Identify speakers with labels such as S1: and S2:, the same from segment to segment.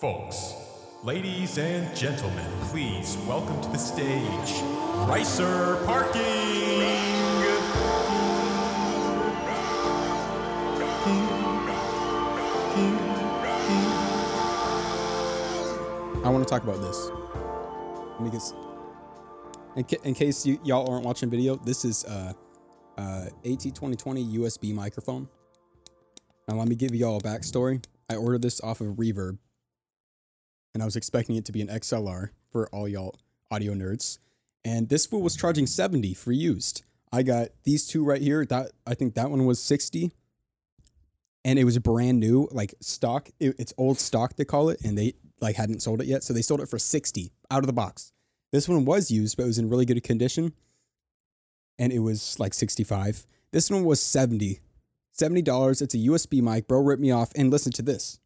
S1: Folks, ladies and gentlemen, please welcome to the stage Ricer Parking.
S2: I want to talk about this because, in, ca- in case you, y'all aren't watching video, this is uh, uh, AT 2020 USB microphone. Now let me give y'all a backstory. I ordered this off of Reverb, and I was expecting it to be an XLR for all y'all audio nerds. And this fool was charging 70 for used. I got these two right here. That I think that one was 60 and it was brand new, like stock. It, it's old stock they call it, and they like hadn't sold it yet, so they sold it for sixty out of the box. This one was used, but it was in really good condition, and it was like sixty-five. This one was seventy. Seventy dollars. It's a USB mic, bro. Ripped me off. And listen to this.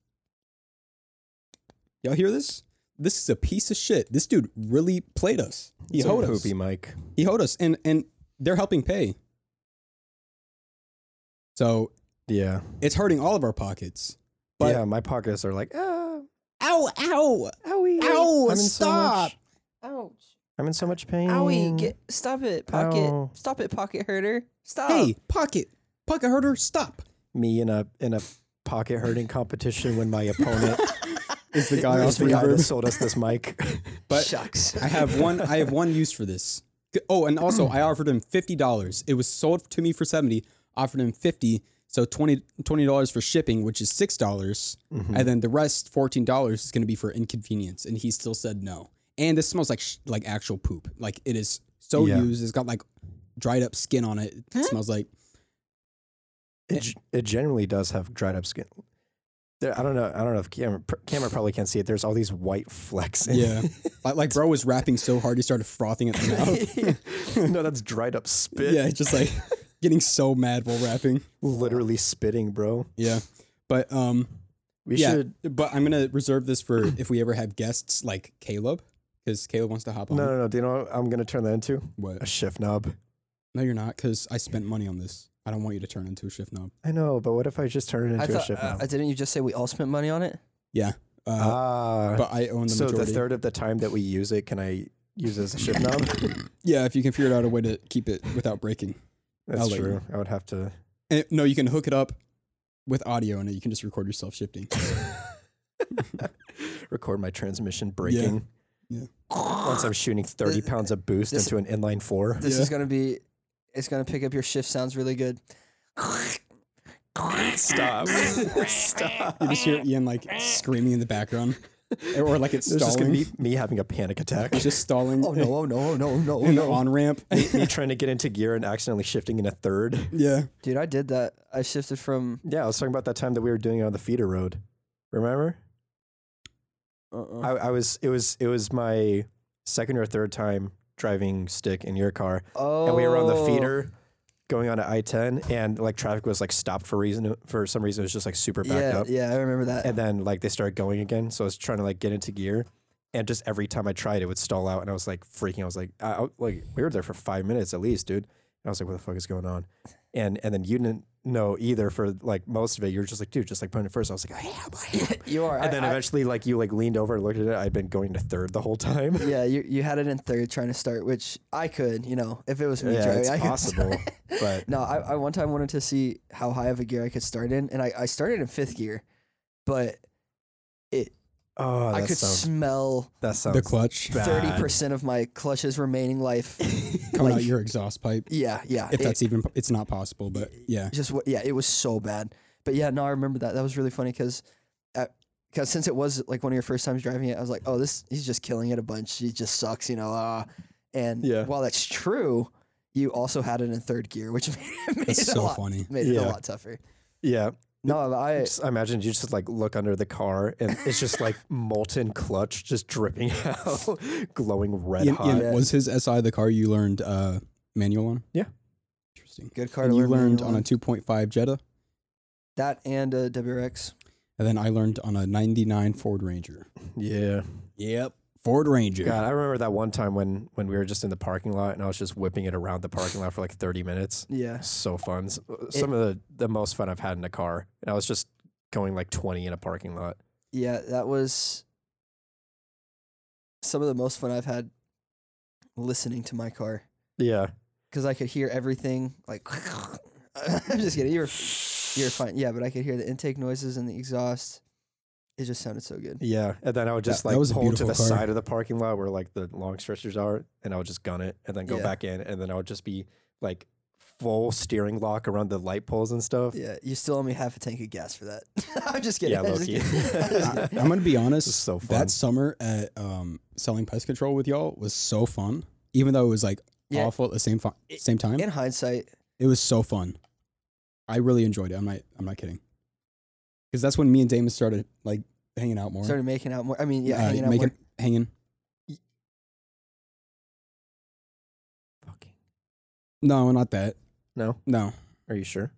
S2: Y'all hear this? This is a piece of shit. This dude really played us. He hoed us.
S3: poopy Mike.
S2: He hoed us, and and they're helping pay. So
S3: Yeah.
S2: it's hurting all of our pockets. But
S3: yeah, my pockets are like, ah,
S2: ow, ow,
S4: Owie.
S2: ow,
S3: I'm in so
S2: stop.
S3: much-
S4: Ouch.
S3: I'm in so much pain.
S4: Owie. Get, stop it, pocket.
S3: Ow.
S4: Stop it, pocket herder. Stop.
S2: hey, pocket, pocket herder, stop.
S3: me in a in a pocket hurting competition when my opponent
S2: Is the
S3: is the guy that sold us this mic.
S2: But
S4: Shucks.
S2: I have one. I have one use for this. G- Oh, and also I offered him fifty dollars. It was sold to me for seventy. Offered him fifty, so 20 dollars for shipping, which is six dollars,
S3: Mm-hmm.
S2: and then the rest fourteen dollars is going to be for inconvenience. And he still said no. And this smells like sh- like actual poop. Like it is so
S3: Yeah.
S2: used. It's got like dried up skin on it. It smells like
S3: It, g- it genuinely does have dried up skin. There, I don't know. I don't know if camera pr- camera probably can't see it. There's all these white flecks. In
S2: yeah. like, like bro was rapping so hard he started frothing at the mouth.
S3: no, that's dried up spit.
S2: yeah, just like getting so mad while rapping.
S3: literally spitting, bro.
S2: Yeah. But um
S3: We
S2: yeah,
S3: should.
S2: but I'm gonna reserve this for if we ever have guests like Caleb, because Caleb wants to hop on.
S3: No, no, no. Do you know what I'm gonna turn that into? A
S2: What?
S3: shift knob.
S2: No, you're not, because I spent money on this. I don't want you to turn into a shift knob.
S3: I know, but what if I just turn it into
S4: I
S3: a
S4: thought,
S3: shift
S4: uh,
S3: knob?
S4: uh, didn't you just say we all spent money on it?
S2: Yeah. Uh,
S3: Ah,
S2: but I own the
S3: so
S2: majority.
S3: the third of the time that we use it, can I use it as a shift knob?
S2: yeah, if you can figure out a way to keep it without breaking. I'll
S3: That's
S2: let you
S3: true. I would have to.
S2: And no, you can hook it up with audio and you can just record yourself shifting.
S3: record my transmission breaking.
S2: Yeah.
S3: Once I'm shooting 30 pounds of boost
S4: This-
S3: into an inline four.
S4: This
S2: Yeah.
S4: is gonna be. It's gonna pick up your shift. Sounds really good.
S3: Stop. Stop.
S2: You just hear Ian like screaming in the background, or like it's
S3: This is
S2: stalling.
S3: going to be me having a panic attack.
S2: It's just stalling.
S4: Oh no! Oh no! Oh no! No!
S2: in the
S4: no!
S2: on ramp.
S3: me trying to get into gear and accidentally shifting in a third.
S2: yeah.
S4: Dude, I did that. I shifted from.
S3: Yeah, I was talking about that time that we were doing it on the feeder road. Remember?
S4: Uh-uh.
S3: I, I was, it was, it was my second or third time driving stick in your car.
S4: oh.
S3: and we were on the feeder going on to I-10 and like traffic was like stopped for reason for some reason it was just like super backed
S4: Yeah,
S3: up
S4: yeah, I remember that.
S3: and then like they started going again so I was trying to like get into gear and just every time I tried it would stall out and I was like freaking I was like I, I- like we were there for 5 minutes at least dude and I was like what the fuck is going on and and then you didn't know either for like most of it you were just like dude just like putting it first I was like I am I am
S4: you are.
S3: and then
S4: I, I,
S3: eventually like you like leaned over and looked at it I'd been going to third the whole time
S4: yeah, you you had it in third trying to start, which I could, you know, if it was me,
S3: yeah
S4: Joey,
S3: it's
S4: I could
S3: possible but
S4: No, I, I one time wanted to see how high of a gear I could start in, and I, I started in fifth gear, but it
S3: oh that
S4: I could
S3: sounds
S4: smell
S3: that sounds
S2: The clutch
S3: bad.
S4: thirty percent of my clutch's remaining life.
S2: coming out
S4: Like-
S2: your exhaust pipe.
S4: yeah, yeah.
S2: If
S4: it-
S2: that's even, po- it's not possible, but yeah.
S4: just what yeah, it was so bad. But yeah, no, I remember that. That was really funny because because since it was like one of your first times driving it, I was like, oh, this he's just killing it a bunch. He just sucks, you know. Uh, and
S3: Yeah.
S4: while that's true, you also had it in third gear, which made
S2: That's
S4: it a
S2: so
S4: lot,
S2: funny.
S4: made it
S3: Yeah.
S4: a lot tougher.
S3: Yeah.
S4: No, I
S3: Just imagine you just like look under the car and it's just like molten clutch just dripping out, glowing red
S2: Ian,
S3: hot.
S2: Ian,
S4: hot.
S2: was his SI the car you learned uh, manual on?
S3: Yeah.
S2: Interesting.
S4: good car
S2: And
S4: to
S2: you
S4: learn
S2: learned
S4: manual
S2: on a 2.5 Jetta,
S4: That and a WRX.
S2: and then I learned on a 99 Ford Ranger.
S3: Yeah.
S2: Yep. Ford Ranger.
S3: God, I remember that one time when when we were just in the parking lot and I was just whipping it around the parking lot for like 30 minutes.
S4: Yeah.
S3: So fun. S- Some of the, the most fun I've had in a car. And I was just going like 20 in a parking lot.
S4: yeah, that was some of the most fun I've had listening to my car
S3: Yeah.
S4: because I could hear everything. Like, I'm just kidding. You're you're fine. Yeah, but I could hear the intake noises and the exhaust. It just sounded so good.
S3: Yeah, and then I would just
S2: That- that
S3: like
S2: was a
S3: pull to
S2: beautiful
S3: the
S2: car.
S3: side of the parking lot where like the long stretchers are, and I would just gun it, and then go
S4: Yeah.
S3: back in, and then I would just be like full steering lock around the light poles and stuff.
S4: Yeah, you still owe me half a tank of gas for that. I'm just kidding.
S3: Yeah,
S4: I'm just
S3: low-key.
S4: kidding. I'm just kidding.
S2: I'm gonna be honest.
S3: is so fun.
S2: That summer at um, selling pest control with y'all was so fun, even though it was like
S4: Yeah.
S2: awful at the same fu- same time.
S4: In hindsight,
S2: it was so fun. I really enjoyed it. I'm not. I'm not kidding. Because that's when me and Damon started like hanging out more.
S4: started making out more. I mean, yeah,
S2: Uh,
S4: hanging out
S2: making
S4: more.
S2: hanging.
S3: Fucking
S2: No, not that.
S3: no,
S2: No.
S3: are you sure?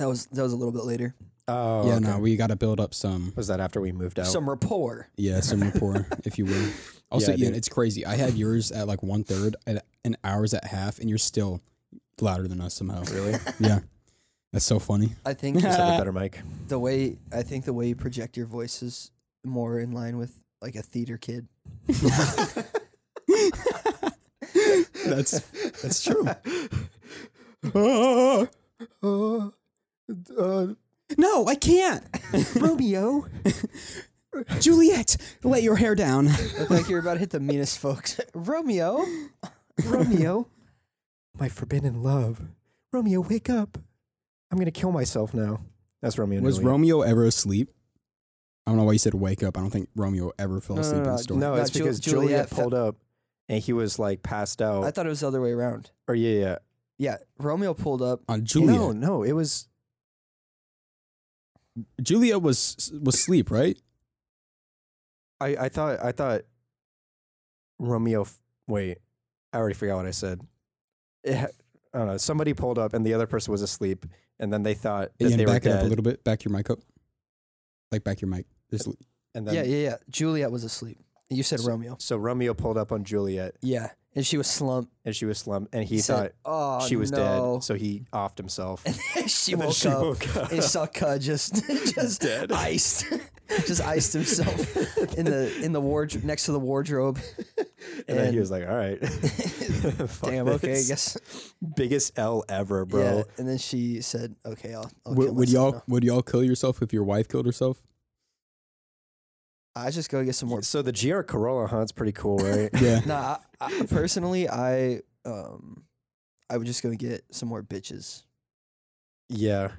S4: That was that was a little bit later.
S3: Oh,
S2: yeah,
S3: okay.
S2: no. We got to build up some.
S3: was that after we moved out?
S4: Some rapport.
S2: Yeah, some rapport, if you will. Also,
S3: Yeah,
S2: Ian,
S3: dude.
S2: it's crazy. I had yours at like one third, at- and ours at half, and you're still louder than us somehow.
S3: Oh, really?
S2: yeah, that's so funny.
S4: I think
S3: Just have a better mic.
S4: the way I think the way you project your voice is more in line with like a theater kid.
S2: That's that's true. no, I can't.
S4: Romeo,
S2: Juliet, let your hair down.
S4: look like you're about to hit the meanest folks. Romeo, Romeo.
S3: My forbidden love, Romeo, wake up! I'm gonna kill myself now. That's Romeo. and
S2: Was
S3: Juliet.
S2: Romeo ever asleep? I don't know why you said wake up. I don't think Romeo ever fell
S4: No,
S2: asleep
S4: no,
S2: in
S4: no,
S2: the story.
S3: Uh, No,
S4: No,
S3: it's
S4: Ju-
S3: because
S4: Juliet
S3: Juliet,
S4: fe-
S3: pulled up, and he was like passed out.
S4: I thought it was the other way around.
S3: or yeah, yeah.
S4: Yeah, Romeo pulled up.
S2: On Juliet.
S3: No, no, it was
S2: Juliet was was asleep, right?
S3: I, I thought I thought Romeo. f- Wait, I already forgot what I said. It, ha- I don't know. Somebody pulled up, and the other person was asleep, and then they thought that
S2: Ian,
S3: they were
S2: back it up a
S3: dead.
S2: little bit. Back your mic up. Like back your mic. Just
S3: Oh,
S2: l-
S3: and then,
S4: yeah, yeah, yeah. Juliet was asleep. You said Romeo.
S3: So Romeo pulled up on Juliet,
S4: Yeah, and she was slumped.
S3: and she was slumped, and he,
S4: said,
S3: thought
S4: "Oh,
S3: she was
S4: no."
S3: dead, so he offed himself.
S4: she
S3: And then
S4: woke
S3: she
S4: up.
S3: woke up.
S4: And Sokka just just
S3: Dead.
S4: iced, just iced himself in the in the wardrobe next to the wardrobe.
S3: and then he was like, "All right, Fuck
S4: "Damn, okay, I
S3: this.
S4: guess."
S3: biggest L ever, bro."
S4: Yeah, and then she said, "Okay, I'll." I'll
S2: would,
S4: kill
S2: would y'all
S4: myself now."
S2: would y'all kill yourself if your wife killed herself?
S4: I just go get some more.
S3: So the GR Corolla hunt's pretty cool, right?
S2: Yeah.
S4: nah, I, I, personally, I um, I would just go get some more bitches.
S3: Yeah.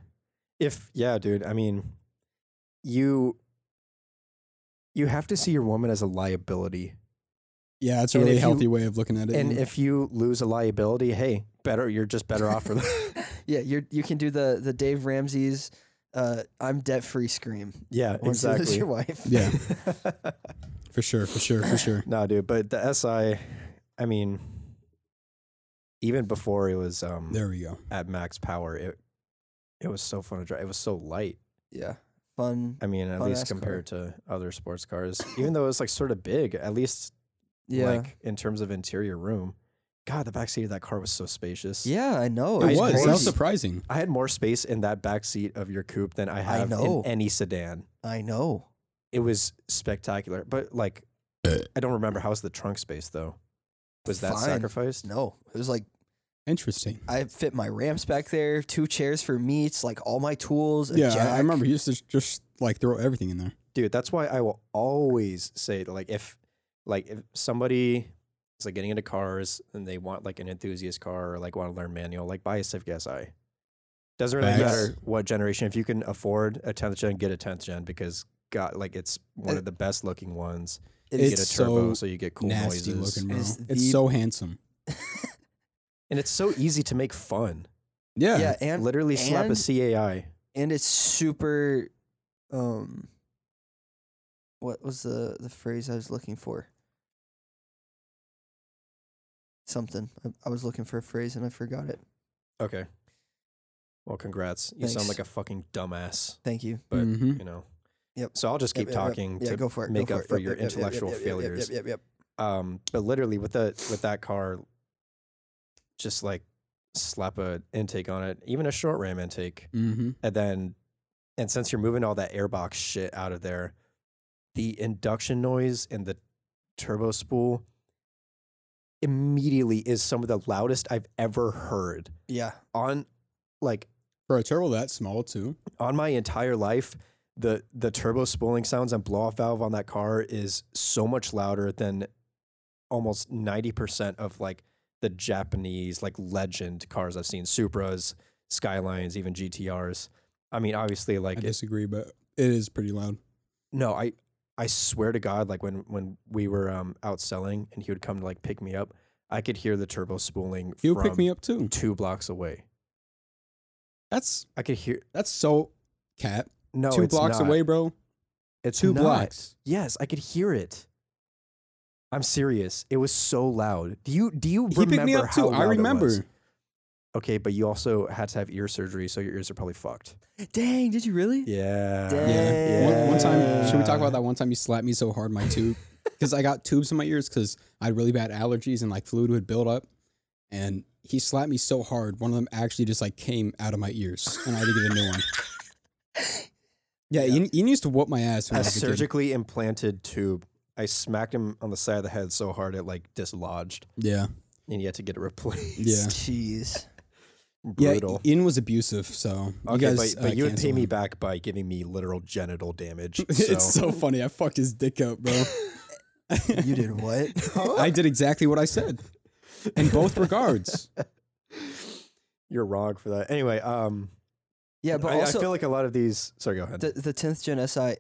S3: If yeah, dude, I mean you you have to see your woman as a liability.
S2: Yeah, it's a
S3: And
S2: really
S3: if you-
S2: healthy way of looking at it.
S3: And if you lose a liability, hey, better you're just better off for
S4: Yeah, you you can do the the Dave Ramsey's. Uh, I'm debt free. Scream.
S3: Yeah,
S4: Once you lose
S3: exactly.
S4: your wife.
S2: yeah, for sure, for sure, for sure.
S3: no, dude, but the SI I mean even before it was um
S2: There we go.
S3: at max power, it it was so fun to drive. It was so light.
S4: Yeah. Fun.
S3: I mean, at
S4: Fun
S3: least
S4: ass Oh, car.
S3: compared to other sports cars. Even though it's like sort of big, at least
S4: Yeah.
S3: like in terms of interior room. God, the back seat of that car was so spacious.
S4: yeah, I know.
S2: It was.
S3: I
S2: That was
S3: crazy.
S2: surprising.
S3: I had more space in that back seat of your coupe than I have
S4: know.
S3: in any sedan.
S4: I know.
S3: It was spectacular. But like I don't remember how's the trunk space though. Was that
S4: Fine.
S3: sacrificed?
S4: No, it was like
S2: Interesting.
S4: I fit my ramps back there, two chairs for meats, like all my tools. A
S2: Yeah, I-
S4: jack.
S2: I remember you used to just like throw everything in there.
S3: Dude, that's why I will always say like if like if somebody is like getting into cars and they want like an enthusiast car or like want to learn manual, like buy a Civic SI. Doesn't really
S2: Facts.
S3: matter what generation. If you can afford a tenth gen, get a tenth gen because God, like it's one of the best looking ones.
S4: It
S3: you
S4: is
S3: get a
S2: It's
S3: turbo, so,
S2: so
S3: you get cool
S2: Nasty
S3: noises,
S2: looking, bro.
S4: Is
S2: It's
S4: the-
S2: so handsome.
S3: and it's so easy to make fun.
S2: Yeah.
S4: yeah, and
S3: Literally slap a
S4: and-
S3: CAI.
S4: and it's super. Um, what was the the phrase I was looking for? Something I, I was looking for a phrase and I forgot it.
S3: Okay. Well, congrats. You sound
S4: Thanks.
S3: like a fucking dumbass,
S4: Thank you.
S3: but
S2: Mhm.
S3: you know.
S4: Yep.
S3: So I'll just keep
S4: Yep, yep, yep.
S3: talking
S4: Yeah,
S3: to
S4: go for it. go
S3: make up
S4: it.
S3: for
S4: Yep,
S3: your
S4: yep, yep, yep,
S3: intellectual
S4: yep, yep, yep,
S3: failures.
S4: Yep, yep,
S3: um but literally with the with that car just
S4: Mm.
S3: like slap a intake on it even a short ram intake
S2: Mm-hmm.
S3: and then And since you're moving all that airbox shit out of there, the induction noise and the turbo spool immediately is some of the loudest I've ever heard
S4: Yeah.
S3: on like
S2: For a turbo that small too.
S3: on my entire life, the the turbo spooling sounds and blow off valve on that car is so much louder than almost ninety percent of like the Japanese like legend cars I've seen, Supras, Skylines, even GTRs. I mean, obviously,
S2: I
S3: like it-
S2: disagree, but it is pretty loud.
S3: no, I I swear to God, like when when we were um out selling and he would come to like pick me up, I could hear the turbo spooling.
S2: He'll
S3: from
S2: pick me up too.
S3: two blocks away.
S2: That's
S3: I could hear
S2: that's so cat.
S3: no
S2: Two
S3: it's
S2: blocks
S3: not.
S2: away, bro.
S3: It's
S2: Two
S3: not.
S2: blocks.
S3: Yes, I could hear it. I'm serious. It was so loud. Do you do you
S2: He
S3: remember
S2: picked me up
S3: how
S2: too. I
S3: loud it
S2: remember.
S3: was? Okay, but you also had to have ear surgery, so your ears are probably fucked.
S4: Dang, did you really?
S3: Yeah.
S2: Yeah. One, one time, should we talk
S3: Yeah.
S2: about that one time you slapped me so hard my tube? Because I got tubes in my ears because I had really bad allergies and like fluid would build up. And he slapped me so hard, one of them actually just like came out of my ears and I had to get a new one. Yeah, Ian, Ian used to whoop my ass when
S3: A
S2: I was a kid.
S3: surgically implanted tube. I smacked him on the side of the head so hard it like dislodged,
S2: Yeah,
S3: and he had to get it replaced.
S2: yeah.
S4: Jeez.
S3: Brutal.
S2: Yeah, Ian was abusive, so you
S3: okay,
S2: guys,
S3: but, but
S2: uh,
S3: you would pay
S2: cancel
S3: me
S2: him.
S3: back by giving me literal genital damage.
S2: it's so funny. I fucked his dick up, bro.
S4: You did what?
S2: I did exactly what I said in both regards.
S3: you're wrong for that. Anyway, um,
S4: yeah, but
S3: I, I
S4: also
S3: feel like a lot of these. Sorry, go ahead.
S4: the the tenth gen SI,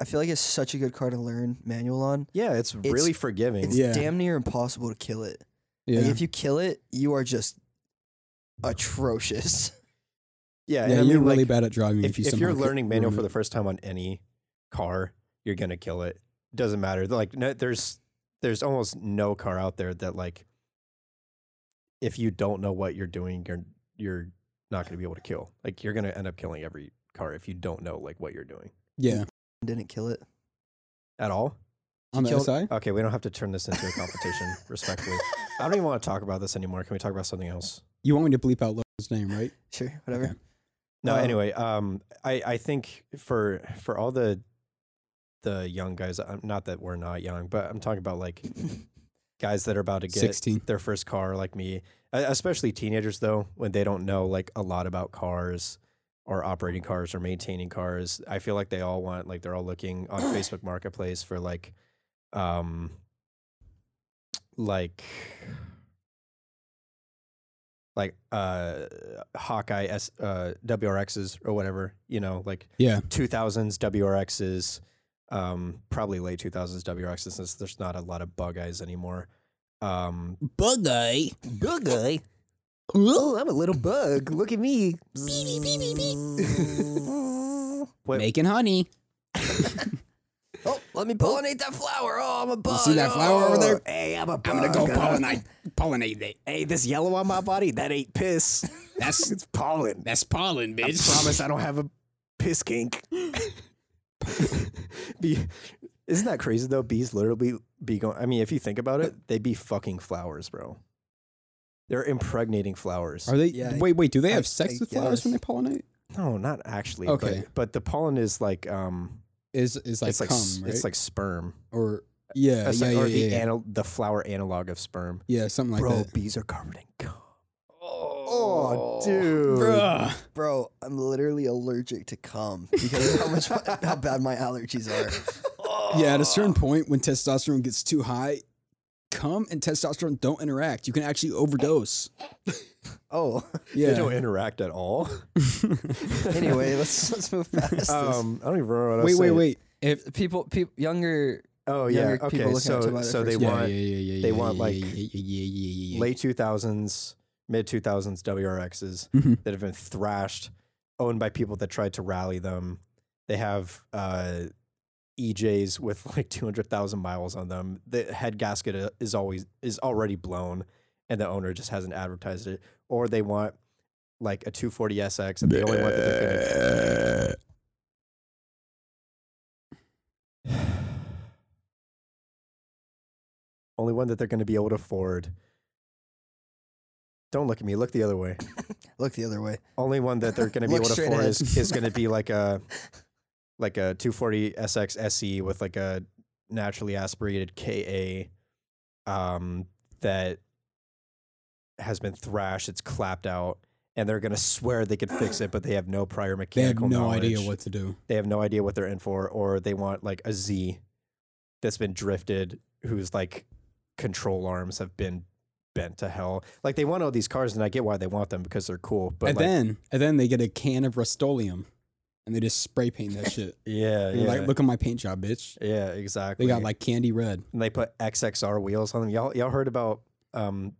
S4: I feel like it's such a good car to learn manual on.
S3: yeah, it's, really forgiving.
S4: It's
S2: Yeah.
S4: damn near impossible to kill it.
S2: Yeah.
S4: Like, if you kill it, you are just atrocious.
S3: yeah,
S2: yeah,
S3: and I
S2: you're
S3: mean,
S2: really
S3: like,
S2: bad at driving. If,
S3: If,
S2: you
S3: if you're
S2: somehow could
S3: learning manual
S2: ruin
S3: for
S2: it.
S3: the first time on any car, you're gonna kill it. Doesn't matter. Like no, there's there's almost no car out there that like if you don't know what you're doing, you're you're not gonna be able to kill. Like you're gonna end up killing every car if you don't know like what you're doing
S2: yeah,
S4: Didn't kill it.
S3: at all.
S2: on the
S4: killed-
S2: SI.
S3: Okay, we don't have to turn this into a competition, respectfully. I don't even want to talk about this anymore. Can we talk about something else?
S2: You want me to bleep out Logan's name, right?
S4: Sure, whatever.
S2: Okay.
S3: No,
S4: Um,
S3: anyway, um, I I think for for all the the young guys, I'm not that we're not young, but I'm talking about like guys that are about to get
S2: 16.
S3: their first car, like me, e- especially teenagers though, when they don't know like a lot about cars or operating cars or maintaining cars. I feel like they all want like they're all looking on Facebook Marketplace for like, um, like. Like uh, Hawkeye S, uh, WRXs or whatever, you know, like
S2: Yeah,
S3: 2000s WRXs, um, probably late 2000s WRXs since there's not a lot of bug eyes anymore. Um,
S2: bug eye.
S3: bug eye?
S4: Oh,
S2: Ooh,
S3: I'm a little bug. Look at me. What-
S2: Making honey.
S4: Oh, let me pollinate that flower. Oh, I'm a bug.
S2: see that flower over there?
S3: Hey, I'm a bug.
S2: I'm gonna go pollinate, pollinate it.
S3: Hey, this yellow on my body, that ain't piss.
S2: That's
S3: It's pollen.
S2: that's pollen,
S3: I promise I don't have a piss kink. Bee- Isn't that crazy though? Bees literally be going. I mean, if you think about it, they be fucking flowers, bro. They're impregnating flowers.
S2: Are they?
S4: Yeah,
S2: wait, wait. Do they
S4: I-
S2: have sex
S4: I
S2: with flowers when they
S4: guess.
S2: pollinate?
S3: no, not actually.
S2: Okay.
S3: but, but the pollen is like um,
S2: Is is like
S3: it's like
S2: cum,
S3: s-
S2: right?
S3: it's like sperm.
S2: or yeah,
S3: That's
S2: yeah,
S3: like-
S2: yeah,
S3: or
S2: yeah,
S3: the
S2: yeah.
S3: anal- the flower analog of sperm.
S2: yeah, something like
S3: bro,
S2: that.
S3: bees are covered in cum.
S4: Oh,
S3: dude.
S2: Bruh.
S4: Bro, I'm literally allergic to cum because of how much my, how bad my allergies are.
S2: Yeah, at a certain point when testosterone gets too high, cum and testosterone don't interact. You can actually overdose.
S4: Oh,
S3: They don't
S2: Yeah.
S3: interact at all.
S4: anyway, let's let's move past
S3: Um, I don't even remember what I was
S2: Wait, wait,
S3: saying.
S2: wait. If
S4: this. People, people, younger.
S3: Oh yeah.
S4: younger people
S3: Okay.
S4: looking
S3: So
S4: up to buy their
S3: so
S4: first
S3: they
S4: car.
S2: yeah,
S3: want
S2: yeah, yeah, yeah,
S3: they
S2: yeah,
S3: want,
S2: yeah,
S3: like,
S2: yeah, yeah, yeah, yeah, yeah, yeah.
S3: late two thousands, mid two thousands WRXs
S2: Mhm.
S3: that have been thrashed, owned by people that tried to rally them. They have uh, EJs with like two hundred thousand miles on them. The head gasket uh, is always is already blown, and the owner just hasn't advertised it. Or they want like a two forty SX, and the only one that they're gonna only one that they're going to be able to afford. Don't look at me. Look the other way.
S4: Look the other way.
S3: Only one that they're going to be
S4: Look
S3: able to
S4: straight
S3: afford
S4: ahead.
S3: is, is going to be like a like a 240 SX SE E with like a naturally aspirated KA um, that has been thrashed. It's clapped out, and they're going to swear they could fix it, but they have no prior
S2: They have
S3: mechanical.
S2: no idea
S3: knowledge.
S2: what to do.
S3: they have no idea what they're in for, or they want like a Z that's been drifted, whose like control arms have been bent to hell. Like they want all these cars, and I get why they want them because they're cool. But
S2: and
S3: like,
S2: then and then they get a can of Rust-Oleum, and they just spray paint that shit.
S3: yeah,
S2: And
S3: yeah,
S2: they're Like, look at my paint job, bitch.
S3: yeah, exactly.
S2: They got like candy red.
S3: and they put XXR wheels on them. Y'all, y'all heard about? Um,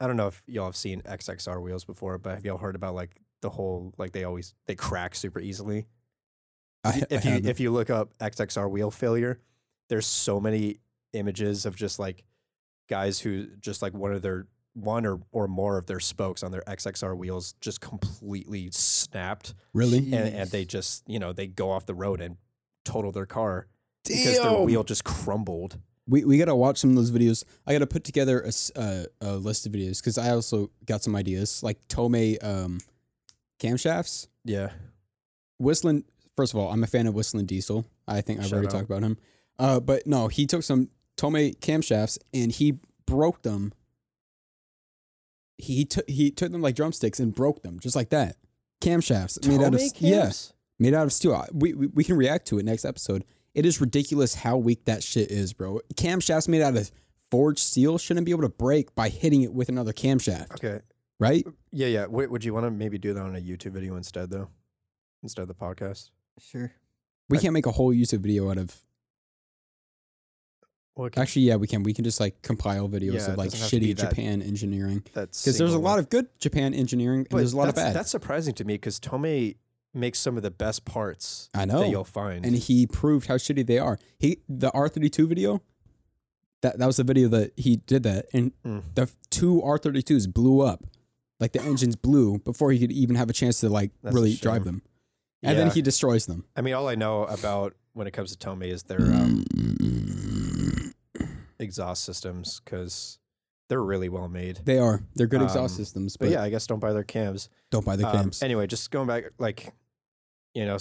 S3: I don't know if y'all have seen XXR wheels before, but have y'all heard about like the whole like they always they crack super easily?
S2: I, I
S3: if you
S2: haven't.
S3: if you look up XXR wheel failure, there's so many images of just like guys who just like one of their one or or more of their spokes on their XXR wheels just completely snapped,
S2: really,
S3: and, and they just you know they go off the road and total their car because their wheel just crumbled.
S2: we we gotta watch some of those videos. I gotta put together a, s- uh, a list of videos because I also got some ideas like Tomei um, camshafts.
S3: Yeah,
S2: Whistling. First of all, I'm a fan of Whistling Diesel. I think I've
S3: Shout
S2: already
S3: out.
S2: talked about him. Uh, but no, he took some Tomei camshafts and he broke them. He took he took them like drumsticks and broke them just like that. Camshafts made out of
S4: Tommy
S2: s- yeah,
S4: Camps?
S2: made out of steel. I- We, we we can react to it next episode. It is ridiculous how weak that shit is, bro. Camshafts made out of forged steel shouldn't be able to break by hitting it with another camshaft,
S3: okay,
S2: right?
S3: yeah, yeah. Would would you want to maybe do that on a YouTube video instead though, instead of the podcast?
S4: Sure.
S2: We
S3: I-
S2: can't make a whole YouTube video out of
S3: Well, it could-
S2: Actually, yeah, we can. We can just like compile videos
S3: Yeah, it
S2: of like
S3: doesn't have to be
S2: shitty
S3: that-
S2: Japan engineering
S3: that's
S2: because there's a
S3: single
S2: lot of good Japan engineering and
S3: But
S2: there's a lot of
S3: that's-
S2: bad.
S3: That's surprising to me because Tomei makes some of the best parts
S2: I
S3: that you'll
S2: know,
S3: find.
S2: and he proved how shitty they are. He the R32 video, that that was the video that he did that, and
S3: Mm.
S2: the two R32s blew up, like the engines blew before he could even have a chance to like
S3: That's a
S2: really
S3: shame.
S2: drive them, and then
S3: Yeah.
S2: he destroys them.
S3: I mean, all I know about when it comes to Tomei is their
S2: Mm.
S3: um, exhaust systems because they're really well made.
S2: They are they're good exhaust
S3: Um,
S2: systems, but,
S3: But yeah, I guess don't buy their cams.
S2: don't buy the
S3: Um,
S2: cams.
S3: anyway, just going back, like, you know,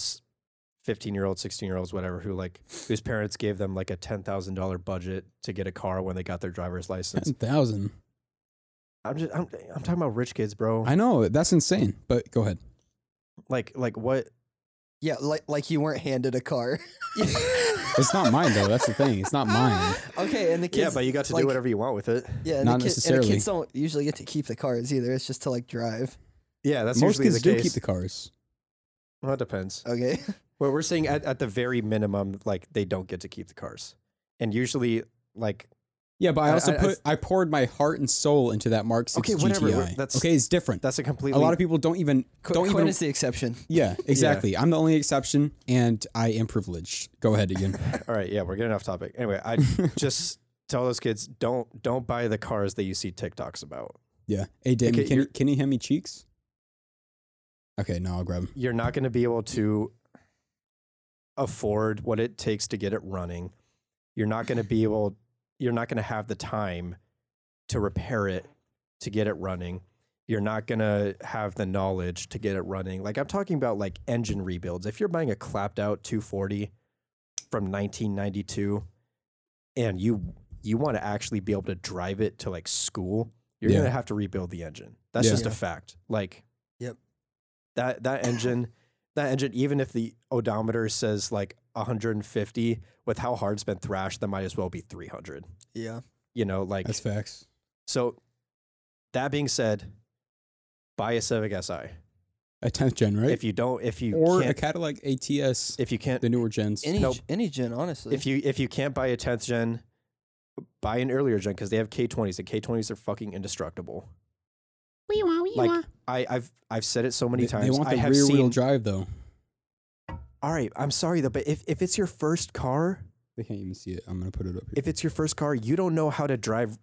S3: fifteen year olds, sixteen year olds, whatever, who like whose parents gave them like a ten thousand dollar budget to get a car when they got their driver's license.
S2: Ten thousand.
S3: I'm just, I'm, I'm talking about rich kids, bro.
S2: I know that's insane, but go ahead.
S3: like, like what?
S4: Yeah, like like you weren't handed a car.
S2: It's not mine though. That's the thing. It's not mine.
S4: okay, and the kids.
S3: yeah, but you got to
S4: like-
S3: do whatever you want with it.
S4: Yeah, and
S2: Not
S4: the kid-
S2: necessarily.
S4: And the kids don't usually get to keep the cars either. It's just to like drive.
S3: Yeah, that's
S2: Most
S3: usually
S2: kids
S3: the
S2: do
S3: case.
S2: keep the cars.
S3: well, it depends.
S4: Okay.
S3: Well, we're saying at, at the very minimum, like they don't get to keep the cars, and usually, like
S2: Yeah, but I
S3: I-
S2: also
S3: I- I-
S2: put I, poured my heart and soul into that Mark Six
S3: Okay, whatever,
S2: GTI.
S3: we're- that's-
S2: okay, it's different.
S3: that's a completely
S2: a lot of people don't even
S4: Qu-
S2: don't
S4: Quinn
S2: even.
S4: is the exception.
S2: Yeah, exactly. I'm the only exception, and I am privileged. Go ahead again.
S3: All right, yeah, we're getting off topic. Anyway, I just tell those kids don't don't buy the cars that you see TikToks about.
S2: Yeah. Hey, Damon,
S3: Okay,
S2: can you
S3: you're-
S2: can you hand me cheeks? Okay, no, I'll grab 'em.
S3: You're not going to be able to afford what it takes to get it running. You're not going to be able. You're not going to have the time to repair it to get it running. You're not going to have the knowledge to get it running. Like I'm talking about like engine rebuilds. If you're buying a clapped out 240 from 1992 and you you want to actually be able to drive it to like school, you're
S2: Yeah.
S3: going to have to rebuild the engine. That's
S2: Yeah.
S3: just a
S4: Yeah.
S3: fact. Like
S4: Yep.
S3: That that engine that engine even if the odometer says like 150 with how hard it's been thrashed, that might as well be 300.
S4: Yeah.
S3: You know, like
S2: That's facts.
S3: so that being said, buy a Civic Si.
S2: A tenth gen, right?
S3: If you don't, if you
S2: or a
S3: can't,
S2: Cadillac ATS,
S3: if you can't,
S2: the newer gens.
S4: Any
S3: Nope.
S4: any gen, honestly.
S3: if you if you can't buy a tenth gen, buy an earlier gen because they have K twenties and K twenties are fucking indestructible. Like I, I've I've said it so many
S2: They-
S3: times.
S2: They want
S3: I
S2: the
S3: have
S2: rear
S3: seen.
S2: wheel drive though.
S3: all right, I'm sorry though, but if if it's your first car,
S2: They can't even see it. I'm gonna put it up here.
S3: if it's your first car, you don't know how to drive.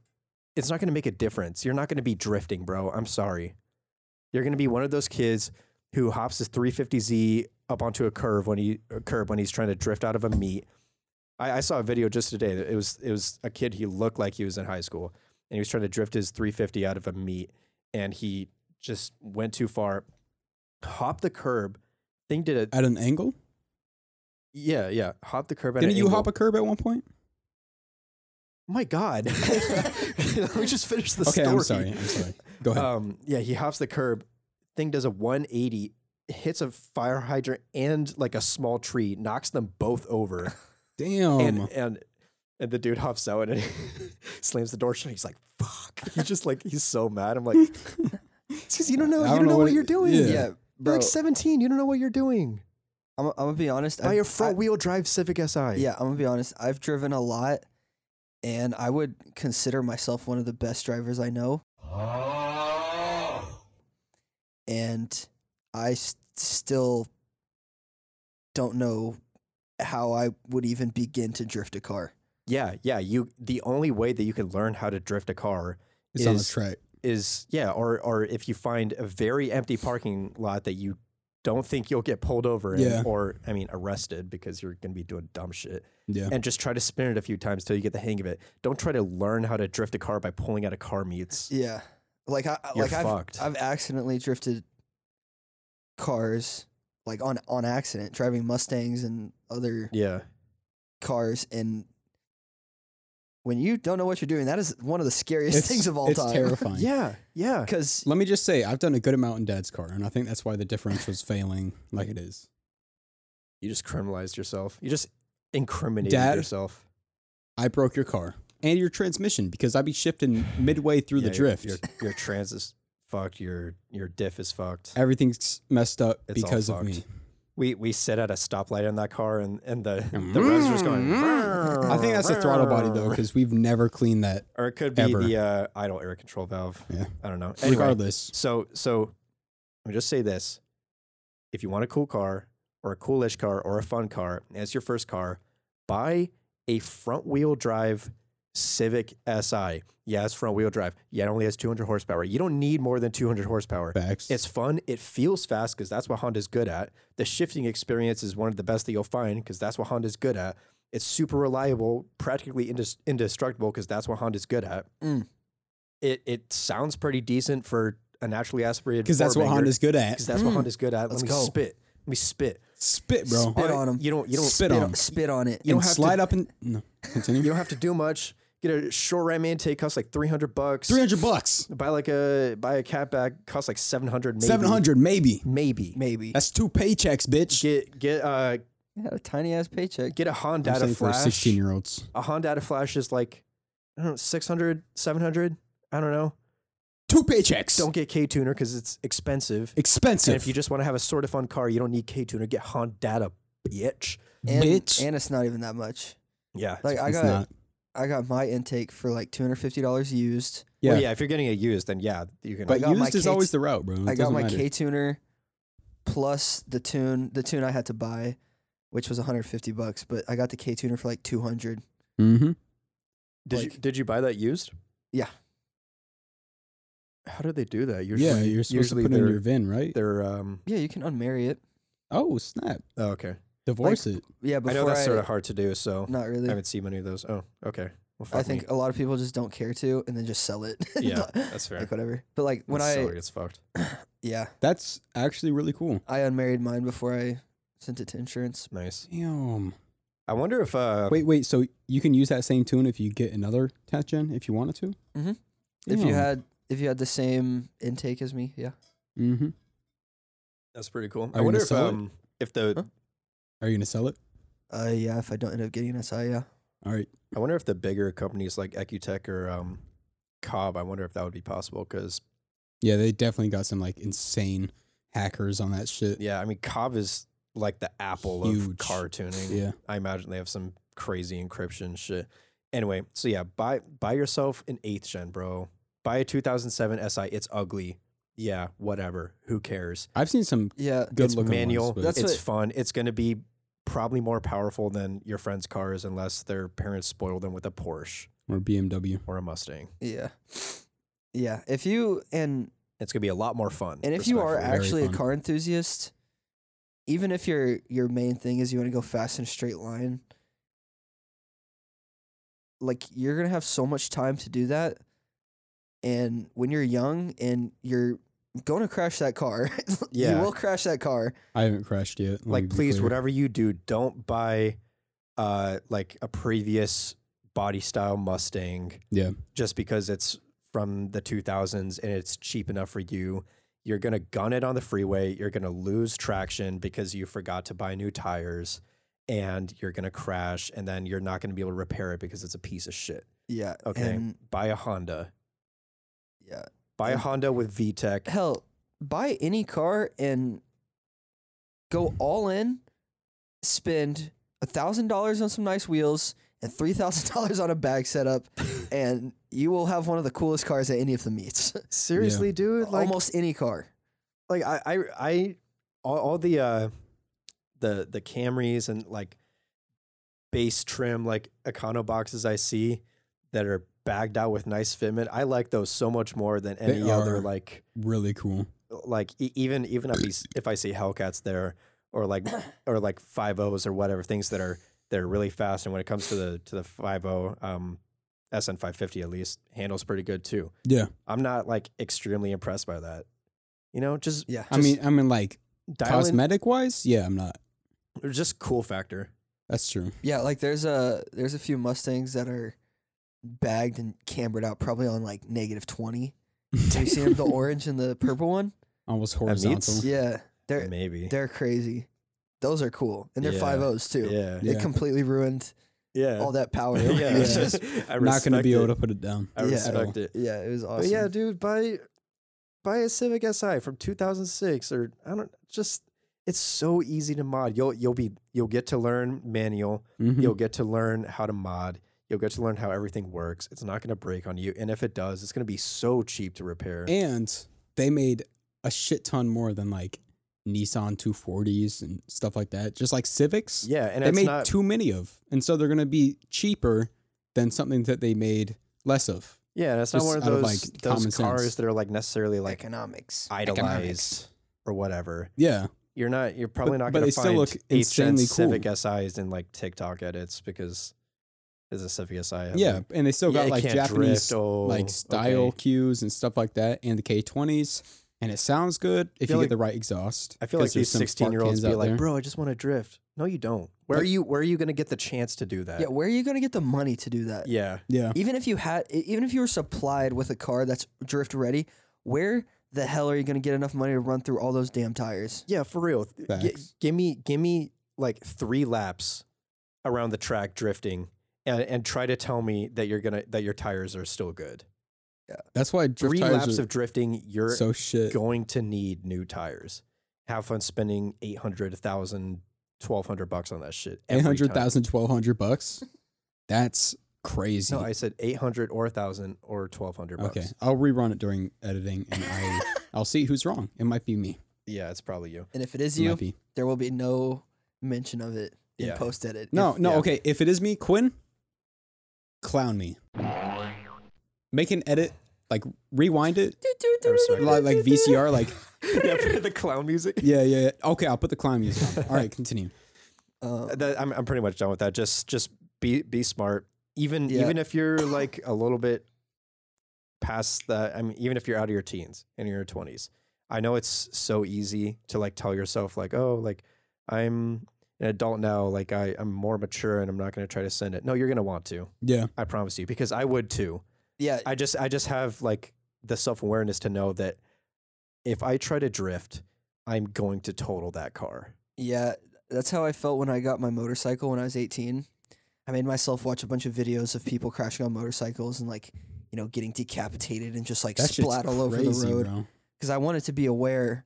S3: It's not going to make a difference. You're not going to be drifting, bro. I'm sorry. You're going to be one of those kids who hops his 350Z up onto a curve when he a curb when he's trying to drift out of a meet. I, I saw a video just today. That it was it was a kid. He looked like he was in high school, and he was trying to drift his 350 out of a meet, and he just went too far, hopped the curb. Thing did a
S2: at an angle.
S3: yeah yeah hopped the curb. at
S2: Didn't
S3: an
S2: you
S3: angle.
S2: hop a curb at one point?
S3: My God, let me just finish the
S2: Okay,
S3: story.
S2: I'm sorry. I'm sorry. Go ahead.
S3: Um, yeah, he hops the curb. Thing does a 180, hits a fire hydrant and like a small tree, knocks them both over,
S2: Damn.
S3: and and and the dude hops out and slams the door shut. He's like, "Fuck!" He's just like he's so mad. I'm like, "Because you don't know,
S2: I don't
S3: you don't,
S2: know
S3: know
S2: what
S3: what,
S2: it-
S3: you're doing.
S2: yeah.
S4: Yeah,
S3: You're
S4: bro.
S3: like 17. You don't know what you're doing.
S4: I'm, I'm gonna be honest.
S3: Buy
S4: I-
S3: a
S4: I-
S3: front wheel drive Civic Si.
S4: Yeah, I'm gonna be honest. I've driven a lot, and I would consider myself one of the best drivers I know. And I s- still don't know how I would even begin to drift a car.
S3: yeah, yeah. You the only way that you can learn how to drift a car
S2: it's on the
S3: is-
S2: track.
S3: is yeah, or or if you find a very empty parking lot that you don't think you'll get pulled over in,
S2: Yeah.
S3: or I mean arrested because you're gonna be doing dumb shit,
S2: Yeah.
S3: and just try to spin it a few times till you get the hang of it. Don't try to learn how to drift a car by pulling out of car meets.
S4: Yeah, like I I-
S3: You're
S4: like I've
S3: fucked.
S4: I've accidentally drifted cars like on on accident driving Mustangs and other
S3: Yeah,
S4: cars and when you don't know what you're doing, that is one of the scariest things of all
S2: it's
S4: time.
S2: terrifying.
S3: yeah, yeah.
S4: Because
S2: Let me just say, I've done a good amount in Dad's car, and I think that's why the differential's failing like it is.
S3: You just criminalized yourself. You just incriminated
S2: Dad?
S3: yourself.
S2: I broke your car and your transmission because I'd be shifting midway through the
S3: Yeah, your-
S2: drift.
S3: Your, your trans is fucked. Your your diff is fucked.
S2: Everything's messed up
S3: It's all
S2: because of
S3: fucked.
S2: me.
S3: We we sit at a stoplight in that car, and and the the revs are just going.
S2: Mm-hmm. I think that's the throttle body though, because we've never cleaned that.
S3: or it could be
S2: Ever.
S3: the uh, idle air control valve.
S2: Yeah.
S3: I don't know. Anyway,
S2: Regardless,
S3: so so let me just say this: if you want a cool car or a coolish car or a fun car as your first car, buy a front wheel drive Civic Si. Yeah, it's front wheel drive. Yeah, it only has 200 horsepower. You don't need more than 200 horsepower.
S2: facts.
S3: It's fun. It feels fast because that's what Honda's good at. The shifting experience is one of the best that you'll find because that's what Honda's good at. It's super reliable, practically indest- indestructible because that's what Honda's good at.
S4: Mm.
S3: It it sounds pretty decent for a naturally aspirated.
S2: because that's what Honda's mm. good at.
S3: Because that's what Honda's good at. Let
S4: Let's
S3: me
S4: go.
S3: spit. Let me spit.
S2: Spit, bro.
S4: Spit
S3: Why-
S4: on 'em.
S3: You don't. You don't
S2: Spit
S3: spit.
S2: on
S3: on.
S2: 'em.
S4: spit on it.
S3: You don't
S2: and
S3: have
S2: slide
S3: to,
S2: up and no, continue.
S3: You don't have to do much. Get a short ram intake costs like three hundred bucks.
S2: Three hundred bucks,
S3: Buy like a buy a catback costs like seven hundred. maybe.
S2: seven hundred maybe.
S3: Maybe.
S4: Maybe.
S2: That's two paychecks, bitch.
S3: Get get uh
S4: Yeah, a tiny ass paycheck.
S3: get a Honda
S2: I'm
S3: to
S2: saying for
S3: Flash.
S2: sixteen year olds.
S3: a Honda to Flash is like I don't know, 600, 700. I don't know.
S2: Two paychecks.
S3: Don't get K tuner because it's expensive.
S2: expensive.
S3: And if you just want to have a sort of fun car, you don't need K tuner. Get Honda, bitch.
S4: and,
S2: bitch.
S4: And it's not even that much.
S3: Yeah.
S4: Like I
S2: It's
S4: got
S2: not.
S4: I got my intake for like two hundred fifty dollars used.
S2: Yeah.
S3: yeah. Well, yeah. If you're getting it used, then yeah, you can.
S2: But
S4: got my
S2: used is
S4: K-
S2: always the route, bro. It
S4: I got
S2: doesn't
S4: my
S2: matter.
S4: K tuner plus the tune the tune I had to buy, which was one hundred fifty bucks. But I got the K tuner for like two hundred.
S2: Mhm.
S3: did you
S4: like-
S3: did you buy that used?
S4: Yeah.
S3: How did they do that? Usually,
S2: Yeah, you're supposed to
S3: usually
S2: put it
S3: they're,
S2: in your VIN, right?
S3: they're um.
S4: Yeah, you can unmarry it.
S2: Oh snap!
S3: Oh, okay.
S2: Divorce it.
S4: Yeah,
S3: I
S4: before
S3: know that's sort of hard to do, so
S4: not
S3: I
S4: really.
S3: haven't seen many of those. Oh, okay. Well, fuck
S4: I think
S3: me.
S4: a lot of people just don't care to, and then just sell it.
S3: yeah, that's fair.
S4: like whatever. But like when
S3: Seller
S4: I
S3: gets fucked.
S4: yeah,
S2: That's actually really cool.
S4: I unmarried mine before I sent it to insurance.
S3: Nice.
S2: Damn.
S3: I wonder if uh
S2: Wait, wait. So you can use that same tune if you get another test gen if you wanted to.
S3: Mm-hmm.
S4: Mhm. If you
S2: Damn.
S4: had if you had the same intake as me, yeah.
S2: Mhm.
S3: That's pretty cool.
S2: Are
S3: I
S2: you
S3: wonder
S2: gonna
S3: if
S2: sell it?
S3: um if the
S4: Huh?
S2: Are you gonna sell it?
S4: Uh yeah, if I don't end up getting an SI, yeah.
S2: All right.
S3: I wonder if the bigger companies like Ecutech or um Cobb, I wonder if that would be possible because
S2: Yeah, they definitely got some like insane hackers on that shit.
S3: yeah, I mean Cobb is like the Apple
S2: Huge.
S3: of car tuning.
S2: Yeah.
S3: I imagine they have some crazy encryption shit. Anyway, so yeah, buy buy yourself an eighth gen, bro. Buy a 2007 SI. It's ugly. Yeah, whatever. Who cares?
S2: I've seen some
S4: Yeah.
S2: good
S3: it's
S2: looking
S3: manual.
S2: Ones, but
S4: That's
S3: it's
S4: what-
S3: fun. It's going to be probably more powerful than your friend's cars unless their parents spoil them with a Porsche
S2: or BMW.
S3: or a Mustang.
S4: Yeah. Yeah. If you and
S3: It's gonna be a lot more fun.
S4: and if you are
S2: Respectfully, very
S4: actually a
S2: fun.
S4: car enthusiast, even if your your main thing is you want to go fast in a straight line, like you're gonna have so much time to do that And when you're young and you're going to crash that car,
S3: Yeah.
S4: you will crash that car.
S2: I haven't crashed yet. let me
S3: like
S2: be
S3: please
S2: clear.
S3: whatever you do don't buy uh like a previous body style mustang
S2: Yeah.
S3: just because it's from the 2000s and it's cheap enough for you you're going to gun it on the freeway you're going to lose traction because you forgot to buy new tires and you're going to crash and then you're not going to be able to repair it because it's a piece of shit
S4: Yeah.
S3: okay
S4: And
S3: buy a honda
S4: yeah.
S3: buy a
S4: And-
S3: honda with vtech
S4: Hell, buy any car and go all in, spend a thousand dollars on some nice wheels and three thousand dollars on a bag setup, and you will have one of the coolest cars that any of them meets.
S3: seriously dude
S4: Almost any car.
S3: like I I, I all, all the uh the the Camrys and like base trim like Econo boxes I see that are bagged out with nice fitment. I like those so much more than
S2: They
S3: any other
S2: are-
S3: like
S2: Really cool.
S3: like e- even even if I s- if I see Hellcats there or like or like five O's or whatever things that are that are really fast and when it comes to the to the five O um SN five fifty at least handles pretty good too.
S2: Yeah.
S3: I'm not like extremely impressed by that. You know, just
S4: Yeah.
S2: I mean, I mean, like
S3: dial in-
S2: cosmetic wise, yeah, I'm not.
S3: It was just cool factor.
S2: That's true.
S4: Yeah, like there's a there's a few Mustangs that are bagged and cambered out probably on like negative twenty. Have you seen 'em? the orange and the purple one?
S2: Almost
S3: meets-
S2: horizontal.
S4: Yeah, they're
S3: Maybe.
S4: they're crazy. Those are cool, and they're
S3: Yeah.
S4: five O's too.
S3: yeah.
S2: Yeah.
S4: It completely ruined
S3: Yeah.
S4: all that power.
S3: yeah.
S4: yeah,
S3: it's
S2: Yeah.
S3: just- I
S2: Not going to
S3: respect
S2: be able
S3: it. Uh,
S2: to put it down.
S3: I
S4: Yeah.
S3: respect it.
S4: yeah, it was
S3: But
S4: awesome.
S3: yeah, dude, buy buy a Civic Si from 2006 or I don't just it's so easy to mod. You'll you'll be you'll get to learn manual.
S2: Mhm.
S3: You'll get to learn how to mod. You'll get to learn how everything works. It's not going to break on you, and if it does, it's going to be so cheap to repair.
S2: And they made a shit ton more than like Nissan 240s and stuff like that. Just like Civics.
S3: yeah, and
S2: they
S3: it's
S2: made
S3: not
S2: too many of. And so they're going to be cheaper than something that they made less of.
S3: yeah, and it's not
S2: just
S3: one of
S2: out of,
S3: those
S2: like,
S3: those
S2: common
S3: cars
S2: sense.
S3: that are like necessarily like
S4: economics.
S3: idolized or whatever.
S2: Yeah.
S3: you're not you're probably not
S2: but
S3: going
S2: they
S3: to
S2: still
S3: find
S2: look
S3: eighth gen
S2: insanely
S3: Civic
S2: cool.
S3: SIs in like TikTok edits because there's a Civic SI. out
S2: Yeah.
S3: there.
S2: And they still
S3: Yeah,
S2: got
S3: it
S2: like
S3: can't
S2: Japanese
S3: drift. Oh, okay.
S2: like style cues and stuff like that and the K20s. And it sounds good if
S3: Feel
S2: you
S3: like-
S2: get the right exhaust.
S3: I feel
S2: 'cause
S3: like
S2: there's
S3: these
S2: some spark
S3: 16 year olds
S2: cans
S3: be
S2: out
S3: like,
S2: there.
S3: bro, I just want to drift. No, you don't. Where are
S2: But-
S3: you? Where are you going to get the chance to do that?
S4: Yeah, where are you gonna get the money to do that?
S3: yeah.
S2: Yeah.
S4: Even if you had, e- even if you were supplied with a car that's drift ready, where the hell are you gonna get enough money to run through all those damn tires?
S3: Yeah, for real. Th- gi-
S2: Facts.
S3: give me give me like three laps around the track drifting, and, and try to tell me that you're gonna that your tires are still good.
S2: That's why drift
S3: three
S2: tires
S3: laps
S2: are
S3: of drifting, you're
S2: so shit.
S3: going to need new tires. Have fun spending 800, 1,000, 1,200 bucks on that shit. every
S2: Eight
S3: time.
S2: hundred thousand, twelve hundred bucks. That's crazy.
S3: No, I said 800 or 1,000 or 1,200 bucks.
S2: okay, I'll rerun it during editing, and I I'll see who's wrong. It might be me.
S3: Yeah, it's probably you.
S4: And if it is
S2: It
S4: you,
S2: might be.
S4: there will be no mention of it in
S3: Yeah.
S4: post edit.
S2: No, no.
S3: yeah.
S2: Okay, if it is me, Quinn, clown me. Make an edit, like rewind it, like, like VCR, like
S3: yeah, for the clown music.
S2: yeah, yeah. yeah. Okay, I'll put the clown music on. All right, continue.
S4: Uh,
S3: That, I'm, I'm pretty much done with that. Just just be be smart. Even
S4: Yeah.
S3: even if you're like a little bit past that, I mean, even if you're out of your teens and you're in your 20s, I know it's so easy to like tell yourself like, oh, like I'm an adult now, like I, I'm more mature and I'm not going to try to send it. No, you're going to want to.
S2: Yeah,
S3: I promise you, because I would too.
S4: yeah,
S3: I just I just have like the self awareness to know that if I try to drift, I'm going to total that car.
S4: yeah. That's how I felt when I got my motorcycle when I was 18. I made myself watch a bunch of videos of people crashing on motorcycles and like, you know, getting decapitated and just like
S2: that shit's
S4: splat all over
S2: crazy,
S4: the road.
S2: bro.
S4: because I wanted to be aware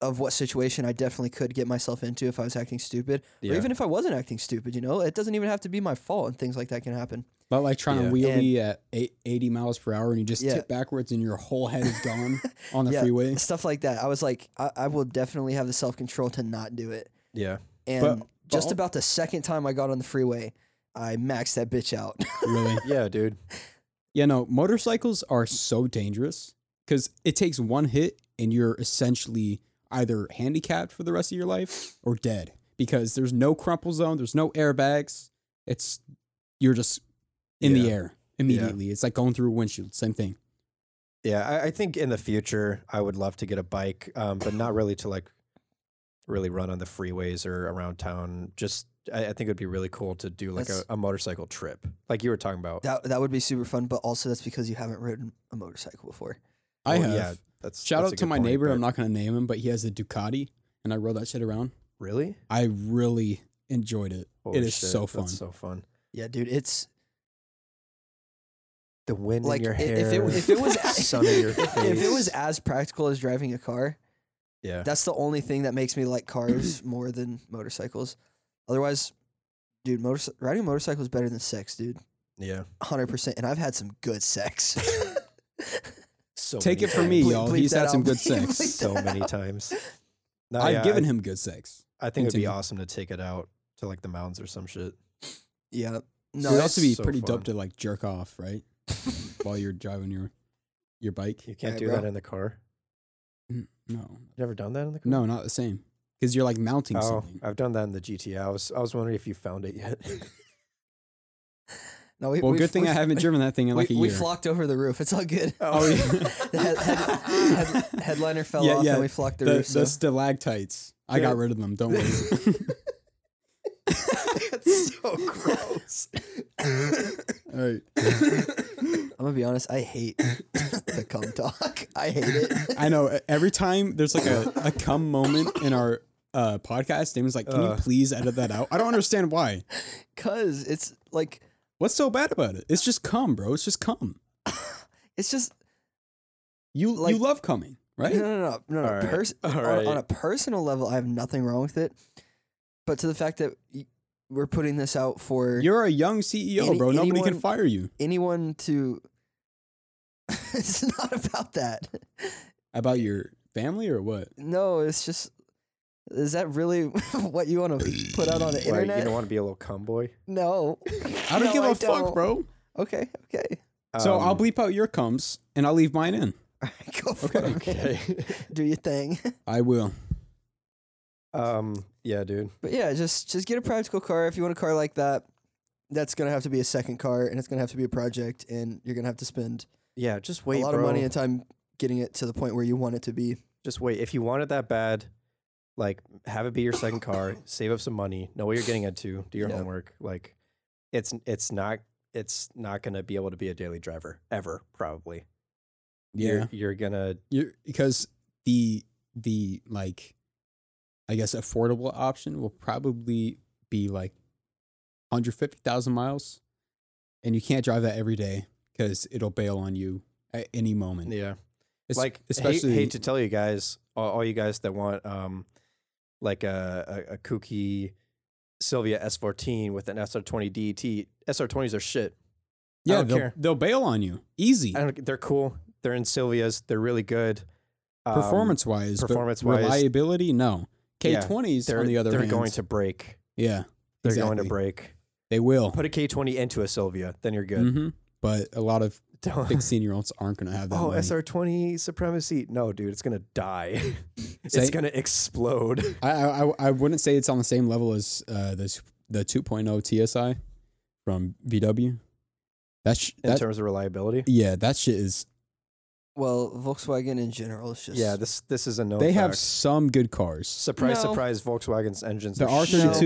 S4: of what situation I definitely could get myself into if I was acting stupid, or even if I wasn't acting stupid. You know, it doesn't even have to be my fault, and things like that can happen.
S2: But like trying
S3: Yeah.
S2: to wheelie at eight, 80 miles per hour and you just
S4: Yeah.
S2: tip backwards and your whole head is gone on the
S4: Yeah.
S2: freeway.
S4: Stuff like that. I was like, I, I will definitely have the self control to not do it.
S3: yeah.
S4: And
S2: but
S4: just
S2: al-
S4: about the second time I got on the freeway, I maxed that bitch out.
S2: Really?
S3: Yeah, dude.
S2: Yeah, no, motorcycles are so dangerous because it takes one hit and you're essentially either handicapped for the rest of your life or dead because there's no crumple zone, there's no airbags. It's you're just in
S3: Yeah.
S2: the air immediately. It's like going through a windshield, same thing.
S3: Yeah, I, I think in the future I would love to get a bike, um, but not really to like really run on the freeways or around town. Just I, I think it would be really cool to do like a,
S4: That's-
S3: a motorcycle trip, like you were talking about.
S4: That that would be super fun, but also that's because you haven't ridden a motorcycle before.
S2: I
S3: Well,
S2: have.
S3: Yeah, that's
S2: Shout
S3: that's a
S2: out to
S3: good
S2: my
S3: point,
S2: neighbor.
S3: but-
S2: I'm not gonna name him, but he has a Ducati, and I rode that shit around.
S3: really.
S2: I really enjoyed it.
S3: Holy
S2: it is
S3: shit,
S2: so
S3: that's
S2: fun.
S3: so fun.
S4: Yeah, dude, it's
S3: The wind
S4: like
S3: in your
S4: i-
S3: hair.
S4: if it if it was
S3: sun in your
S4: if-
S3: face.
S4: if it was as practical as driving a car,
S3: yeah,
S4: that's the only thing that makes me like cars more than motorcycles. Otherwise, dude, motor, riding a motorcycle is better than sex, dude.
S3: yeah.
S4: Hundred percent. And I've had some good sex.
S3: So
S2: Take
S3: many
S2: it from me,
S3: times.
S4: Bleep-
S2: yo.
S4: bleep
S2: He's
S4: that
S2: had some
S4: out.
S2: good
S4: Bleep-
S2: sex.
S4: bleep
S3: So many times. No,
S2: I've
S3: yeah,
S2: given
S3: I,
S2: him good sex.
S3: I think it'd be
S2: Continue.
S3: awesome to take it out to like the mounds or some shit.
S4: yeah.
S2: No,
S4: No,
S2: it would
S4: that's-
S2: also be
S3: so
S2: pretty
S3: fun.
S2: dope to like jerk off, right? While you're driving your your bike.
S3: You can't
S4: Hey,
S3: do
S4: bro.
S3: that in the car.
S2: No,
S3: You never done that in the car?
S2: no, not the same. Because you're like mounting
S3: Oh,
S2: something.
S3: I've done that in the GT. I was I was wondering if you found it yet.
S4: no, we,
S2: Well,
S4: we-
S2: good thing
S4: we-
S2: I haven't driven that thing in like a
S4: we,
S2: year.
S4: we flocked over the roof. It's all good.
S2: Oh, yeah.
S4: The head- head- head- headliner fell
S2: Yeah,
S4: off
S2: yeah.
S4: and we flocked the,
S2: the,
S4: roof. So.
S2: the stalactites. I
S3: Yeah.
S2: got rid of them. Don't worry.
S4: That's so gross.
S2: All right.
S4: I'm gonna be honest. I hate the cum talk. I hate it.
S2: I know. e- Every time there's like a, a cum moment in our uh, podcast, Damon's like, "Can
S3: Uh.
S2: you please edit that out?" I don't understand why.
S4: Cause it's like
S2: What's so bad about it? It's just cum, bro. It's just cum.
S4: it's just
S2: You
S4: Like-
S2: you
S4: Uh-huh.
S2: love coming, right?
S4: no no no no. no.
S3: All right,
S4: Pers-
S3: all
S4: on, on
S3: right.
S4: a personal level, I have nothing wrong with it. But to the fact that y- we're putting this out for
S2: You're a young CEO,
S4: Any-
S2: bro. Nobody can
S4: anyone-
S2: fire you.
S4: anyone to, it's not about that.
S2: About your family or what?
S4: No, it's just. Is that really what you want to put out on the
S3: Why, you
S4: internet?
S3: don't want to be a little cum boy.
S4: no.
S2: I don't
S4: No,
S2: give a
S4: I
S2: fuck,
S4: don't.
S2: bro.
S4: Okay, okay.
S2: so I'll
S3: Um,
S2: bleep out your cums and I'll leave mine in.
S4: Go for it. man.
S3: Okay.
S4: Do your thing.
S2: I will.
S3: um. Yeah, dude.
S4: But yeah, just just get a practical car if you want a car like that. That's gonna have to be a second car, and it's gonna have to be a project, and you're gonna have to spend
S3: Yeah, just wait.
S4: a lot
S3: bro.
S4: of money and time getting it to the point where you want it to be.
S3: Just wait. If you want it that bad, like have it be your second car. save up some money. Know what you're getting into. Do your
S4: Yeah.
S3: homework. Like, it's it's not it's not gonna be able to be a daily driver ever. Probably.
S2: Yeah.
S3: You're, you're gonna
S2: You're, because the the like I guess affordable option will probably be like 150,000 miles and you can't drive that every day cuz it'll bail on you at any moment.
S3: yeah.
S2: Es-
S3: like especially
S2: especially
S3: hate, to tell you guys all, all you guys that want um like a a, a kooky Sylvia S14 with an SR20 DET SR20s are shit.
S2: yeah,
S3: don't
S2: they'll,
S3: care.
S2: they'll bail on you. Easy.
S3: I don't, they're cool. They're in Sylvias. They're really good. Um,
S2: Performance wise,
S3: performance
S2: performance
S3: wise-
S2: reliability no.
S3: Yeah,
S2: K20s
S3: They're,
S2: on the other
S3: they're
S2: hand.
S3: going to break.
S2: Yeah.
S3: They're going to
S2: exactly.
S3: break.
S2: They will.
S3: Put a K20 into a Sylvia, then you're good.
S2: Mhm. But a lot of
S3: Don't-
S2: 16 year olds aren't going to have that.
S3: oh,
S2: Mm-hmm. money.
S3: SR20 supremacy. No, dude, it's gonna die. it's
S2: Say-
S3: gonna explode.
S2: I, I, I- I wouldn't say it's on the same level as uh, this, the 2.0 TSI from VW. That, sh-
S3: In
S2: that
S3: terms of reliability.
S2: yeah, that shit is.
S4: Well, Volkswagen in general is just
S3: Yeah, this this is a known
S2: they have
S3: fact.
S2: some good cars.
S3: Surprise,
S4: No.
S3: surprise, Volkswagen's engines.
S2: The
S3: are
S2: R32,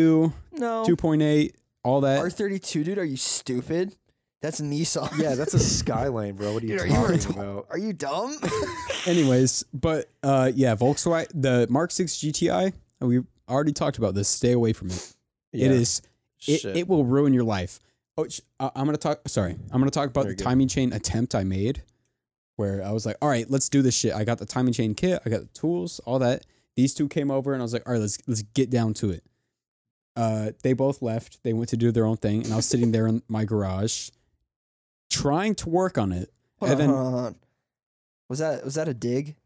S3: shit.
S4: no
S2: 2.8, all that.
S4: R32, dude. Are you stupid? That's Nissan.
S3: Yeah, that's a Skyline, bro. What are you
S4: Dude, are you
S3: talking
S4: retarded?
S3: about?
S4: Are you dumb?
S2: Anyways, but uh, yeah, Volkswagen, the Mark 6 GTI, we already talked about this. Stay away from it. It
S3: Yeah,
S2: is, it,
S3: shit.
S2: it will ruin your life. Oh, sh- I- I'm going to talk, sorry, I'm going to talk about
S3: Very
S2: the
S3: good.
S2: timing chain attempt I made where I was like, all right, let's do this shit. I got the timing chain kit, I got the tools, all that. These two came over and I was like, all right, let's let's get down to it. Uh, they both left. They went to do their own thing, and I was sitting there in my garage, trying to work on it.
S4: Hold on,
S2: Evan-
S4: hold on, hold on. Was that was that a dig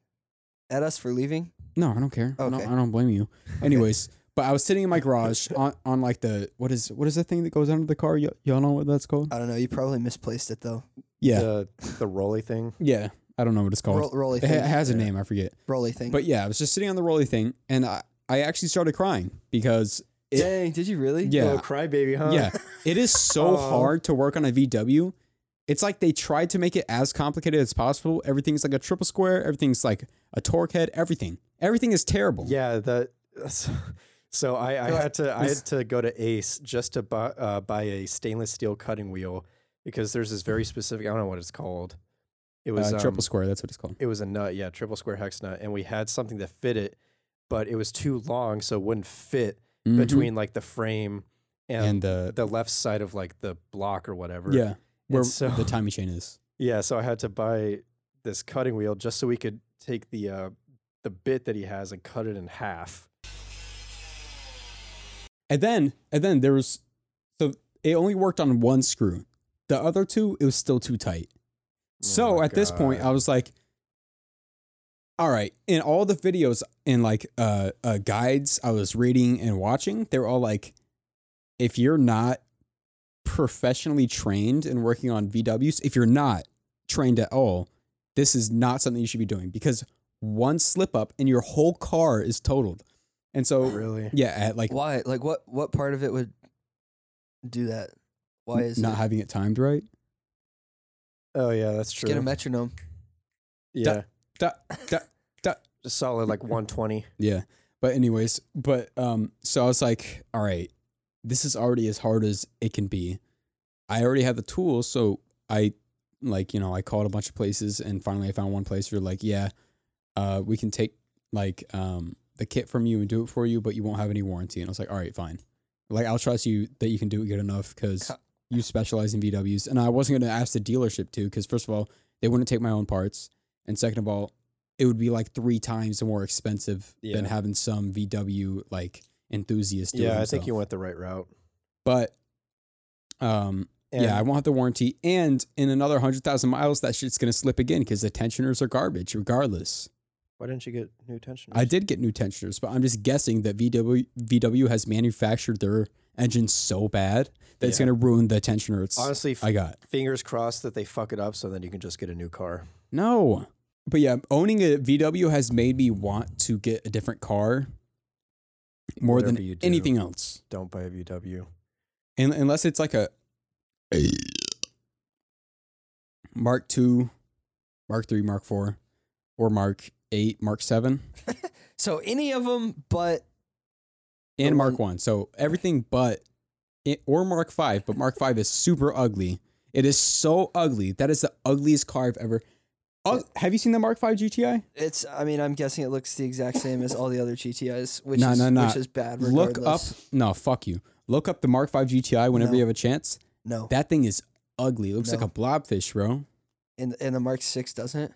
S4: at us for leaving?
S2: No, I don't care. I,
S4: Okay.
S2: don't, I don't blame you. Anyways, but I was sitting in my garage on, on like the what is what is that thing that goes under the car? Y- y'all know what that's called?
S4: I don't know. You probably misplaced it though.
S2: Yeah,
S3: The the rolly thing.
S2: yeah. I don't know what it's called.
S4: Roll, rolly
S2: it ha-
S4: thing.
S2: has a
S3: Yeah.
S2: name. I forget.
S4: rolly thing.
S2: But yeah, I was just sitting on the rolly thing, and I I actually started crying because it-
S4: Dang, did you really?
S2: yeah
S3: Uh. Little crybaby, huh?
S2: Yeah. It is so
S3: Aw.
S2: hard to work on a VW It's like they tried to make it as complicated as possible. Everything's like a triple square. Everything's like a torque head. Everything. Everything is terrible.
S3: Yeah, that. So, so I, I had to I had to go to Ace just to buy uh, buy a stainless steel cutting wheel because there's this very specific. I don't know what it's called. It was
S2: uh,
S3: um,
S2: triple square. That's what it's called.
S3: It was a nut, yeah, triple square hex nut, and we had something that fit it, but it was too long, so it wouldn't fit between like the frame and,
S2: Mm-hmm. and the,
S3: the left side of like the block or whatever.
S2: yeah, where
S3: so-
S2: the timing chain is.
S3: Yeah, so I had to buy this cutting wheel just so we could take the uh, the bit that he has and cut it in half.
S2: And then and then there was so it only worked on one screw. The other two, it was still too tight. So
S3: Oh my
S2: at this point,
S3: God.
S2: I was like, all right, in all the videos and like uh, uh guides I was reading and watching, they were all like, if you're not professionally trained and working on VWs, if you're not trained at all, this is not something you should be doing because one slip up and your whole car is totaled. And so
S3: really?
S2: yeah, at like
S4: Why? Like what? What part of it would do that? Why is
S2: not
S4: it?
S2: having it timed right.
S3: Oh yeah, that's
S4: Just
S3: true.
S4: get a metronome.
S3: yeah,
S2: Da, da, da.
S3: just solid like 120.
S2: Yeah. But anyways, but um so I was like, all right, this is already as hard as it can be. I already have the tools, so I like, you know, I called a bunch of places and finally I found one place where like, yeah, uh we can take like um the kit from you and do it for you, but you won't have any warranty. And I was like, all right, fine. Like I'll trust you that you can do it good enough cuz you specialize in VWs and I wasn't going to ask the dealership to cuz first of all, they wouldn't take my own parts and second of all, it would be like three times more expensive than
S3: Yeah.
S2: having some VW like enthusiast do it
S3: Yeah, I think you
S2: himself.
S3: went the right route.
S2: But um
S3: And
S2: yeah, I won't have the warranty and in another 100,000 miles that shit's going to slip again cuz the tensioners are garbage regardless.
S3: why didn't you get new tension?
S2: I did get new tensioners, but I'm just guessing that VW VW has manufactured their engine so bad that it's
S3: Yeah.
S2: going to ruin the tensioners
S3: Honestly, f-
S2: I got.
S3: fingers crossed that they fuck it up, so then you can just get a new car.
S2: No. But yeah, owning a VW has made me want to get a different car more
S3: Whatever you
S2: than
S3: do.
S2: anything else.
S3: Don't buy a VW.
S2: Un- unless it's like a Mark two, Mark three, Mark four, or Mark eight, Mark seven,
S4: So any of them, but
S2: and
S4: The
S2: Mark one. So everything but it, or Mark five, but Mark five is super ugly. It is so ugly. That is the ugliest car I've ever. Ug- have you seen the Mark five GTI?
S4: it's. I mean, I'm guessing it looks the exact same as all the other GTI's, which
S2: No,
S4: is
S2: no, no.
S4: which is bad.
S2: Look up.
S4: regardless.
S2: No, fuck you. Look up the Mark five GTI whenever
S4: No.
S2: you have a chance.
S4: No,
S2: That thing is ugly. It looks
S4: No.
S2: like a blobfish, bro.
S4: and and the Mark Six doesn't,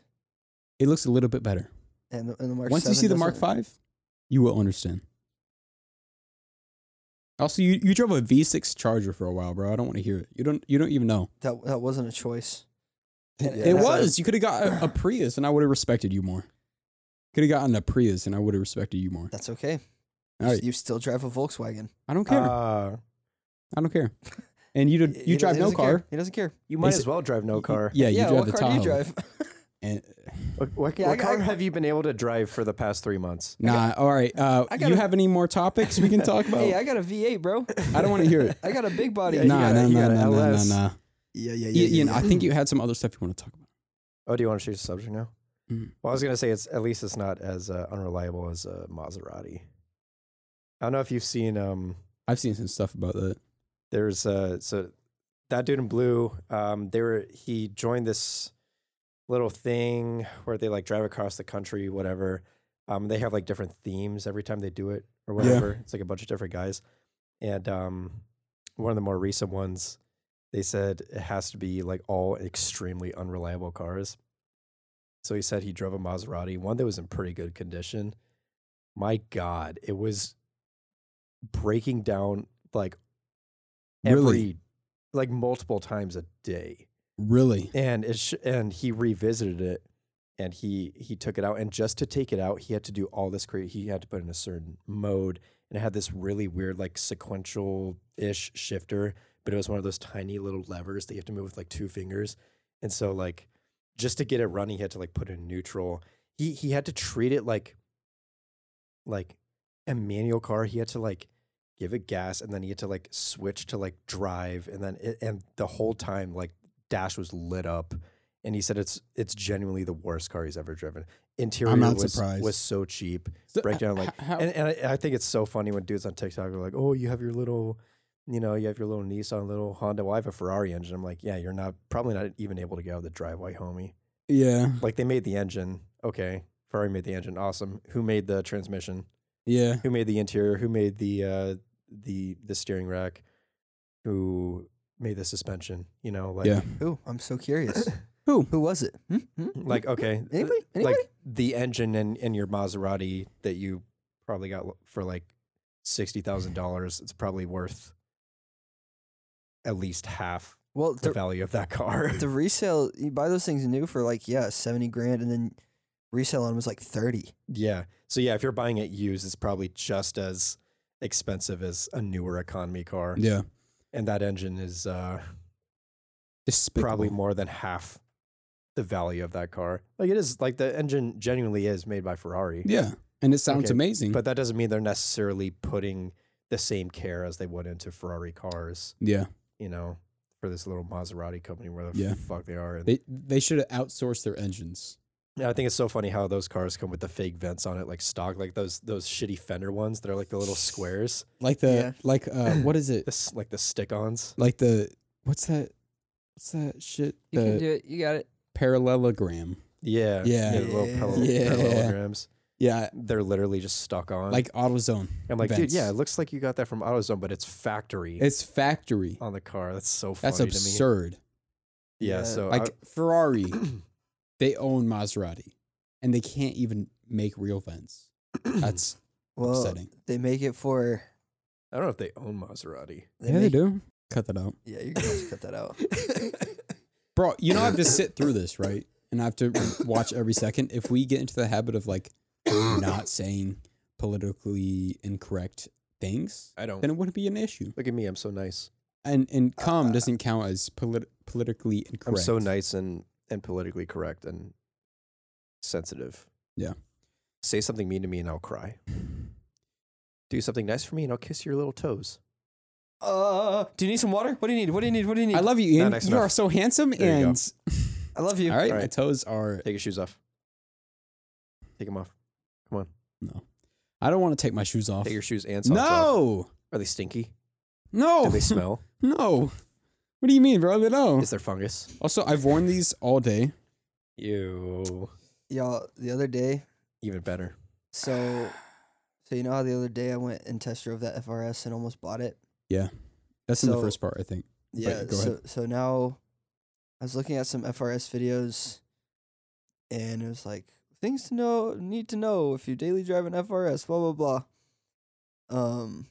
S2: It looks a little bit better.
S4: and the, and the Mark.
S2: Once you
S4: 7
S2: see the Mark
S4: doesn't.
S2: Five, you will understand. Also, you, you drove a V6 Charger for a while, bro. I don't want to hear it. You don't you don't even know.
S4: that that wasn't a choice. And-
S2: it
S4: and I-
S2: was. You could have got a, a Prius, and I would have respected you more. Could have gotten a Prius, and I would have respected you more.
S4: That's uh, okay.
S2: All right,
S4: You still drive a Volkswagen.
S2: I don't care.
S3: Ah,
S2: I don't care. And you did,
S4: He-
S2: you
S4: he
S2: drive
S4: doesn't
S2: no
S4: care.
S2: car.
S4: He doesn't care.
S3: you might
S2: Basi-
S3: as well drive no car.
S2: Yeah, you
S4: yeah,
S2: drive
S4: what
S2: the
S4: car
S2: Tahoe.
S4: do you drive?
S2: And,
S3: What, what,
S4: Yeah, I
S3: what
S4: got-
S3: car have you been able to drive for the past three months?
S2: nah, all right. Uh,
S4: I
S2: you
S4: gotta-
S2: have any more topics we can talk about?
S4: hey, I got a V8, bro.
S2: I don't want to hear it.
S4: I got a big body.
S3: Yeah, you
S2: Nah,
S3: got-
S2: nah,
S3: you
S2: nah,
S3: got an
S2: nah, nah, nah,
S3: LS.
S2: nah.
S4: yeah, yeah,
S2: Ian, I think you had some other stuff you want to talk about.
S3: Oh, do you want to change the subject now?
S2: Mm.
S3: Well, I was gonna say it's at least it's not as uh, unreliable as a Maserati. I don't know if you've seen. Um,
S2: I've seen some stuff about that.
S3: there's uh, so that dude in blue. Um, they were he joined this little thing where they like drive across the country, whatever. Um, they have like different themes every time they do it or
S2: Yeah.
S3: whatever. It's like a bunch of different guys, and um, one of the more recent ones, they said it has to be like all extremely unreliable cars. So he said he drove a Maserati, one that was in pretty good condition. My God, it was breaking down like every,
S2: Really?
S3: like multiple times a day
S2: Really?
S3: and it sh- and he revisited it and he he took it out and just to take it out he had to do all this crazy he had to put in a certain mode and it had this really weird like sequential ish shifter but it was one of those tiny little levers that you have to move with like two fingers and so like just to get it running he had to like put it in neutral he he had to treat it like like a manual car he had to like give it gas and then he had to like switch to like drive and then it, and the whole time like dash was lit up, and he said it's it's genuinely the worst car he's ever driven. Interior
S2: not
S3: was
S2: surprised.
S3: was so cheap.
S2: So,
S3: Breakdown
S2: h-
S3: like,
S2: h- how-
S3: and, and I, I think it's so funny when dudes on TikTok are like, "Oh, you have your little." You know, you have your little Nissan, little Honda. Well, I have a Ferrari engine. I'm like, yeah, you're not probably not even able to get out of the driveway, homie.
S2: yeah,
S3: Like they made the engine. Okay. Ferrari made the engine. Awesome. Who made the transmission?
S2: yeah.
S3: Who made the interior? Who made the uh the the steering rack? Who made the suspension? You know, like
S2: Yeah.
S4: Ooh, I'm so curious.
S2: Who?
S4: Who was it? Hmm? Hmm?
S3: like okay. th-
S4: Anybody? Anybody?
S3: Like the engine and in your Maserati that you probably got l- for like sixty thousand dollars, it's probably worth at least half
S4: well,
S3: the
S4: the,
S3: value of that car.
S4: the resale, you buy those things new for like, yeah, 70 grand, and then resale on was like 30.
S3: Yeah. So yeah, if you're buying it used, it's probably just as expensive as a newer economy car.
S2: Yeah.
S3: And that engine is uh, probably
S2: Despicable.
S3: more than half the value of that car. Like it is like the engine genuinely is made by Ferrari.
S2: Yeah. And it sounds
S3: Okay,
S2: amazing.
S3: But that doesn't mean they're necessarily putting the same care as they would into Ferrari cars,
S2: yeah.
S3: you know, for this little Maserati company where the
S2: Yeah.
S3: fuck they are. And
S2: They they should have outsourced their engines.
S3: Yeah, I think it's so funny how those cars come with the fake vents on it, like stock, like those those shitty fender ones that are like the little squares,
S2: Like the
S4: Yeah.
S2: like uh what is it?
S3: this like the stick-ons.
S2: Like the what's that what's that shit?
S4: You can
S2: The
S4: do it. You got it.
S2: parallelogram.
S3: Yeah.
S2: Yeah.
S3: the little parallel,
S2: Yeah.
S3: parallelograms.
S2: Yeah.
S3: They're literally just stuck on.
S2: Like AutoZone.
S3: I'm like, dude,
S2: vents.
S3: yeah, it looks like you got that from AutoZone, but it's factory
S2: It's factory.
S3: on the car. That's so Oh, funny
S2: That's
S3: to me.
S2: absurd.
S3: Yeah,
S4: Yeah.
S3: so
S2: Like Ferrari, they own Maserati, and they can't even make real vents. That's
S4: Well,
S2: upsetting.
S4: they make it for.
S3: I, I don't know if they own Maserati.
S4: They make,
S2: do. Cut that out,
S4: Yeah, you're going to have to cut that out.
S2: bro. You know I have to sit through this, right? And I have to watch every second. If we get into the habit of like not saying politically incorrect things,
S3: I don't.
S2: then it wouldn't be an issue.
S3: Look at me, I'm so nice.
S2: And and cum doesn't count as polit- politically incorrect.
S3: I'm so nice and and politically correct and sensitive.
S2: Yeah.
S3: Say something mean to me and I'll cry. Do something nice for me and I'll kiss your little toes.
S4: Uh, do you need some water? What do you need? What do you need? What do you need?
S2: I love you, Ian.
S3: nice
S2: you
S3: enough.
S2: are so handsome,
S3: There you go.
S2: and
S4: I love you.
S2: all right,
S3: All
S2: my
S3: right.
S2: toes are.
S3: Take your shoes off. Take them off. Come on.
S2: I don't want to take my shoes off.
S3: Take your shoes and socks off.
S2: No,
S3: Are they stinky?
S2: no.
S3: Do they smell?
S2: No. What do you mean, bro? They don't.
S3: Is there fungus?
S2: Also, I've worn these all day.
S3: Ew.
S4: Y'all, the other day,
S3: Even better.
S4: so. So you know how the other day I went and test drove that FRS and almost bought it.
S2: That's in the
S4: So-
S2: first part, I think. But
S4: Yeah.
S2: go
S4: So so now, I was looking at some FRS videos, and it was like things to know, need to know if you daily drive an FRS, blah blah blah. Um,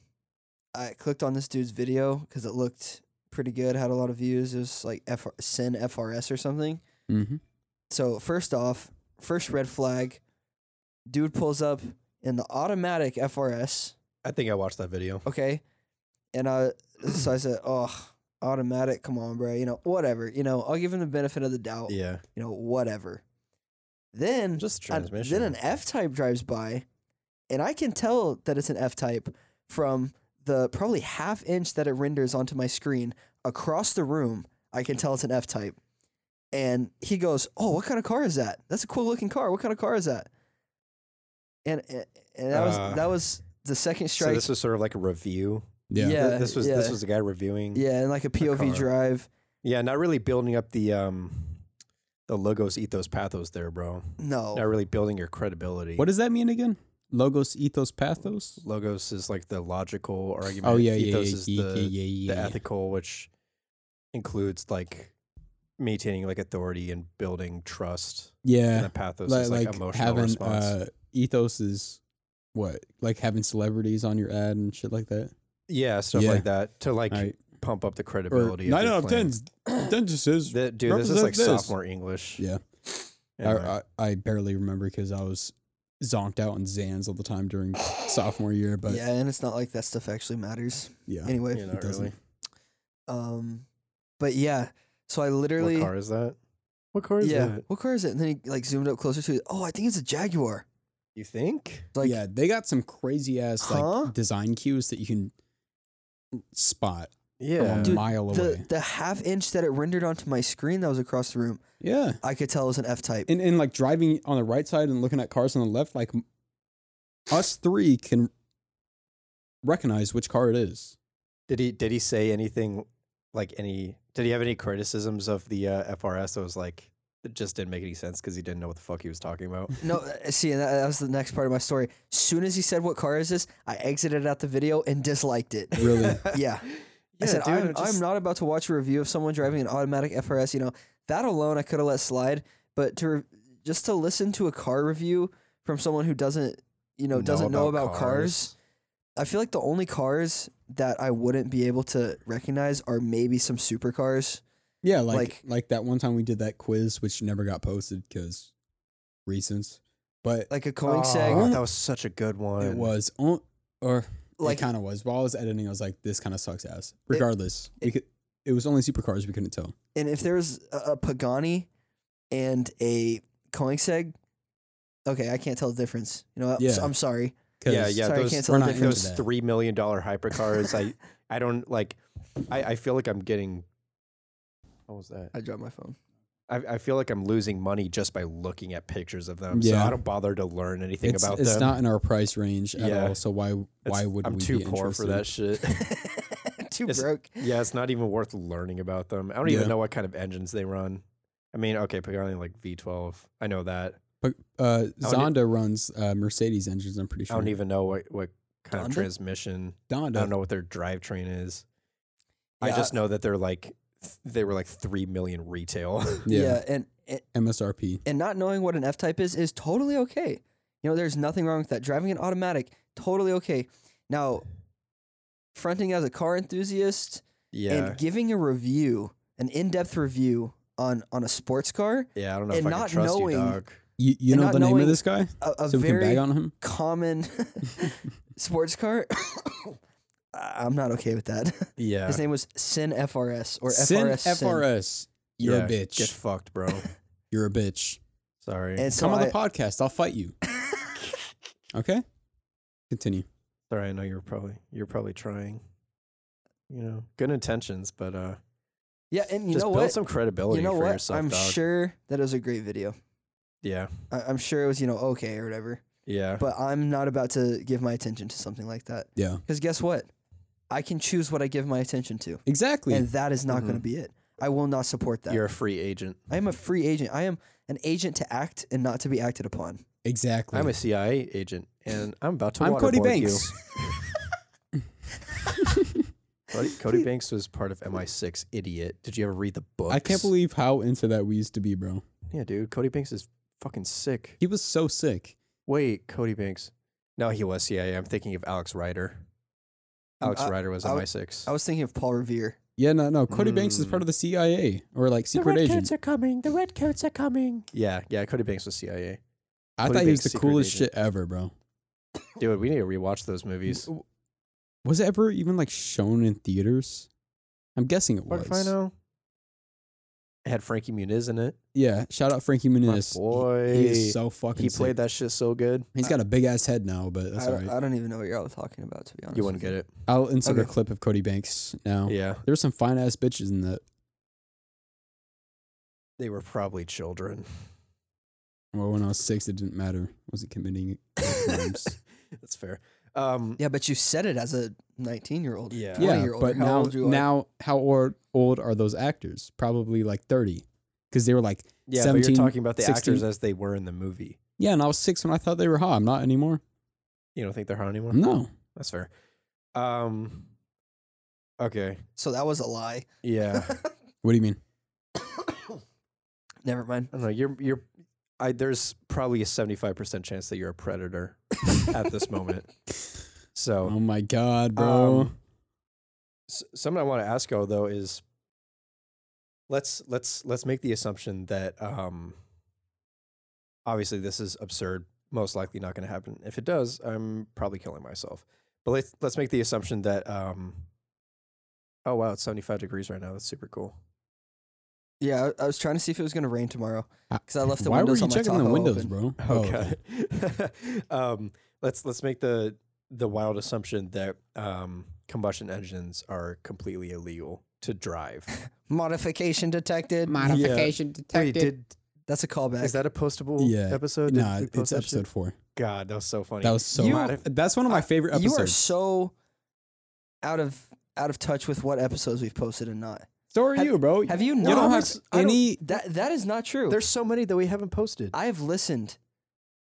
S4: I clicked on this dude's video because it looked pretty good, had a lot of views. It was like FR, Sin FRS or something.
S2: Mm-hmm.
S4: So first off, first red flag, dude pulls up in the automatic FRS.
S3: I think I watched that video.
S4: Okay. And I so I said, Oh, automatic, come on, bro. You know, whatever. You know, I'll give him the benefit of the doubt.
S3: Yeah.
S4: You know, whatever. Then
S3: Just
S4: an-
S3: transmission.
S4: then an F type drives by, and I can tell that it's an F type from the probably half inch that it renders onto my screen across the room. I can tell it's an F type. And he goes, Oh, what kind of car is that? That's a cool looking car. What kind of car is that? And and- and that was
S3: Uh,
S4: that was the second
S3: So
S4: strike.
S3: this was sort of like a review.
S2: Yeah.
S4: Yeah.
S3: Th- this was this
S4: yeah.
S3: was a guy reviewing.
S4: Yeah, and like a POV
S3: car.
S4: drive.
S3: Yeah, not really building up the um the logos, ethos, pathos there, bro.
S4: No.
S3: Not really building your credibility.
S2: What does that mean again? Logos, ethos, pathos?
S3: logos is like the logical argument.
S2: Oh, yeah, yeah, yeah,
S3: ethos is
S2: yeah,
S3: the,
S2: yeah, yeah,
S3: the
S2: yeah, yeah.
S3: ethical, which includes like maintaining like authority and building trust. And
S2: Yeah.
S3: the pathos
S2: Like,
S3: is like,
S2: like
S3: emotional
S2: having
S3: response.
S2: uh, ethos is what? Like having celebrities on your ad and shit like that?
S3: yeah, stuff
S2: yeah.
S3: like that to like
S2: Alright.
S3: pump up the
S2: Or
S3: credibility. of
S2: nine
S3: your
S2: out of
S3: plan.
S2: ten. Ten just is.
S3: Th- dude, this is like
S2: represent this.
S3: sophomore English. uh,
S2: Yeah.
S3: Anyway.
S2: I, I, I barely remember because I was zonked out on Zans all the time during sophomore year, but yeah.
S4: yeah, and it's not like that stuff actually matters. Anyway,
S3: Yeah,
S2: it
S3: not
S2: doesn't.
S3: really.
S4: um, but yeah, so I literally
S3: What car is that? What car is
S4: yeah,
S3: that?
S4: what car is it? And then he like zoomed up closer to it. Oh, I think it's a Jaguar.
S3: You think?
S4: It's Like
S2: yeah, they got some crazy ass
S4: Huh?
S2: like design cues that you can spot.
S3: Yeah.
S2: a
S4: Dude,
S2: mile away.
S4: The the half inch that it rendered onto my screen that was across the room,
S2: yeah.
S4: I could tell it was an F type.
S2: And, and like driving on the right side and looking at cars on the left, like m- us three can recognize which car it is.
S3: Did he did he say anything like any did he have any criticisms of the uh, FRS that was like it just didn't make any sense because he didn't know what the fuck he was talking about?
S4: No, uh, see, and that, that was the next part of my story. Soon as he said, "What car is this?" I exited out the video and disliked it.
S2: Really?
S4: yeah. I
S3: Yeah,
S4: said,
S3: dude,
S4: I'm,
S3: it just-
S4: I'm not about to watch a review of someone driving an automatic FRS. You know, that alone I could have let slide, but to re- just to listen to a car review from someone who doesn't, you know, doesn't know about cars. I feel like the only cars that I wouldn't be able to recognize are maybe some supercars.
S2: Yeah, like, like
S4: Like-
S2: that one time we did that quiz, which never got posted because reasons. But
S4: Like a Koenigsegg,
S3: Oh, that was such a good one.
S2: it was on, or
S4: like
S2: it kind of was. While I was editing, I was like, "This kind of sucks ass." Regardless, it, could, it was only supercars we couldn't tell.
S4: and if there was a, a Pagani and a Koenigsegg, okay, I can't tell the difference. You know,
S2: Yeah.
S4: yeah. I'm sorry.
S2: 'Cause
S3: Yeah, yeah,
S4: sorry,
S3: those-
S4: I can't
S2: we're
S4: tell the
S2: not into
S4: difference.
S3: those
S2: that.
S3: three million dollar hypercars. I I don't like. I, I feel like I'm getting. What was that?
S4: I dropped my phone.
S3: I, I feel like I'm losing money just by looking at pictures of them. So
S2: Yeah.
S3: I don't bother to learn anything
S2: it's,
S3: about
S2: it's
S3: them.
S2: not in our price range at
S3: Yeah.
S2: all. So why why
S3: It's-
S2: would
S3: I'm
S2: we
S3: too
S2: be
S3: poor for
S2: interested?
S3: that shit?
S4: Too
S3: It's-
S4: broke.
S3: yeah, it's not even worth learning about them. I don't
S2: Yeah.
S3: even know what kind of engines they run. I mean, okay, Pagani like V12. I know that.
S2: But uh,
S3: I don't
S2: Zonda runs uh, Mercedes engines. I'm pretty
S3: Oh, I
S2: sure.
S3: don't even know what what kind
S4: Donda?
S3: of transmission.
S2: Donda.
S3: I don't know what their drivetrain is. I
S4: Yeah,
S3: just know that they're like th- they were like three million retail.
S2: Yeah.
S4: Yeah. and, and
S2: MSRP.
S4: and not knowing what an F type is is totally okay. You know, there's nothing wrong with that. Driving an automatic, totally okay. Now, fronting as a car enthusiast
S3: yeah.
S4: and giving a review, an in-depth review on on a sports car,
S3: Yeah, I don't know if
S4: and
S3: I
S4: not
S3: can trust
S4: knowing-
S3: you, dog.
S2: You you
S4: And
S2: know
S4: not
S2: the name of
S4: knowing
S2: this guy,
S4: a, a
S2: so we can
S4: very
S2: bag on him.
S4: common sports car. I- I'm not okay with that.
S3: Yeah,
S4: His name was Sin FRS or
S2: Sin
S4: FRS. Sin.
S2: FRS. You're
S3: Yeah,
S2: a bitch.
S3: Get fucked, bro.
S2: You're a bitch.
S3: Sorry.
S4: And so
S2: Come on
S4: I,
S2: the podcast. I'll fight you. okay. Continue.
S3: Sorry, I know you're probably you're probably trying. You know, good intentions, but uh,
S4: yeah, and you
S3: just
S4: know
S3: build
S4: what?
S3: some credibility
S4: You know
S3: Oh, for
S4: what?
S3: yourself,
S4: I'm
S3: dog.
S4: sure that it was a great video.
S3: Yeah,
S4: I, I'm sure it was, you know, okay or whatever.
S3: yeah.
S4: But I'm not about to give my attention to something like that.
S2: Yeah.
S4: Because guess what? I can choose what I give my attention to.
S2: Exactly.
S4: And that is not going to be it. I will not support that.
S3: Mm-hmm. you're a free agent.
S4: I am a free agent. I am an agent to act and not to be acted upon.
S2: exactly.
S3: I'm a CIA agent, and I'm about to.
S2: I'm Cody
S3: waterboard
S2: Banks.
S3: You. Cody, Cody Banks was part of MI6. Idiot. Did you ever read the book?
S2: I can't believe how into that we used to be, bro.
S3: Yeah, dude. Cody Banks is fucking sick.
S2: He was so sick.
S3: Wait, Cody Banks. No, he was CIA. I'm thinking of Alex Ryder.
S4: Um,
S3: Alex
S4: I-
S3: Ryder was
S4: I-
S3: MI6.
S4: I was thinking of Paul Revere.
S2: Yeah, no, no. Cody Banks is
S3: Mm.
S2: part of the CIA or like secret agent.
S3: are coming. The redcoats are coming. Yeah, yeah. Cody Banks was CIA.
S2: I
S3: Cody
S2: thought he was
S3: Banks,
S2: the
S3: secret
S2: coolest
S3: agent.
S2: shit ever, bro.
S3: Dude, we need to rewatch those movies.
S2: W- Was it ever even like shown in theaters? I'm guessing it was.
S3: It had Frankie Muniz in it.
S2: Yeah, shout out Frankie Muniz. He-
S3: boy.
S2: He, is so fucking.
S3: He played
S2: That.
S3: that shit so good.
S2: He's got a big ass head now, but that's
S4: I,
S2: alright.
S4: I don't even know what you're all talking about, to be honest.
S3: You wouldn't get it.
S2: I'll insert a
S4: Okay.
S2: clip of Cody Banks now.
S3: Yeah.
S2: There's some fine ass bitches in that.
S3: They were probably children.
S2: Well, when I was six, it didn't matter. I wasn't committing crimes.
S3: That's fair. Um,
S4: Yeah, but you said it as a 19 year old.
S3: Yeah.
S4: 20
S2: yeah,
S4: year old.
S2: but
S4: how
S2: now,
S4: old you are.
S2: now, how old, old are those actors? Probably like thirty, because they were like,
S3: yeah, but
S2: 17,
S3: you're talking about the actors
S2: 16.
S3: as they were in the movie.
S2: yeah, and I was six when I thought they were hot. I'm not anymore.
S3: You don't think they're hot anymore?
S2: No,
S3: That's fair. Um, okay.
S4: So that was a lie.
S3: Yeah.
S2: what do you mean?
S4: Never mind.
S3: I don't know. You're you're. I there's probably a seventy five percent chance that you're a predator at this moment.
S2: Oh,
S3: So,
S2: my god, bro.
S3: um, s- something I want to ask you though is, let's let's let's make the assumption that um. Obviously, this is absurd. Most likely not going to happen. If it does, I'm probably killing myself. But let's let's make the assumption that um. Oh wow, it's seventy five degrees right now. That's super cool.
S4: Yeah, I, I was trying to see if it was going to rain tomorrow
S2: Ah,
S4: because I left the
S2: Why were
S4: windows
S2: you
S4: on my
S2: checking the
S4: Tahoe
S2: windows,
S4: open.
S2: bro? Oh,
S3: Okay. um, let's let's make the the wild assumption that um, combustion engines are completely illegal to drive.
S2: Oh.
S4: Modification detected.
S5: Modification
S3: Wait,
S5: detected.
S3: did
S4: That's a callback.
S3: is that a postable
S2: Yeah.
S3: episode? Did
S2: Nah,
S3: we
S2: it's
S3: post that shit?
S2: episode four.
S3: God, that was so funny.
S2: That was so.
S4: You-
S2: that's one of my favorite
S4: you are
S2: episodes.
S4: so out of out of touch with what episodes we've posted and not.
S2: so are
S4: have-
S2: you, bro.
S4: Have
S2: You
S4: you not?
S2: don't
S3: I
S2: have
S3: was- I don't-
S2: any.
S4: that that is not true.
S3: There's so many that we haven't posted.
S4: I have listened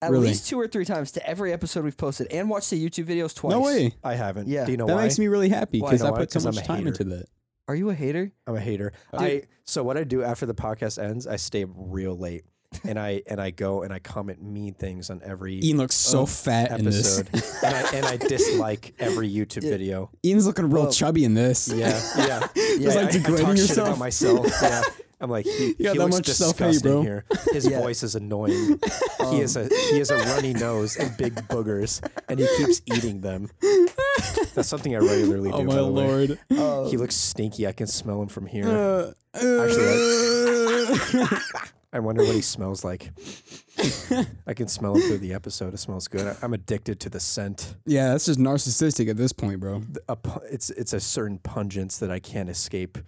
S4: at
S2: Really?
S4: least two or three times to every episode we've posted and watched the YouTube videos twice.
S2: No way.
S3: I haven't.
S4: Yeah.
S3: Do you know
S2: That
S3: why?
S2: makes me really happy
S3: Why?
S2: because
S3: You
S2: I
S3: know why?
S2: put so
S3: 'Cause I'm
S2: much
S3: a
S2: time
S3: hater.
S2: into that.
S4: Are you a hater?
S3: I'm a hater. I so what I do after the podcast ends, I stay real late and I and I go and I comment mean things on every
S2: Ian looks so
S3: Oh,
S2: fat in this.
S3: episode. and, I, and I dislike every YouTube video.
S2: Ian's looking real
S4: Well,
S2: chubby in this.
S3: Yeah, yeah.
S4: Yeah,
S2: like
S3: I,
S2: degrading
S3: I talk shit
S2: yourself.
S3: about myself. Yeah. I'm like, he,
S2: got
S3: he
S2: that
S3: looks
S2: much self-hate,
S3: disgusting
S2: bro.
S3: here. His
S4: Yeah.
S3: voice is annoying. he is a he has a runny nose and big boogers, and he keeps eating them. That's something I regularly do.
S2: Oh
S3: by
S2: my
S3: the way.
S2: lord.
S3: He looks stinky. I can smell him from here.
S2: Uh,
S3: Actually, I wonder what he smells like. I can smell him through the episode. It smells good. I, I'm addicted to the scent.
S2: yeah, that's just narcissistic at this point, bro.
S3: The- A, pu- it's it's a certain pungence that I can't escape.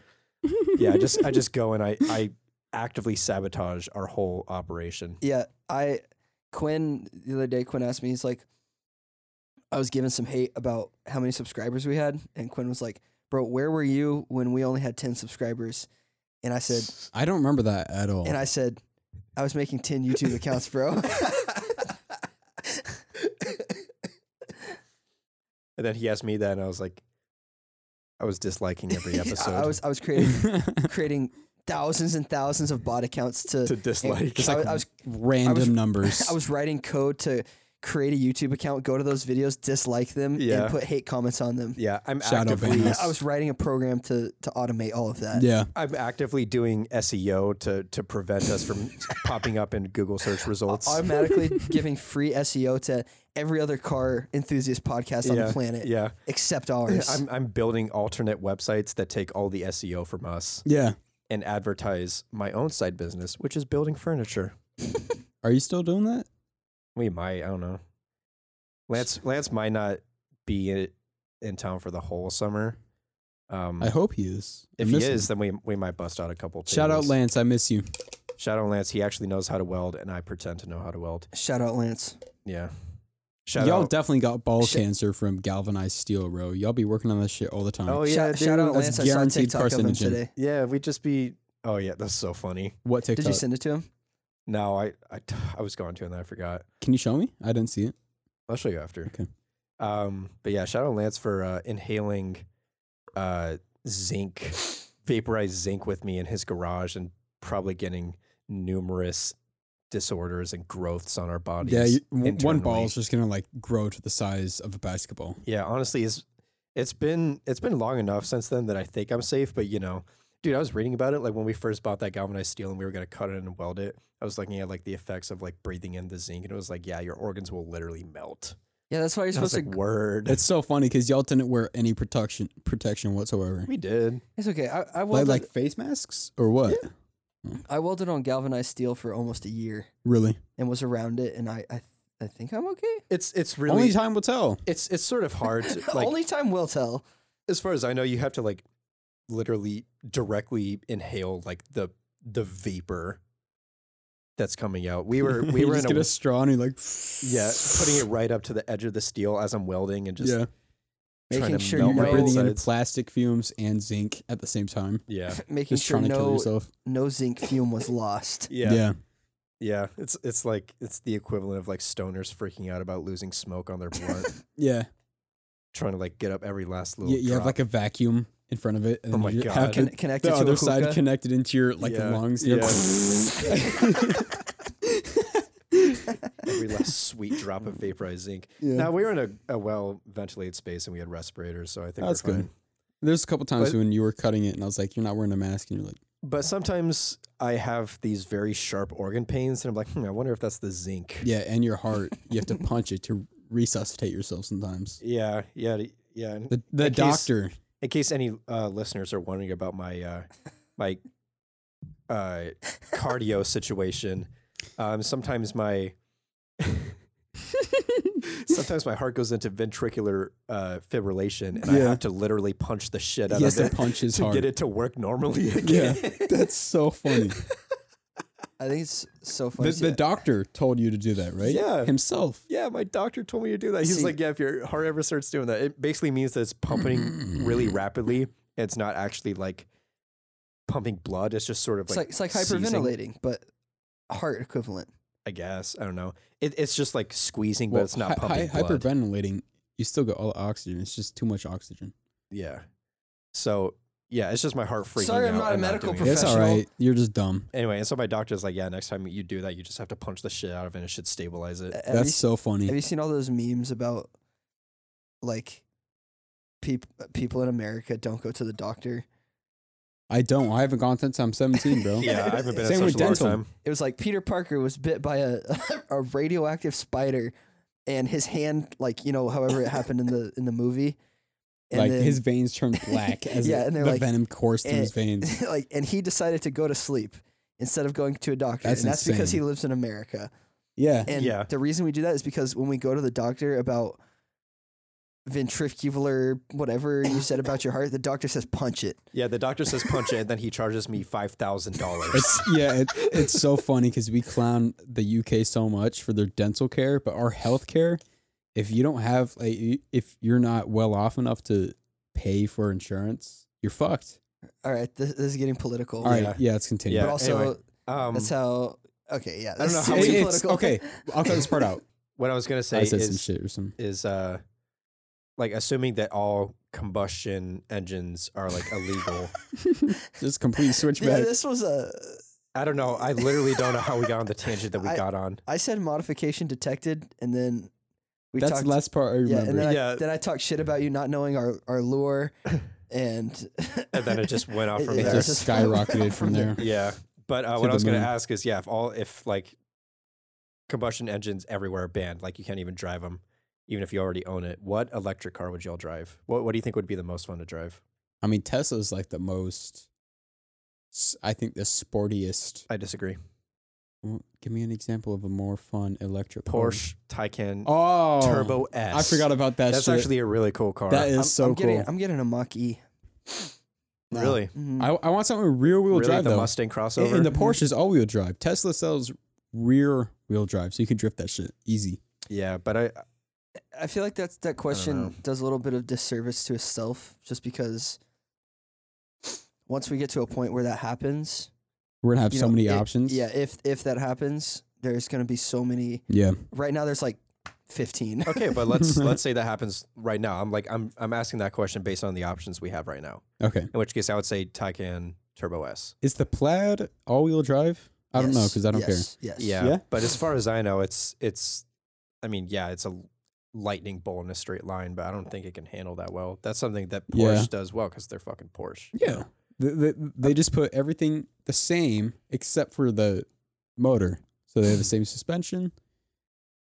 S3: Yeah, I just I just go and I I actively sabotage our whole operation.
S4: Yeah, I Quinn the other day Quinn asked me he's like I was given some hate about how many subscribers we had and Quinn was like, "Bro, where were you when we only had 10 subscribers?" And I said,
S2: I don't remember that at all.
S4: and I said, "I was making 10 YouTube accounts, bro."
S3: And then he asked me that, and I was like, I was disliking every
S4: Yeah,
S3: episode.
S4: I was I was creating creating thousands and thousands of bot accounts to,
S3: to
S4: and
S3: dislike.
S4: I, was- I was
S2: Random
S4: I was-
S2: numbers.
S4: I was writing code to create a YouTube account, go to those videos, dislike them,
S3: Yeah.
S4: and put hate comments on them.
S3: yeah, I'm
S2: Shadow
S3: actively
S2: ban us.
S4: I was writing a program to to automate all of that.
S2: yeah.
S3: I'm actively doing SEO to to prevent us from popping up in Google search results.
S4: Automatically giving free SEO to every other car enthusiast podcast on
S3: Yeah,
S4: the planet,
S3: Yeah.
S4: except ours.
S3: I'm I'm building alternate websites that take all the SEO from us
S2: Yeah.
S3: and advertise my own side business, which is building furniture.
S2: Are you still doing that?
S3: We might, I don't know. Lance Lance might not be i- in town for the whole summer. Um
S2: I hope he is. I
S3: if he
S2: miss him.
S3: is, then we we might bust out a couple tables.
S2: shout out Lance, I miss you.
S3: Shout out Lance. He actually knows how to weld and I pretend to know how to weld.
S4: Shout out Lance.
S3: Yeah. Shout
S2: Y'all
S3: out
S2: definitely got ball
S4: Sh-
S2: cancer from galvanized steel, bro. Y'all be working on that shit all the time.
S3: Oh,
S4: shout,
S3: yeah,
S4: shout out
S3: dude.
S2: That's
S4: Lance. I saw a
S2: guaranteed
S4: TikTok of him
S2: carcinogen.
S4: today.
S3: Yeah, we just be Oh yeah, that's so funny.
S2: what TikTok?
S4: Did you send it to him?
S3: No, I, I, I was going to and then I forgot.
S2: Can you show me? I didn't see it.
S3: I'll show you after.
S2: Okay.
S3: Um, but yeah, shout out Lance for uh, inhaling uh, zinc, vaporized zinc with me in his garage and probably getting numerous disorders and growths on our bodies.
S2: Yeah, you, w- one
S3: internally.
S2: ball is just gonna like grow to the size of a basketball.
S3: Yeah, honestly, it's it's been it's been long enough since then that I think I'm safe. But you know, dude, I was reading about it like when we first bought that galvanized steel and we were gonna cut it and weld it. I was looking at like the effects of like breathing in the zinc, and it was like, yeah, your organs will literally melt.
S4: Yeah, that's why you're
S3: And I was
S4: supposed
S3: like,
S4: to.
S3: word.
S2: It's so funny because y'all didn't wear any protection protection whatsoever.
S3: we did.
S4: It's okay. I, I
S2: Like,
S4: welded.
S2: like face masks or what?
S4: I welded on galvanized steel for almost a year
S2: Really?
S4: and was around it, and I I, th- I think I'm okay.
S3: It's it's really
S2: Only time will tell.
S3: it's it's sort of hard. To, like
S4: Only time will tell.
S3: as far as I know, you have to like literally directly inhale like the the vapor that's coming out. We were we
S2: You
S3: were
S2: just
S3: in
S2: get
S3: a,
S2: a straw and you're like,
S3: yeah putting it right up to the edge of the steel as I'm welding and just
S2: yeah,
S3: trying
S4: Making
S3: to
S4: sure
S3: melt
S4: you
S3: my
S4: know-
S3: both
S2: breathing in
S3: sides.
S2: plastic fumes and zinc at the same time.
S3: Yeah.
S4: Making
S2: Just
S4: sure
S2: trying to kill
S4: no
S2: yourself.
S4: no zinc fume was lost.
S3: yeah, yeah, It's it's like it's the equivalent of like stoners freaking out about losing smoke on their blunt,
S2: yeah.
S3: trying to like get up every last
S2: Y-
S3: little.
S2: you have
S3: drop.
S2: like a vacuum in front of it, and
S3: Oh
S2: then
S3: my
S2: you
S3: God.
S2: have
S4: Con-
S2: the, the
S4: connected to
S2: other
S4: a
S2: side
S4: hookah.
S2: connected into your like
S3: Yeah.
S2: lungs.
S3: Yeah.
S2: You're
S3: every last sweet drop of vaporized zinc.
S2: Yeah.
S3: Now we were in a, a well ventilated space and we had respirators, so I think
S2: That's
S3: we're fine.
S2: good. There's a couple times
S3: But-
S2: when you were cutting it, and I was like, "You're not wearing a mask," and you're like,
S3: But sometimes I have these very sharp organ pains, and I'm like, hmm, I wonder if that's the zinc.
S2: "Yeah," and your heart, you have to punch it to resuscitate yourself sometimes.
S3: yeah, yeah, d- yeah. In,
S2: The the
S3: In case-
S2: doctor,
S3: in case any uh, listeners are wondering about my uh, my uh, cardio situation, um, sometimes my Sometimes my heart goes into ventricular uh, fibrillation, and I
S2: Yeah.
S3: have to literally punch the shit out
S2: Yes,
S3: of
S2: that
S3: it
S2: punch is
S3: to
S2: hard.
S3: get it to work normally
S2: Yeah,
S3: again.
S2: that's so funny.
S4: I think it's so
S2: The,
S4: funny.
S2: the doctor told you to do that, right?
S3: Yeah.
S2: himself.
S3: Yeah, my doctor told me to do that. He's
S4: See-
S3: like, yeah, if your heart ever starts doing that, it basically means that it's pumping really rapidly. It's not actually like pumping blood. It's just sort of
S4: it's
S3: like,
S4: like, it's like
S3: seizing,
S4: hyperventilating, but heart equivalent.
S3: I guess I don't know. It, it's just like squeezing, but it's not
S2: hy-
S3: pumping
S2: hy-
S3: blood.
S2: hyperventilating. You still got all the oxygen. It's just too much oxygen.
S3: yeah. So yeah, it's just my heart freaking
S4: Sorry, I'm
S3: out
S4: not a
S3: and
S4: medical
S3: doing it.
S2: It's all
S4: Professional.
S2: right. You're just dumb.
S3: Anyway, and so my doctor's like, yeah, next time you do that, you just have to punch the shit out of it and it should stabilize it.
S4: Have you
S2: That's so
S4: Have
S2: funny.
S4: you seen all those memes about like peop- people in America don't go to the doctor?
S2: I don't. I haven't gone since I'm 17, bro.
S3: Yeah, I haven't been
S2: Same
S3: in
S2: with
S3: such a long
S2: dental.
S3: time.
S4: It was like Peter Parker was bit by a a radioactive spider and his hand like, you know, however it happened in the in the movie. And
S2: like
S4: then-
S2: his veins turned black as
S4: Yeah,
S2: it-
S4: and
S2: the
S4: they're like-
S2: venom coursed through
S4: and-
S2: his veins.
S4: like and he decided to go to sleep instead of going to a doctor.
S2: That's
S4: and that's because
S2: insane.
S4: he lives in America.
S2: Yeah.
S4: And
S3: Yeah.
S4: the reason we do that is because when we go to the doctor about ventricular whatever you said about your heart, the doctor says punch it.
S3: Yeah, the doctor says punch it, and then he charges me five thousand dollars.
S2: It's yeah, it, it's so funny because we clown the UK so much for their dental care, but our health care, if you don't have like you- if you're not well off enough to pay for insurance, you're fucked.
S4: All right, this, this is getting political.
S2: All right, yeah,
S3: Yeah.
S2: let's continue.
S3: Yeah,
S4: but also
S3: anyway, Um,
S4: that's how. Okay, yeah.
S3: don't
S4: this
S3: know
S4: is
S3: how
S2: It-
S3: we-
S4: getting
S2: it's- okay, I'll cut this part out.
S3: what I was gonna say
S2: I said some
S3: is
S2: shit or something.
S3: is uh like assuming that all combustion engines are like illegal.
S2: Just complete
S4: Yeah,
S2: switchback.
S4: this was a.
S3: I don't know. I literally don't know how we got on the tangent that we
S4: I-
S3: got on.
S4: I said modification detected, and then we
S2: That's
S4: talked.
S2: the last part I
S4: yeah,
S2: remember.
S4: and then, I,
S3: Yeah.
S4: then I talked shit about you not knowing our our lure, and
S3: And then it just went off from
S2: it
S3: there.
S2: just skyrocketed from there.
S3: yeah. But uh,
S2: To
S3: what I
S2: the
S3: was gonna
S2: moon.
S3: ask is yeah, if all if like combustion engines everywhere are banned, like you can't even drive them, even if you already own it, what electric car would y'all drive? What what do you think would be the most fun to drive?
S2: I mean, Tesla's like the most. s- I think the sportiest.
S3: I disagree.
S2: Well, Give me an example of a more fun electric car.
S3: Porsche Taycan
S2: Oh,
S3: Turbo S.
S2: I forgot about that.
S3: That's
S2: shit.
S3: actually a really cool car.
S2: that is
S4: I'm,
S2: so
S4: I'm
S2: cool.
S4: getting I'm getting a Mach E.
S2: No.
S3: really.
S4: Mhm.
S2: I, I want something with rear wheel
S3: really
S2: drive
S3: the
S2: though.
S3: Mustang crossover.
S2: And, and the Porsche is all wheel drive. Tesla sells rear wheel drive, so you can drift that shit easy.
S3: yeah, but I
S4: I feel like that's that
S3: know.
S4: question does a little bit of disservice to itself, just because once we get to a point where that happens,
S2: We're gonna have
S4: you
S2: so
S4: know,
S2: many
S4: it-
S2: options.
S4: Yeah, if if that happens, there's gonna be so many.
S2: Yeah.
S4: Right now, there's like fifteen.
S3: okay, but let's let's say that happens right now. I'm like I'm I'm asking that question based on the options we have right now.
S2: Okay.
S3: In which case, I would say Taycan Turbo S.
S2: Is the plaid all wheel drive? I don't know
S4: Yes,
S2: because I don't
S4: yes, Yes.
S3: Yeah,
S2: Yeah.
S3: but as far as I know, it's it's, I mean, yeah, it's a lightning bolt in a straight line, but I don't think it can handle that well. That's something that Porsche
S2: Yeah.
S3: does well because they're fucking Porsche. you
S2: care.
S3: know?
S2: They, they, they just put everything the same except for the motor. So they have the same suspension.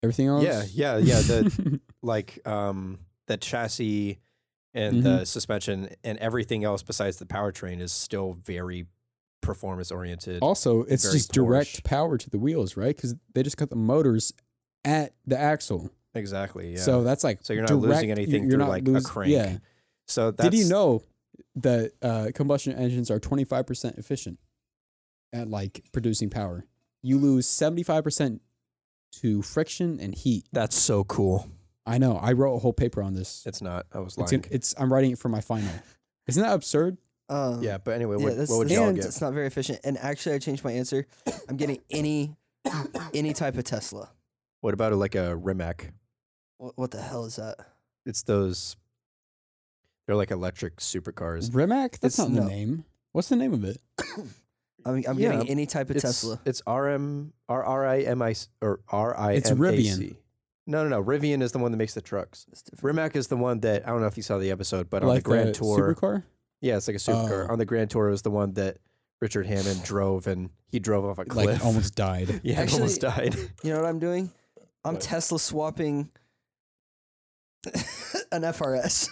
S2: Everything else.
S3: yeah, yeah, Uh, yeah. The like um the chassis and
S2: Mm-hmm.
S3: the suspension and everything else besides the powertrain is still very performance oriented.
S2: also, it's
S3: very
S2: just
S3: Porsche.
S2: direct power to the wheels, right? Because they just got the motors at the axle.
S3: Exactly. Yeah.
S2: So that's like
S3: So you're not losing
S2: direct-
S3: anything through, like, a crank.
S2: Yeah.
S3: so that's,
S2: Did you know that uh, combustion engines are 25% efficient at like producing power? You lose 75% to friction and heat.
S3: That's so cool.
S2: I know. I wrote a whole paper on this.
S3: It's not. I was
S2: It's,
S3: lying.
S2: in- it's I'm writing it for my final. Isn't that absurd?
S4: Um,
S3: yeah, but anyway,
S4: yeah,
S3: what,
S4: that's,
S3: what would
S4: that's-
S3: y'all
S4: and
S3: get?
S4: It's not very efficient. And actually, I changed my answer. I'm getting any any type of Tesla.
S3: What about a, like a Rimac?
S4: What, what the hell is that?
S3: It's those. They're like electric supercars.
S2: Rimac? That's
S4: It's
S2: not
S4: no.
S2: the name. What's the name of it?
S4: I'm, I'm
S3: Yeah,
S4: getting any type of
S3: It's,
S4: Tesla.
S3: It's RM R R I M I or R I M A
S2: It's
S3: C.
S2: Rivian.
S3: No, no, no. Rivian is the one that makes the trucks.
S4: It's different.
S3: Rimac is the one that I don't know if you saw the episode, but on the
S2: like
S3: Grand
S2: the
S3: Tour,
S2: supercar?
S3: yeah, it's like a supercar.
S2: Oh.
S3: On the Grand Tour was the one that Richard Hammond drove, and he drove off a cliff.
S2: Like almost died.
S3: yeah, and almost died.
S4: You know what I'm doing? I'm
S3: What?
S4: Tesla swapping an FRS.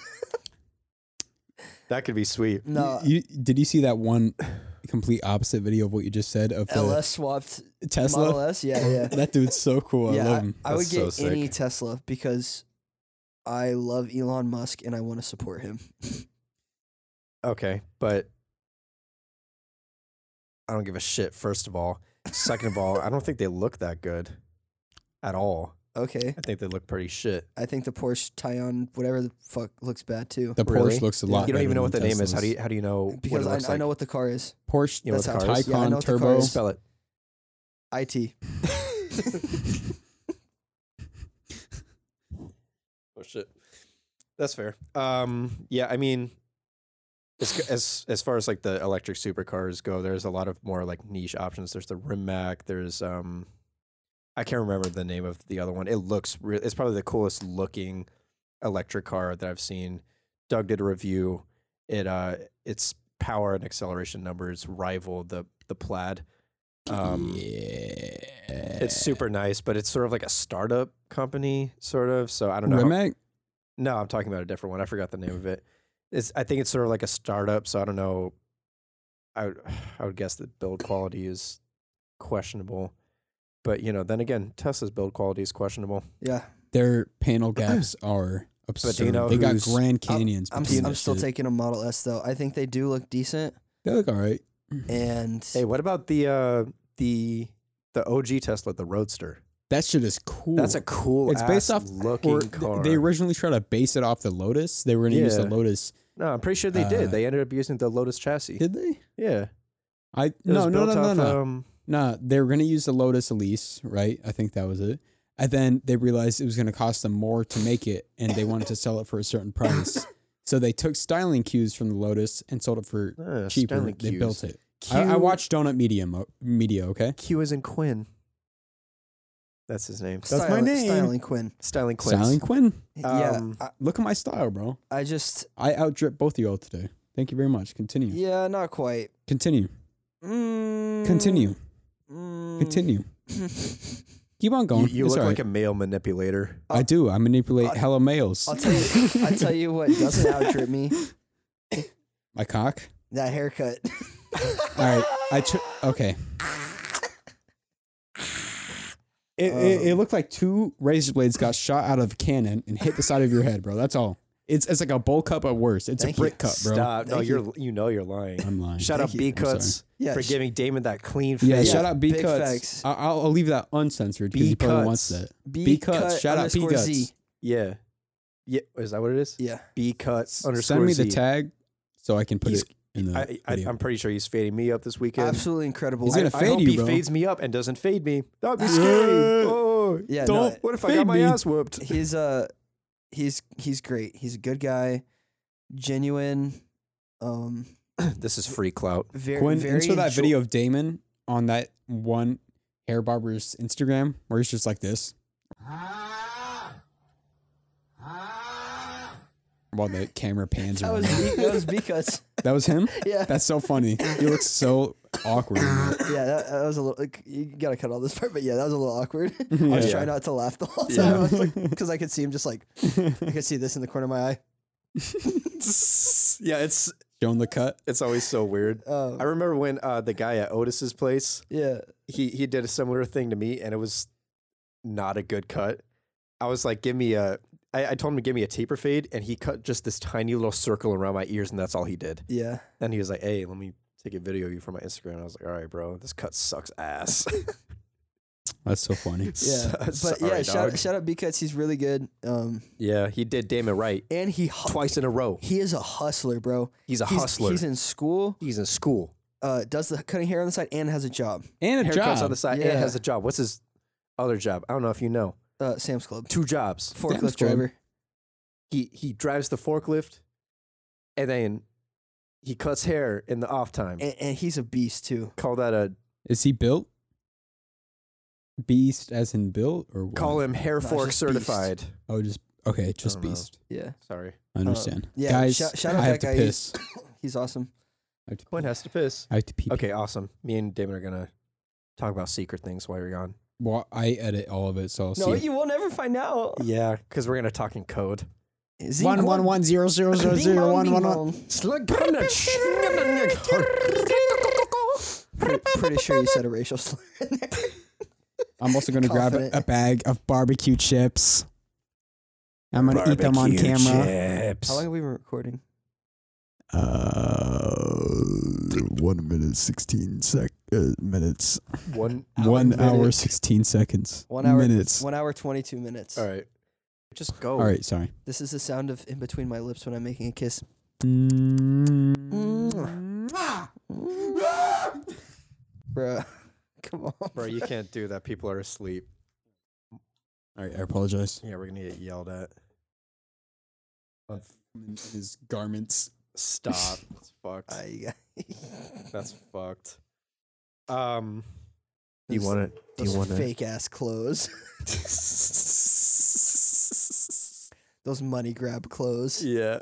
S3: that could be sweet.
S4: no,
S2: You, did you see that one complete opposite video of what you just said of the
S4: LS swapped Model
S2: Tesla.
S4: S. Yeah, yeah.
S2: That dude's so
S3: Oh,
S2: cool. I
S4: yeah,
S2: love him.
S4: I, I would
S3: That's so
S4: get any
S3: sick.
S4: Tesla because I love Elon Musk and I want to support him.
S3: Okay, but I don't give a shit. First of all, second of all, I don't think they look that good at all.
S4: Okay.
S3: I think they look pretty shit.
S4: I think the Porsche Tyon, whatever the fuck, looks bad too.
S2: The
S3: Really?
S2: Porsche looks a
S4: Yeah.
S2: lot.
S3: You don't even
S2: better
S3: know what the
S2: than
S3: name is. How
S2: Tesla's.
S3: do you how do you know
S4: Because
S3: what it
S4: I,
S3: looks
S4: I
S3: like?
S4: know what the car is.
S2: Porsche
S3: You know what
S4: That's
S3: the
S4: how
S3: car is?
S4: Yeah, I know
S2: Taycan
S4: what the car
S2: Turbo.
S4: is.
S3: Spell it.
S4: IT.
S3: Oh shit. That's fair. Um, yeah, I mean, as as as far as like the electric supercars go, there's a lot of more like niche options. There's the Rimac. There's um, I can't remember the name of the other one. It looks re- it's probably the coolest looking electric car that I've seen. Doug did a review. It uh, its power and acceleration numbers rival the the Plaid. Um,
S2: yeah.
S3: It's super nice, but it's sort of like a startup company, sort of. So I don't know. how-
S2: Rimac.
S3: no, I'm talking about a different one. I forgot the name of it. It's I think it's sort of like a startup, so I don't know. I would, I would guess the build quality is questionable. But you know, then again, Tesla's build quality is questionable.
S4: Yeah.
S2: Their panel gaps are absurd.
S3: know
S2: they got
S3: who's-
S2: Grand Canyons.
S4: I'm,
S2: between
S4: s- I'm
S2: that
S4: still
S2: shit.
S4: taking a Model S though. I think they do look decent.
S2: They look all right.
S4: And
S3: Hey, what about the uh the the OG Tesla, the Roadster?
S2: That shit is cool.
S3: That's a cool
S2: It's based off
S3: looking
S2: or-
S3: car.
S2: They originally tried to base it off the Lotus. They were going to use the
S3: Yeah.
S2: Lotus.
S3: no, I'm pretty sure they
S2: uh,
S3: did. They ended up using the Lotus chassis.
S2: Did they?
S3: yeah.
S2: I
S3: It was
S2: no no no
S3: built
S2: no
S3: off,
S2: no.
S3: Um,
S2: Nah, they were gonna use the Lotus Elise, right? I think that was it. And then they realized it was gonna cost them more to make it, and they wanted to sell it for a certain price. so they took styling cues from the Lotus and sold it for
S3: uh,
S2: cheaper.
S3: Stanley
S2: They
S3: Qs.
S2: built it.
S3: Q,
S2: I, I watched Donut Media. Mo- Media, okay.
S3: Q is in Quinn. That's his name.
S2: That's my
S4: Styling-
S2: name.
S4: Styling Quinn.
S3: Styling Quinn.
S2: Styling Quinn.
S3: Um,
S4: yeah.
S2: Look at my style, bro.
S4: I, I just
S2: I outdrip both of y'all today. Thank you very much. Continue.
S4: yeah, not quite.
S2: Continue.
S4: Mm,
S2: Continue.
S4: mm.
S2: Continue. Keep on going.
S3: You, you
S2: It's
S3: look
S2: all
S3: like
S2: right.
S3: a male manipulator.
S2: I do. I manipulate hello males.
S4: I'll tell you. I tell you what doesn't outtrip me
S2: my cock.
S4: that haircut.
S2: All right. I ch- okay. It, it, it looked like two razor blades got shot out of a cannon and hit the side of your head, bro. That's all. It's it's like a bowl cup at worst. It's a
S4: Thank you.
S2: brick cup, bro.
S3: Stop. No,
S4: Thank
S3: you're you know you're lying.
S2: I'm lying.
S3: Shout out
S4: you.
S3: B
S2: I'm sorry.
S3: cuts
S4: Yeah,
S3: for
S4: sh-
S3: giving Damon that clean face.
S2: Yeah, shout out B
S4: big
S2: cuts.
S4: facts.
S2: I- I'll, I'll leave that uncensored because he probably wants
S3: B-Cuts.
S2: that. B cuts.
S4: cut
S2: Shout out B
S4: underscore Z.
S2: cuts.
S3: Yeah. Yeah. Is that what it is?
S4: Yeah.
S3: B cuts underscore
S2: Send me
S3: Z.
S2: the tag so I can put
S3: He's-
S2: it in the
S3: I, I,
S2: video.
S3: I'm pretty sure he's fading me up this weekend.
S4: Absolutely incredible.
S2: He's gonna
S3: I
S2: fade
S3: hope
S2: you,
S3: he
S2: bro.
S3: fades me up and doesn't fade me. That would be
S4: Yeah.
S3: scary. Oh,
S4: Yeah, no,
S3: Don't. what if I
S2: fade
S3: got my
S2: me.
S3: ass whooped?
S4: he's uh he's he's great. He's a good guy, genuine, um
S3: This is free clout.
S4: very
S2: Quinn,
S4: very
S2: enter that
S4: enjo-
S2: video of Damon on that one hair barber's Instagram where he's just like this. While the camera pans
S4: That
S2: around.
S4: was B, that was B cuts.
S2: that was him?
S4: Yeah.
S2: That's so funny. He looks so awkward. in that.
S4: Yeah, that, that was a little. Like, you gotta cut all this part, but yeah, that was a little awkward. I was
S2: Yeah.
S4: trying not to laugh the whole time. I was like, because I could see him just like, I could see this in the corner of my eye.
S3: yeah, it's
S2: Showing the cut.
S3: it's always so weird.
S4: Oh,
S3: I remember when uh, the guy at Otis's place
S4: yeah,
S3: he he did a similar thing to me, and it was not a good cut. I was like, "Give me a." I, I told him to give me a taper fade, and he cut just this tiny little circle around my ears, and that's all he did.
S4: yeah.
S3: And he was like, "Hey, let me take a video of you for my Instagram." I was like, "All right, bro, this cut sucks ass."
S2: That's so funny.
S4: Yeah, but
S3: So-
S4: yeah,
S3: sorry,
S4: shout,
S3: dog.
S4: shout out B Cuts. He's really good. Um,
S3: yeah, he did Damon right
S4: and he hu-
S3: twice in a row.
S4: He is a hustler, bro.
S3: He's a
S4: He's,
S3: hustler.
S4: he's in school.
S3: He's in school.
S4: Uh, does the cutting hair on the side and has a job.
S2: And a
S3: Haircuts
S2: job.
S3: on the side.
S4: Yeah.
S3: And has a job. What's his other job? I don't know if you know.
S4: Uh, Sam's Club.
S3: Two jobs.
S4: Forklift
S2: Club.
S4: driver.
S3: he he drives the forklift, and then he cuts hair in the off time.
S4: And, and he's a beast too.
S3: call that a
S2: Is he built? Beast as in built or what?
S3: call him hair
S4: No, it's
S3: fork
S4: just
S3: certified.
S2: Oh, just okay, just
S3: don't know.
S2: beast.
S4: Yeah,
S3: Sorry,
S2: I understand.
S4: Uh, yeah,
S2: Guys,
S4: shout- shout out
S2: I have
S4: that
S2: to
S4: guy.
S2: piss.
S4: he's awesome.
S2: I have to,
S3: Quinn has to piss.
S2: I have to pee. pee.
S3: Okay, awesome. Me and Damon are gonna talk about secret things while you're gone.
S2: Well, I edit all of it, so I'll
S4: no,
S2: see.
S4: you will never find out.
S3: Yeah, because we're gonna talk in code.
S4: Zing
S2: One one one zero zero zero
S4: Ding
S2: zero
S4: dong,
S2: one
S4: ding
S2: one one.
S4: dong.
S3: Slug-
S4: Pre- pretty sure you said a racial slur in there.
S2: I'm also going to grab a,
S4: Confident.
S2: a bag of barbecue chips. I'm going to eat them on
S3: Barbecue
S2: camera.
S3: Chips.
S4: How long have we been recording?
S2: Uh,
S5: one minute sixteen sec uh, minutes.
S3: One.
S2: one
S4: minute.
S2: hour, 16 seconds.
S4: One hour.
S2: Minutes.
S4: One hour twenty two minutes.
S3: All right.
S4: Just go.
S2: All right, sorry.
S4: This is the sound of in between my lips when I'm making a kiss. Bruh. Come on.
S3: Bro, you can't do that. People are asleep.
S2: All right, I apologize.
S3: Yeah, we're gonna get yelled at.
S2: His garments.
S3: Stop. It's fucked.
S4: I,
S3: That's fucked. Um.
S4: Do you wanna-
S3: to?
S4: those fake ass clothes. those money grab clothes.
S3: Yeah.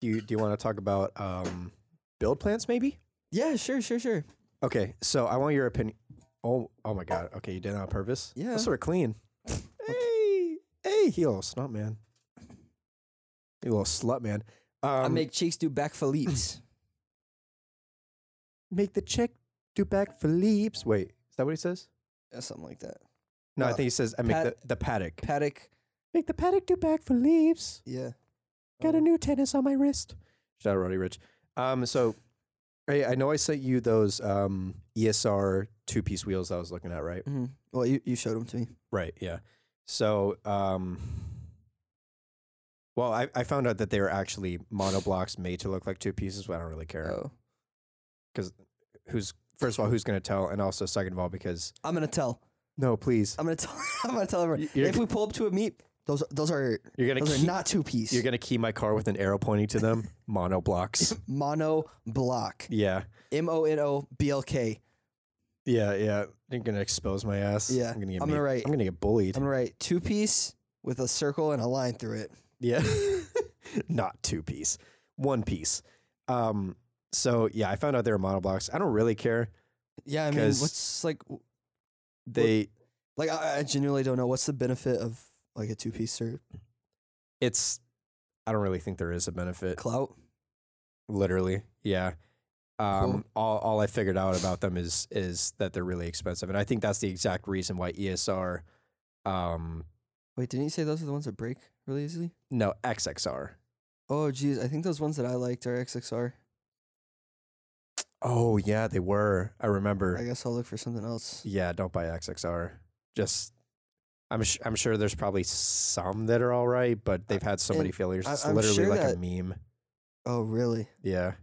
S3: Do you do you want to talk about um build plans maybe?
S4: Yeah, sure, sure, sure.
S3: Okay, so I want your opinion. Oh, oh my god. Okay, you did it on purpose.
S4: Yeah.
S3: That's sort of clean. hey, hey, you little snot man. You little slut man. Um,
S4: I make cheeks do back Philippe's.
S3: make the check do back for leaps. Wait, is that what he says?
S4: Something like that.
S3: No, I
S4: No,
S3: think he says I make
S4: Uh, Pat-
S3: the, the paddock.
S4: Paddock.
S3: make the paddock do back for leaps.
S4: Yeah.
S3: Got a new tennis on my wrist. Oh. Shout out Roddy Rich. Um, so I, I know I sent you those um ESR two piece wheels I was looking at, right?
S4: hmm Well, you, you showed them to me.
S3: Right, yeah. So um well, I, I found out that they were actually monoblocks made to look like two pieces, but I don't really care.
S4: Oh.
S3: Who's first of all, who's gonna tell? And also second of all, because
S4: I'm gonna tell.
S3: no, please.
S4: I'm gonna tell. I'm gonna tell everyone.
S3: You're-
S4: if we pull up to a meet, those those are
S3: You're gonna
S4: those
S3: key-
S4: are not two piece.
S3: you're gonna key my car with an arrow pointing to them. monoblocks.
S4: mono block.
S3: Yeah.
S4: M O N O B L K.
S3: Yeah, yeah. You're gonna expose my ass.
S4: Yeah,
S3: I'm gonna get
S4: I'm gonna
S3: made-
S4: write-
S3: I'm gonna get bullied.
S4: I'm gonna write two piece with a circle and a line through it.
S3: Yeah. Not two piece. One piece. Um so yeah, I found out they were monoblocks. I don't really care.
S4: Yeah, I mean,
S3: 'Cause-
S4: what's like, w-
S3: They
S4: like I, I genuinely don't know what's the benefit of like a two piece or
S3: it's I don't really think there is a benefit.
S4: clout.
S3: Literally. Yeah. Um
S4: Cool.
S3: all all I figured out about them is is that they're really expensive. And I think that's the exact reason why ESR um
S4: Wait, didn't you say those are the ones that break really easily?
S3: no XXR.
S4: Oh, geez, I think those ones that I liked are XXR.
S3: Oh yeah, they were. I remember.
S4: I guess I'll look for something else.
S3: Yeah, don't buy XXR. Just, I'm sh- I'm sure there's probably some that are all right, but they've had so many
S4: Uh, and
S3: failures.
S4: I-
S3: It's
S4: I'm
S3: literally
S4: sure
S3: like a
S4: that-
S3: meme.
S4: Oh, really?
S3: Yeah,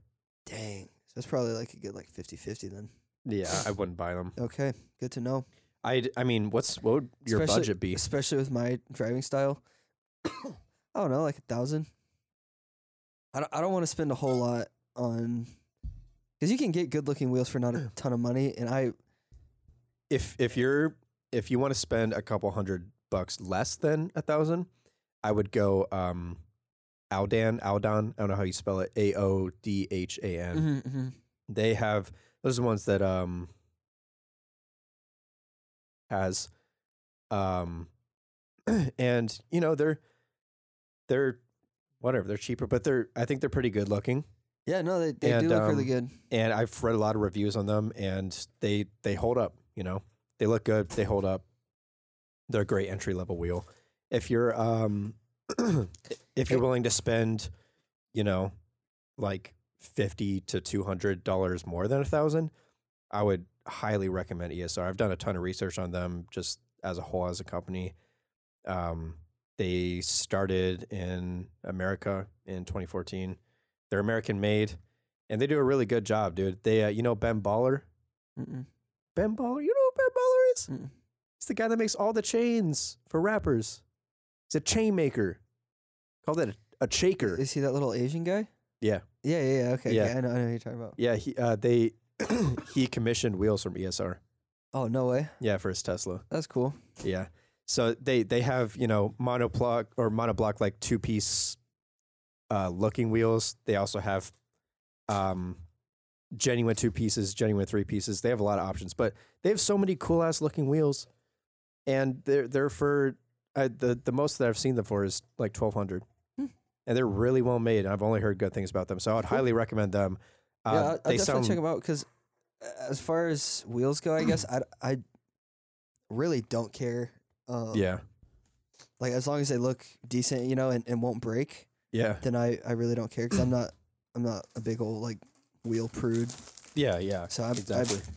S4: Dang. So that's probably like a good like 50-50 then.
S3: yeah, I wouldn't buy them.
S4: Okay, good to know.
S3: I I mean, what's what would your
S4: Especially-
S3: budget be?
S4: Especially with my driving style. I don't know, like a thousand. I don't, I don't want to spend a whole lot on because you can get good looking wheels for not a ton of money, and I
S3: If if you're if you want to spend a couple hundred bucks less than a thousand, I would go um, Aldan Aldon. I don't know how you spell it. A O D H A N.
S4: Mm-hmm,
S3: they have those are the ones that um has um and you know they're they're whatever they're cheaper but they're i think they're pretty good looking
S4: yeah, no, they, they
S3: And,
S4: do look really
S3: um,
S4: good.
S3: and i've read a lot of reviews on them and they they hold up you know they look good they hold up they're a great entry level wheel if you're um if you're willing to spend you know like 50 to 200 dollars more than a thousand i would highly recommend esr i've done a ton of research on them just as a whole as a company um they started in america in 2014 they're american made and they do a really good job dude they uh, you know ben baller
S4: Mm-mm,
S3: ben baller you know who ben baller is
S4: mm-mm.
S3: He's the guy that makes all the chains for rappers. He's a chain maker. Call that a, a shaker.
S4: Is he that little Asian guy?
S3: Yeah.
S4: Yeah, yeah, yeah. Okay,
S3: Yeah.
S4: yeah, I know, I know who you're talking about.
S3: Yeah, he uh, they he commissioned wheels from ESR.
S4: Oh no way,
S3: Yeah, for his Tesla.
S4: that's cool.
S3: Yeah. So they they have, you know, monoblock or monoblock like two piece uh looking wheels. They also have um genuine two pieces, genuine three pieces. They have a lot of options, but they have so many cool ass looking wheels. And they're they're for I, the the most that I've seen them for is like 1200.
S4: Hmm.
S3: And they're really well made. and I've only heard good things about them. So I would highly recommend them.
S4: yeah, I'll, I'll
S3: Uh, they
S4: definitely
S3: sound
S4: check them out because as far as wheels go, I guess I, I really don't care. Um,
S3: Yeah.
S4: Like as long as they look decent, you know, and, and won't break,
S3: Yeah.
S4: then I, I really don't care because I'm not I'm not a big old like wheel prude.
S3: Yeah. Yeah.
S4: So I'm,
S3: Exactly.
S4: I'm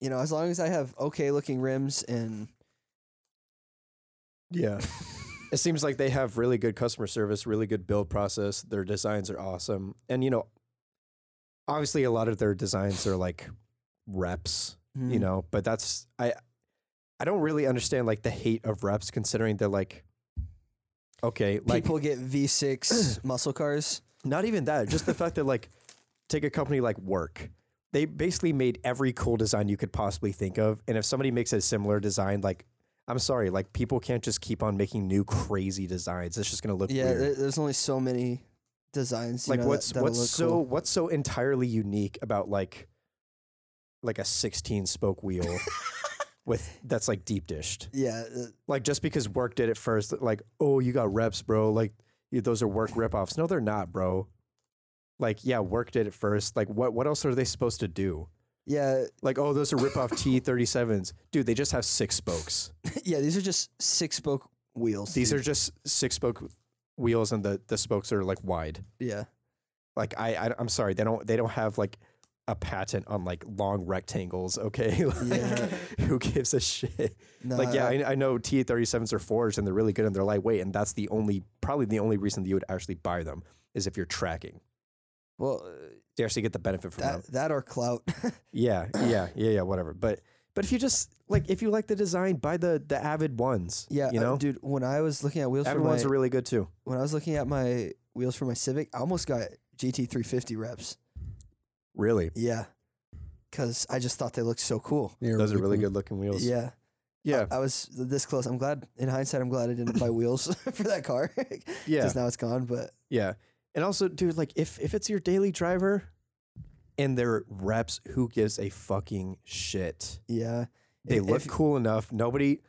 S4: you know as long as I have okay looking rims and
S3: Yeah. it seems like they have really good customer service, really good build process. Their designs are awesome. And, you know, obviously a lot of their designs are like reps, you
S4: Mm.
S3: know, but that's, I, I don't really understand like the hate of reps considering they're like, okay, like
S4: people get V6 muscle cars.
S3: not even that, just the fact that like take a company like work. They basically made every cool design you could possibly think of. And if somebody makes a similar design, like I'm sorry, like people can't just keep on making new crazy designs. It's just gonna look
S4: Yeah,
S3: weird.
S4: there, there's only so many designs. you
S3: like
S4: know, that-
S3: what's
S4: that'll
S3: what's
S4: look
S3: so
S4: cool.
S3: what's so entirely unique about like like a 16 spoke wheel with that's like deep dished.
S4: yeah uh,
S3: Like just because work did it first, like, oh you got reps, bro. Like you- those are work ripoffs. No, they're not, bro. Like, yeah, work did it first. Like what what else are they supposed to do?
S4: yeah
S3: Like, oh, those are ripoff T thirty sevens. Dude, they just have six spokes.
S4: yeah these are just six spoke wheels.
S3: These
S4: dude.
S3: are just six spoke wheels and the, the spokes are like wide.
S4: yeah.
S3: Like I, I I'm sorry, they don't they don't have like a patent on like long rectangles, okay? like,
S4: Yeah.
S3: Who gives a shit?
S4: No,
S3: like yeah,
S4: I-
S3: I, I know T thirty sevens are forged and they're really good and they're lightweight, and that's the only probably the only reason that you would actually buy them is if you're tracking.
S4: Well, uh,
S3: To actually get the benefit from them.
S4: that that or clout.
S3: Yeah, yeah, yeah, yeah, whatever. But but if you just like if you like the design, buy the the avid ones.
S4: yeah,
S3: you
S4: uh,
S3: know,
S4: dude. When I was looking at wheels for
S3: avid
S4: my,
S3: ones are really good too.
S4: when I was looking at my wheels for my Civic, I almost got GT350 reps.
S3: Really,
S4: Yeah, because I just thought they looked so cool.
S2: They
S3: those are really
S2: cool.
S3: good looking wheels.
S4: Yeah,
S3: yeah,
S4: I was this close. I'm glad. In hindsight, I'm glad I didn't buy wheels for that car.
S3: yeah.
S4: Because now it's gone. But
S3: Yeah. And also, dude, like if if it's your daily driver and they're reps, who gives a fucking shit?
S4: yeah,
S3: They
S4: If-
S3: look
S4: if-
S3: cool enough. Nobody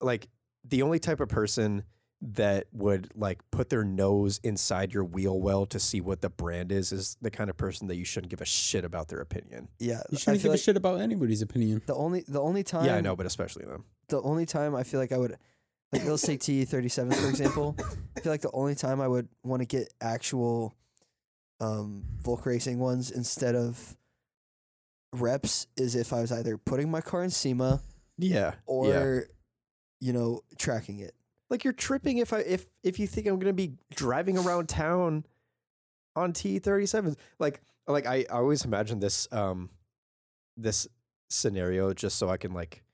S3: like the only type of person that would like put their nose inside your wheel well to see what the brand is is the kind of person that you shouldn't give a shit about their opinion.
S4: yeah.
S2: You
S4: I
S2: shouldn't
S4: feel
S2: give
S4: like
S2: a shit about anybody's opinion.
S4: the only the only time
S3: yeah, I know, but especially them.
S4: the only time I feel like I would, like let's take TE thirty seven for example. I feel like the only time I would want to get actual, um, Volk Racing ones instead of reps is if I was either putting my car in SEMA
S3: Yeah.
S4: or,
S3: yeah.
S4: you know, tracking it.
S3: like you're tripping if I if if you think I'm gonna be driving around town on T thirty sevens. Like like I, I always imagine this um this scenario just so I can like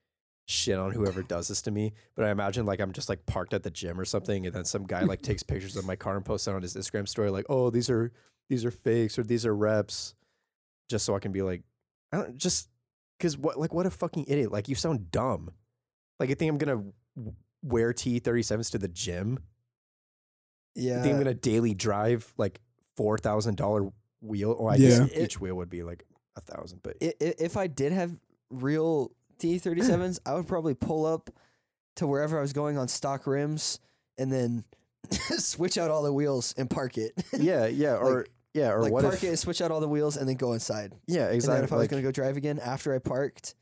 S3: shit on whoever does this to me. But I imagine like I'm just like parked at the gym or something and then some guy like takes pictures of my car and posts it on his Instagram story like, oh these are these are fakes or these are reps. Just so I can be like I don't just cause what like what a fucking idiot. Like you sound dumb. Like you think I'm gonna w- wear T thirty sevens to the gym.
S4: Yeah,
S3: I think I'm gonna daily drive like four thousand dollar wheel. Or I guess
S4: Yeah.
S3: each wheel would be like a thousand, but
S4: i- i- if I did have real TE thirty sevens, I would probably pull up to wherever I was going on stock rims and then switch out all the wheels and park it.
S3: yeah, yeah, or yeah, or
S4: like
S3: what
S4: park
S3: if?
S4: it, and switch out all the wheels, and then go inside.
S3: yeah,
S4: And then
S3: exactly.
S4: if I was
S3: like,
S4: gonna go drive again after I parked,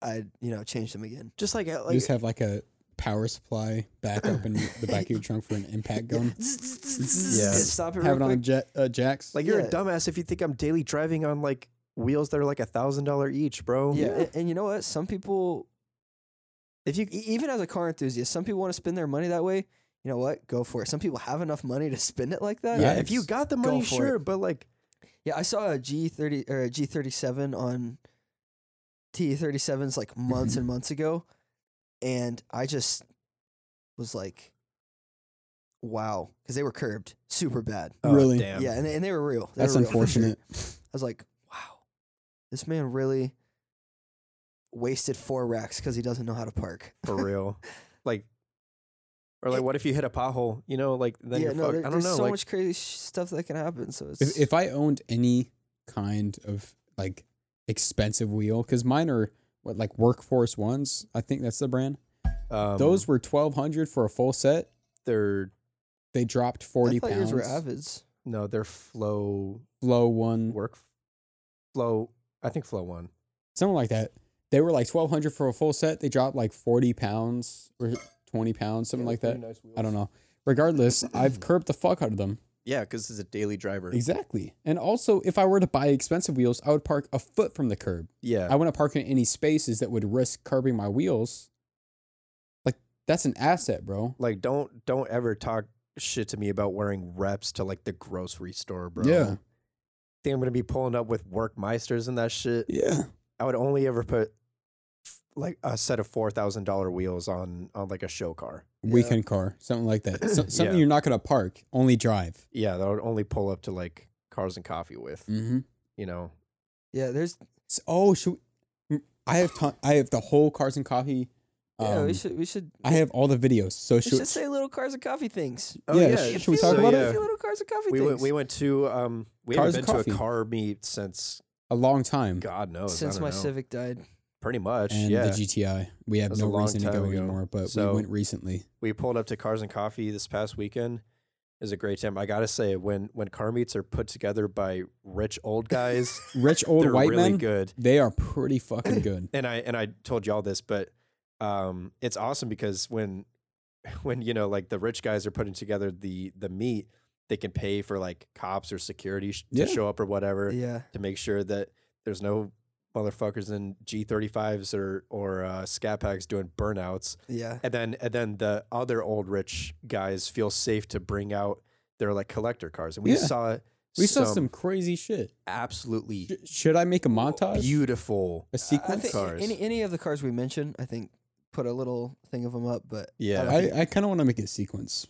S4: I'd you know change them again.
S3: just like uh,
S2: you
S3: like
S2: just have like a power supply back up in the back of your trunk for an impact gun.
S4: Stop it real
S2: Have it on
S4: quick.
S2: jet, uh, jacks.
S3: like you're
S4: yeah.
S3: a dumbass if you think I'm daily driving on like wheels that are like a thousand dollar each, bro.
S4: yeah, a- And, you know what? Some people, if you e- even as a car enthusiast, some people want to spend their money that way. You know what? Go for it. Some people have enough money to spend it like that.
S3: yeah.
S2: Yikes.
S3: If you got the
S4: Go
S3: money,
S4: for it.
S3: sure, but like
S4: Yeah, I saw a G thirty or a G thirty seven on T thirty sevens like months and months ago, and I just was like, "Wow," because they were curbed super bad.
S3: oh,
S2: Really?
S3: damn.
S4: Yeah, and they, and they were real. They
S2: That's
S4: were real for sure.
S2: unfortunate.
S4: I was like, "Wow, this man really wasted four racks because he doesn't know how to park."
S3: for real. Like, or like, what if you hit a pothole? You know, like then
S4: yeah,
S3: you're
S4: no,
S3: fucked.
S4: there,
S3: I don't
S4: there's
S3: know.
S4: so
S3: like,
S4: much crazy sh- stuff that can happen. So it's
S2: If, if I owned any kind of like expensive wheel, because mine are what like workforce ones, I think that's the brand.
S3: um,
S2: Those were twelve hundred for a full set.
S3: they're
S2: They dropped
S4: I
S2: forty
S4: thought yours
S2: pounds.
S4: were avids.
S3: no, they're flow
S2: Low one.
S3: work flow I think Flow won.
S2: something like that. They were like twelve hundred for a full set. They dropped like forty pounds or twenty pounds, something like that. I don't know. Regardless, I've curbed the fuck out of them.
S6: Yeah, because it's a daily driver.
S2: Exactly. And also, if I were to buy expensive wheels, I would park a foot from the curb.
S6: Yeah.
S2: I wouldn't park in any spaces that would risk curbing my wheels. Like that's an asset, bro.
S3: Like, don't don't ever talk shit to me about wearing reps to like the grocery store, bro.
S2: Yeah.
S3: Think I'm gonna be pulling up with work meisters and that shit.
S2: Yeah.
S3: I would only ever put f- like a set of four thousand dollar wheels on on like a show car.
S2: Weekend car, something like that. So, something
S3: Yeah.
S2: you're not gonna park, only drive.
S3: Yeah, that I would only pull up to like cars and coffee with.
S2: Mm-hmm.
S3: You know,
S4: Yeah, there's.
S2: So, oh, should we, mm, I have ton, I have the whole cars and coffee.
S4: Yeah, we
S2: um,
S4: should. We should.
S2: I have all the videos. So
S4: We
S2: should,
S4: should say little cars and coffee things.
S3: Oh,
S2: yeah,
S3: yeah,
S2: sh-
S3: it
S2: should we
S4: feels
S2: talk
S4: like
S2: about
S4: a
S3: yeah.
S2: it?
S4: few little cars and coffee
S3: we
S4: things.
S3: went we went to um we
S2: Cars
S3: haven't
S2: and
S3: been
S2: coffee.
S3: to a car meet since
S2: A long time.
S3: God knows I
S4: since
S3: don't
S4: my
S3: know.
S4: Civic died.
S3: Pretty much,
S2: and
S3: yeah.
S2: the GTI. We have
S3: was a
S2: no
S3: long
S2: reason to
S3: time
S2: go
S3: ago.
S2: anymore, but we
S3: So-
S2: went recently.
S3: we pulled up to Cars and Coffee this past weekend. It was a great time. I gotta say, when when car meets are put together by rich old guys,
S2: Rich old
S3: they're
S2: white
S3: really
S2: men.
S3: good.
S2: They are pretty fucking good.
S3: and I and I told y'all this, but um, it's awesome because when when you know like the rich guys are putting together the the meet, they can pay for like cops or security sh-
S2: Yeah.
S3: to show up or whatever
S4: Yeah.
S3: to make sure that there's no motherfuckers in G35s or or uh, scat packs doing burnouts.
S4: Yeah.
S3: And then and then the other old rich guys feel safe to bring out their like collector cars. And we
S2: Yeah.
S3: saw
S2: We saw some crazy shit.
S3: absolutely
S2: Sh- should I make a montage?
S3: beautiful
S2: a
S4: I
S2: sequence?
S4: think
S3: cars.
S4: any any of the cars we mentioned, I think, put a little thing of them up. But
S3: Yeah.
S4: I, don't
S2: I,
S4: think-
S2: I kind of want to make it a sequence.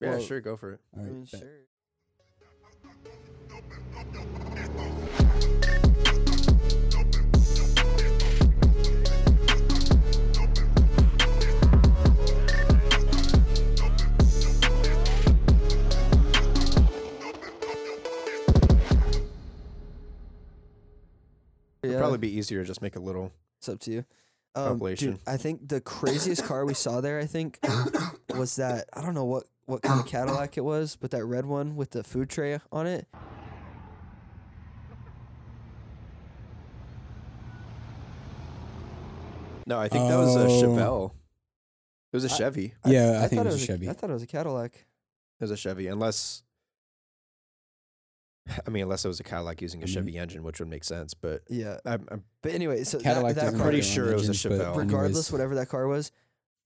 S3: Yeah,
S4: well-
S3: sure, go for it.
S2: All
S4: I
S2: right.
S4: mean,
S2: bet.
S4: sure. Yeah,
S3: It'd probably be easier to just make a little
S4: it's up to you. Um, dude,
S3: Compilation.
S4: I think the craziest car we saw there, I think, was that I don't know what what kind of Cadillac it was, but that red one with the food tray on it.
S3: No, I think that was a
S2: Oh.
S3: Chevelle. It was a
S4: I-
S3: Chevy.
S2: Yeah, I, think
S4: thought
S2: it was a Chevy.
S4: I thought it was a Cadillac.
S3: It was a Chevy, unless I mean, unless it was a Cadillac using a
S2: Mhm.
S3: Chevy engine, which would make sense. But
S4: Yeah,
S3: I'm, I'm
S4: but anyway, so that-
S2: Cadillac
S4: that,
S2: doesn't
S3: I'm
S2: have
S4: car,
S3: pretty
S2: their own
S3: sure it was a
S2: engines, but
S3: Chevelle.
S2: anyways,
S4: regardless, whatever that car was,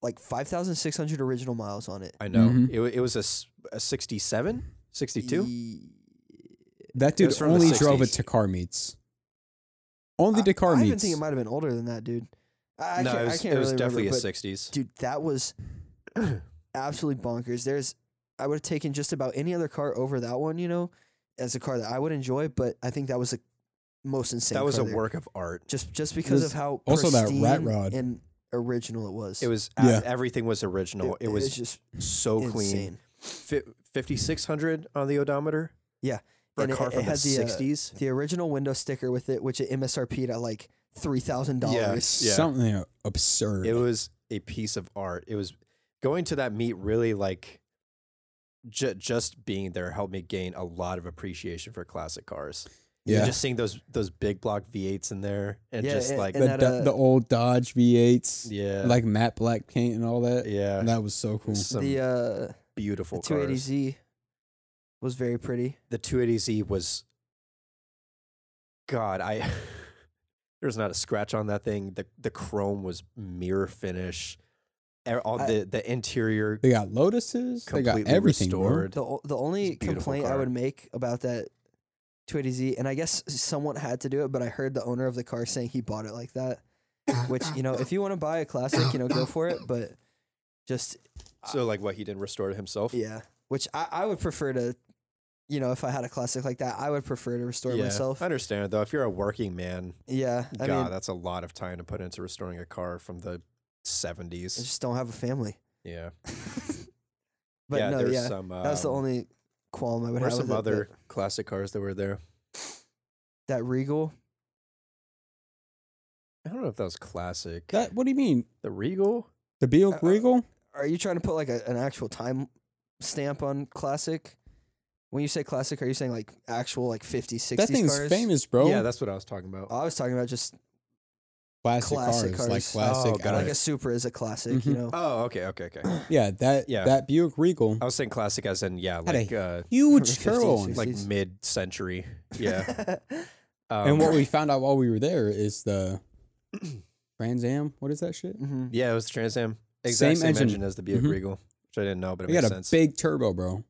S4: like five thousand six hundred original miles on it.
S3: I know
S2: Mhm.
S3: it, wa- it was a, s- a 67, 62.
S2: That dude
S3: was from the
S2: only drove it
S3: 60s.
S2: to car meets. Only to car
S4: I, I even
S2: meets.
S4: think it might have been older than that, dude. I, I
S3: no, it
S4: can't, I
S3: was,
S4: can't
S3: it was
S4: really
S3: definitely
S4: remember,
S3: a
S4: but
S3: 60s.
S4: Dude, that was absolutely bonkers. There's, I would have taken just about any other car over that one, you know, as a car that I would enjoy. But I think that was the most insane.
S3: that was
S4: car
S3: a
S4: there.
S3: work of art.
S4: Just just because
S2: was
S4: of how
S2: also that rat
S4: pristine
S2: rod.
S4: and original it was.
S3: It was
S2: Yeah.
S3: everything was original. It, was
S4: just
S3: so clean.
S4: insane.
S3: Fi 5600 on the odometer.
S4: Yeah,
S3: for
S4: and
S3: a
S4: it-
S3: car
S4: it
S3: from the
S4: had the, uh,
S3: 60s.
S4: The original window sticker with it, which it MSRP'd at like three thousand dollars.
S3: Yes. Yeah.
S2: Something absurd.
S3: It was a piece of art. It was going to that meet really like ju- just being there helped me gain a lot of appreciation for classic cars.
S2: yeah.
S3: And just seeing those those big block V8s in there and
S4: Yeah,
S3: just
S4: and-
S3: like
S2: the,
S4: that,
S2: Do-
S4: uh,
S2: the old Dodge V8s,
S3: yeah,
S2: like matte black paint and all that.
S3: yeah,
S2: That was so cool.
S3: some
S4: The uh, the
S3: beautiful
S4: two eighty
S3: cars.
S4: Z was very pretty.
S3: The 280Z was God, I there was not a scratch on that thing. The the chrome was mirror finish. E- All
S4: I-
S3: the the interior
S2: They got lotuses. They got
S3: completely
S2: everything. bro.
S3: restored.
S4: The o- the only
S3: beautiful
S4: complaint I
S3: car.
S4: would make about that 280Z, and I guess someone had to do it, but I heard the owner of the car saying he bought it like that. Which you know, if you want to buy a classic, you know, go for it. But just
S3: So like what he didn't restore it himself.
S4: yeah, which I, I would prefer to, you know, if I had a classic like that, I would prefer to restore
S3: Yeah,
S4: myself.
S3: I understand though. If you're a working man,
S4: Yeah, I
S3: God,
S4: mean,
S3: that's a lot of time to put into restoring a car from the
S4: I
S3: 70s.
S4: just don't have a family.
S3: Yeah,
S4: But
S3: yeah.
S4: no,
S3: there's
S4: yeah,
S3: some. Um,
S4: that's the only qualm I would
S3: There's
S4: have.
S3: some
S4: with it, but
S3: other classic cars that were there.
S4: that Regal.
S3: I don't know if that was classic.
S2: That, what do you mean?
S3: the Regal.
S2: The Buick
S4: Uh,
S2: Regal?
S4: Are you trying to put like a, an actual time stamp on classic? When you say classic, are you saying like actual like 50s, 60s
S2: that thing's
S4: cars?
S2: famous, bro.
S3: Yeah, that's what I was talking about.
S4: I was talking about just
S2: classic,
S4: classic
S2: cars, like
S4: cars.
S2: classic.
S3: Oh, got
S2: out
S4: like
S2: of-
S4: a Supra is a classic,
S2: Mhm.
S4: you know.
S3: oh, okay, okay, okay.
S2: yeah, that
S3: Yeah.
S2: that Buick Regal,
S4: Oh.
S3: I was saying classic as in yeah,
S2: Had a
S3: like uh,
S2: huge
S4: 50s,
S2: turbo on it.
S4: 60s.
S3: like mid century. Yeah. Um,
S2: And what we found out while we were there is the Trans Am. What is that shit?
S4: Mhm.
S3: Yeah, it was Trans Am.
S2: Same
S3: Exact same,
S2: engine.
S3: engine. as the Buick
S2: Mhm.
S3: Regal, which I didn't know, but it
S2: We
S3: makes
S2: got a
S3: sense.
S2: big turbo, bro.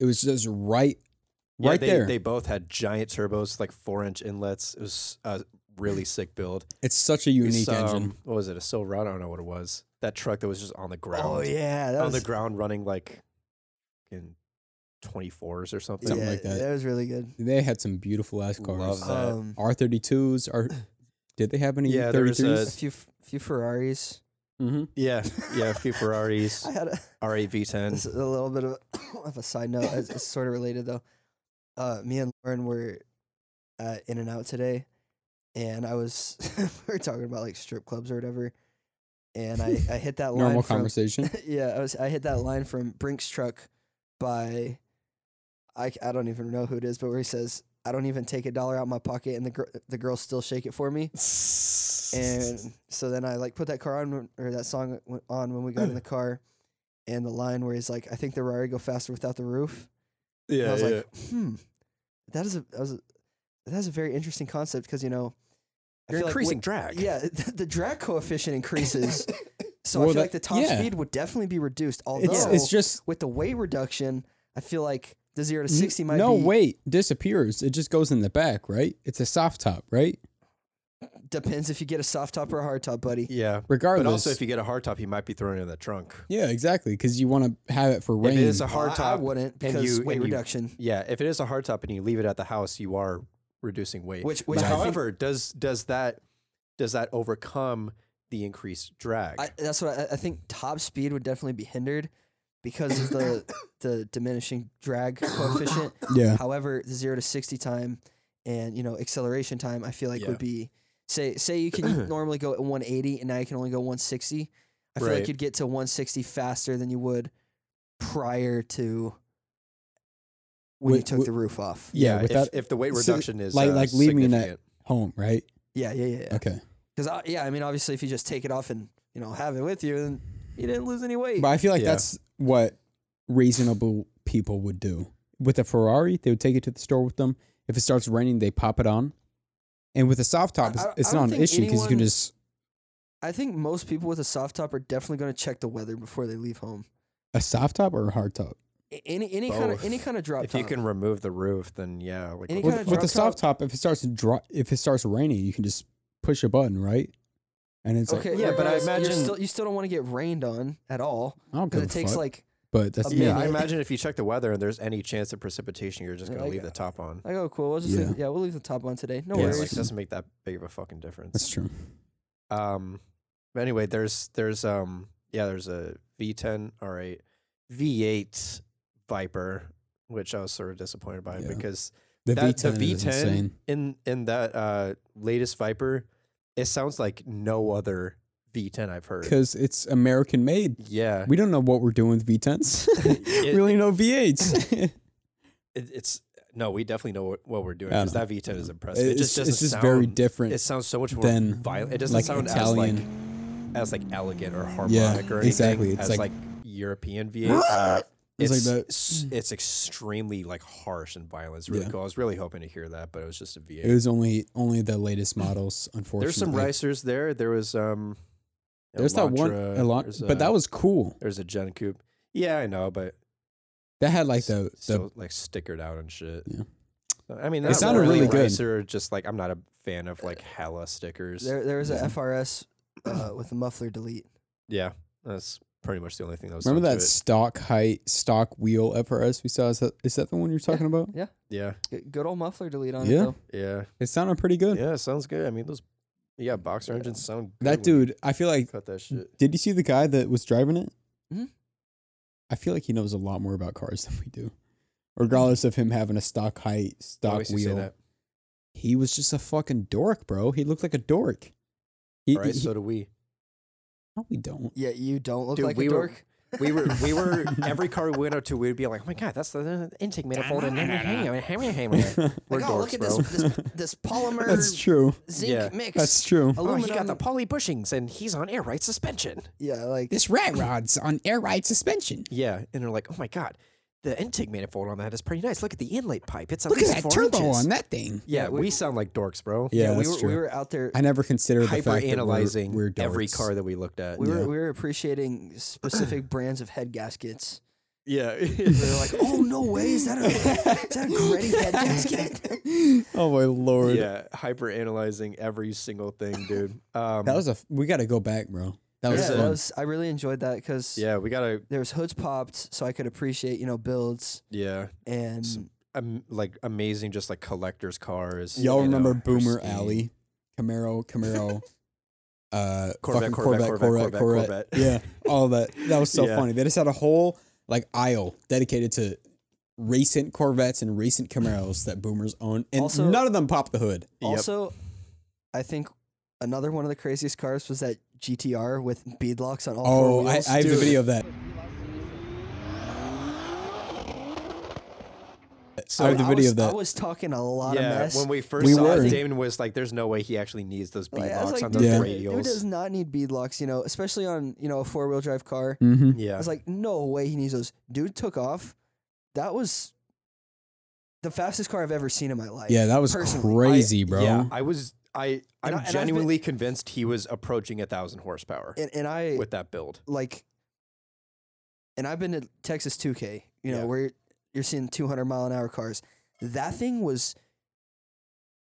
S2: It was just right,
S3: Yeah,
S2: right
S3: they,
S2: there.
S3: They both had giant turbos, like four inch inlets. It was a really sick build.
S2: it's such a
S3: We
S2: unique
S3: saw, um,
S2: engine.
S3: What was it? A Silverado? I don't know what it was. That truck that was just on the ground.
S4: Oh yeah, that
S3: on the
S4: was
S3: ground running like in twenty fours or something.
S2: Something
S4: yeah,
S2: like that.
S4: was really good.
S2: They had some beautiful ass
S3: Love
S2: cars.
S3: that.
S4: Um,
S2: R thirty twos. R. Did they have any
S3: Yeah, there
S2: thirty
S3: was a-
S4: a
S2: threes?
S4: few f- few Ferraris.
S2: Mm-hmm.
S3: yeah, yeah. A few Ferraris,
S4: I had a,
S3: RAV
S4: this
S3: ten.
S4: is a little bit of a, of a side note. It's, it's sort of related though. Uh, me and Lauren were at In and Out today, and I was we were talking about like strip clubs or whatever, and I I hit that line
S2: Normal
S4: from
S2: conversation.
S4: yeah I was I hit that line from Brink's truck by I I don't even know who it is, but where he says. I don't even take a dollar out of my pocket, and the gr- the girls still shake it for me. and so then I like put that car on when- or that song w- on when we got in the car, and the line where he's like, "I think the Ferrari go faster without the roof." and I
S3: Yeah,
S4: was
S3: yeah.
S4: like, "Hmm, that is a that, was a that is a very interesting concept because you know, I
S3: You're
S4: feel like
S3: increasing
S4: wi-
S3: drag.
S4: yeah, the, drag coefficient increases, so I
S2: Well,
S4: feel
S2: that-
S4: like the top
S2: yeah.
S4: speed would definitely be reduced. Although
S2: It's it's just
S4: with the weight reduction, I feel like the zero to sixty might
S2: no
S4: be
S2: weight disappears. It just goes in the back, right? It's a soft top, right?
S4: depends if you get a soft top or a hard top, buddy.
S3: yeah.
S2: Regardless.
S3: But also, if you get a hard top, you might be throwing it in the trunk.
S2: yeah, exactly. Because you want to have it for
S3: If
S2: rain.
S3: it is a hard
S4: I-
S3: top,
S4: I wouldn't
S3: and
S4: because
S3: you-
S4: weight
S3: and you-
S4: reduction.
S3: Yeah, if it is a hard top and you leave it at the house, you are reducing weight.
S4: Which-
S3: Which,
S4: which I think-
S3: however, does does that does that overcome the increased drag?
S4: I, that's what I, I think. Top speed would definitely be hindered because of the the diminishing drag coefficient.
S2: yeah.
S4: However, the zero to sixty time and you know acceleration time, I feel like
S3: Yeah.
S4: would be say say you can normally go at one eighty and now you can only go one sixty. I feel like
S3: Right.
S4: you'd get to one sixty faster than you would prior to when you
S2: Wait,
S4: took
S2: wait.
S4: the roof off.
S2: Yeah,
S3: if,
S2: without
S3: if the weight
S2: so,
S3: reduction is
S2: like-
S3: uh,
S2: like leaving that-
S3: significant.
S2: home, right?
S4: Yeah, yeah, yeah. yeah.
S2: Okay.
S4: Because I yeah, I mean, obviously, if you just take it off and you know have it with you, then you didn't lose any weight.
S2: But I feel like
S3: Yeah.
S2: that's what reasonable people would do. With a Ferrari, they would take it to the store with them. If it starts raining, they pop it on. And with a soft top,
S4: I-
S2: it's,
S4: I- I
S2: it's
S4: don't
S2: not an
S4: think
S2: issue because you can
S4: anyone-
S2: just
S4: I think most people with a soft top are definitely going to check the weather before they leave home.
S2: a soft top or a hard top.
S4: A- Any any kind of
S3: Both.
S4: any kind of drop
S3: If
S4: top.
S3: you can remove the roof, then yeah. Like,
S4: Any
S3: what
S4: kinda
S2: With, with
S4: drop
S2: a soft top, if it starts dry, if it starts raining, you can just push a button, right? And it's
S4: okay,
S2: like
S3: Yeah, but I
S4: regardless, you're
S3: imagine-
S4: still, you still don't want to get rained on at all
S2: I don't give
S4: because
S2: a
S4: it takes
S2: fuck.
S4: like
S2: but that's
S4: a
S2: me.
S3: yeah, I
S4: minute.
S3: imagine if you check the weather and there's any chance of precipitation, you're just gonna
S4: Like,
S3: leave the top on.
S4: like oh cool, we'll just
S2: Yeah.
S4: leave, yeah we'll leave the top on today. No
S2: Yeah,
S3: yeah,
S4: worries.
S3: like doesn't make that big of a fucking
S2: That's
S3: difference.
S2: true.
S3: Um, but anyway, there's there's um yeah there's a V10 R8 V8 Viper, which I was sort of disappointed by
S2: Yeah.
S3: because
S2: The
S3: that,
S2: V10
S3: the
S2: is
S3: V10
S2: insane.
S3: in in that uh, latest Viper, it sounds like no other V10 I've heard.
S2: because it's American made.
S3: Yeah,
S2: We don't know what we're doing with V10s.
S3: It-
S2: we only know V8s.
S3: it, it's no, we definitely know what, what we're doing
S2: I
S3: because
S2: know.
S3: that V10 is impressive.
S2: it's,
S3: it just doesn't
S2: it's just
S3: sound,
S2: very different.
S3: It sounds so much more
S2: than,
S3: violent. It doesn't
S2: like,
S3: sound
S2: Italian.
S3: as like as like elegant or harmonic or anything
S2: exactly. It's
S3: as
S2: like-
S3: like, European V8.
S2: It's
S3: it's
S2: like
S3: it's,
S2: that.
S3: it's extremely like harsh and violent. It's really
S2: Yeah.
S3: cool. I was really hoping to hear that, but it was just a V8.
S2: It was only only the latest models, unfortunately.
S3: There's some ricers there. There was um. a
S2: There's that one,
S3: Elantra, there's uh,
S2: Elan- but that
S3: a-
S2: was cool.
S3: there's a Gen Coupe. Yeah, I know, but
S2: That had like the,
S3: s-
S2: the
S3: still like stickered out and shit.
S2: Yeah.
S3: So, I mean,
S2: It
S3: not
S2: sounded
S3: really,
S2: really good.
S3: Ricer, just like I'm not a fan of like hella stickers.
S4: there there was a FRS uh, with a muffler delete.
S3: yeah, that's pretty much the only thing that was.
S2: remember
S3: done
S2: that
S3: to it.
S2: stock height stock wheel FRS we saw. Is that is that the one you're talking about?
S4: Yeah,
S3: Yeah,
S4: Good- good old muffler delete on it
S2: Yeah.
S4: though.
S3: yeah,
S2: It sounded pretty good.
S3: yeah. it Sounds good. I mean, those yeah, boxer engines sound. Good
S2: That
S3: when you
S2: dude, I feel like.
S3: cut that shit.
S2: Did you see the guy that was driving it?
S4: Mhm.
S2: I feel like he knows a lot more about cars than we do, regardless of him having a stock height, stock
S3: Always you say
S2: wheel.
S3: that.
S2: He was just a fucking dork, bro. He looked like a dork. He,
S3: All right,
S2: he-
S3: so do we.
S2: no, we don't.
S4: Yeah, you don't look
S3: Dude,
S4: like
S3: we
S4: a
S3: were-
S4: dork.
S3: we were we were every car we went up to, we'd be like, oh my god, that's the, the intake manifold and we're
S4: Like, oh,
S3: dorks,
S4: look at
S3: bro.
S4: this this, this polymer
S2: That's true.
S4: zinc
S3: Yeah.
S4: mix.
S2: That's true.
S4: Aluminum.
S3: Oh, he got the poly bushings and he's on air right suspension.
S4: yeah, like
S2: This rat rod's on air ride suspension.
S3: Yeah, and they're like, oh my god, the intake manifold on that is pretty nice. Look at the inlet pipe; it's at
S2: Look at
S3: least
S2: that
S3: four
S2: turbo
S3: inches."
S2: on that thing.
S3: Yeah, we, sound like dorks, bro.
S2: Yeah,
S4: we
S2: that's
S4: were
S2: true.
S4: we were out there.
S2: I never considered the
S3: hyper
S2: fact that
S3: analyzing
S2: we're, we're
S3: every
S2: dorks.
S3: car that we looked at.
S4: we were we were appreciating specific brands of head gaskets.
S3: yeah,
S4: They were like, oh no way, is that a is that a Gretty head gasket?
S2: Oh my lord.
S3: yeah, hyper analyzing every single thing, dude. Um,
S2: That was a. f- We got to go back, bro. That was
S4: yeah,
S2: fun.
S4: that was, I really enjoyed that because
S3: yeah, we gotta
S4: there was hoods popped, so I could appreciate you know builds
S3: yeah,
S4: and
S3: um, like amazing, just like collectors' cars.
S2: Y'all
S3: you know,
S2: remember Boomer
S3: pristine.
S2: Alley, Camaro, Camaro, uh,
S3: Corvette,
S2: fucking
S3: Corvette, Corvette, Corvette, Corvette.
S2: yeah, all that. That was so
S3: Yeah.
S2: funny. They just had a whole like aisle dedicated to recent Corvettes and recent Camaros that Boomers own, and
S4: Also-
S2: none of them popped the hood.
S3: Yep.
S4: also I think another one of the craziest cars was that GTR with beadlocks on all four
S2: Oh, I,
S4: wheels.
S2: I have the
S4: Dude,
S2: video of that. I have the
S4: I
S2: video
S4: was-
S2: of that.
S4: I was talking a lot of
S3: Yeah,
S4: mess.
S3: when we first
S2: We
S3: saw
S2: were.
S3: it, Damon was like, "There's no way he actually needs those beadlocks
S4: Like, I was like,
S3: on those
S2: Yeah.
S4: dude, Who
S3: radials."
S4: does not need beadlocks, you know, especially on, you know, a four wheel drive car?
S2: Mm-hmm.
S3: yeah,
S4: I was like, no way he needs those. Dude took off. That was the fastest car I've ever seen in my life.
S2: Yeah, that was
S4: personally.
S2: crazy,
S3: I-
S2: bro.
S3: Yeah, I was. I I'm
S4: I- and I've been-
S3: genuinely convinced he was approaching a thousand horsepower
S4: And, and I,
S3: with that build.
S4: like, and I've been to Texas 2K, you know,
S3: Yeah.
S4: where you're, you're seeing 200 mile an hour cars. That thing was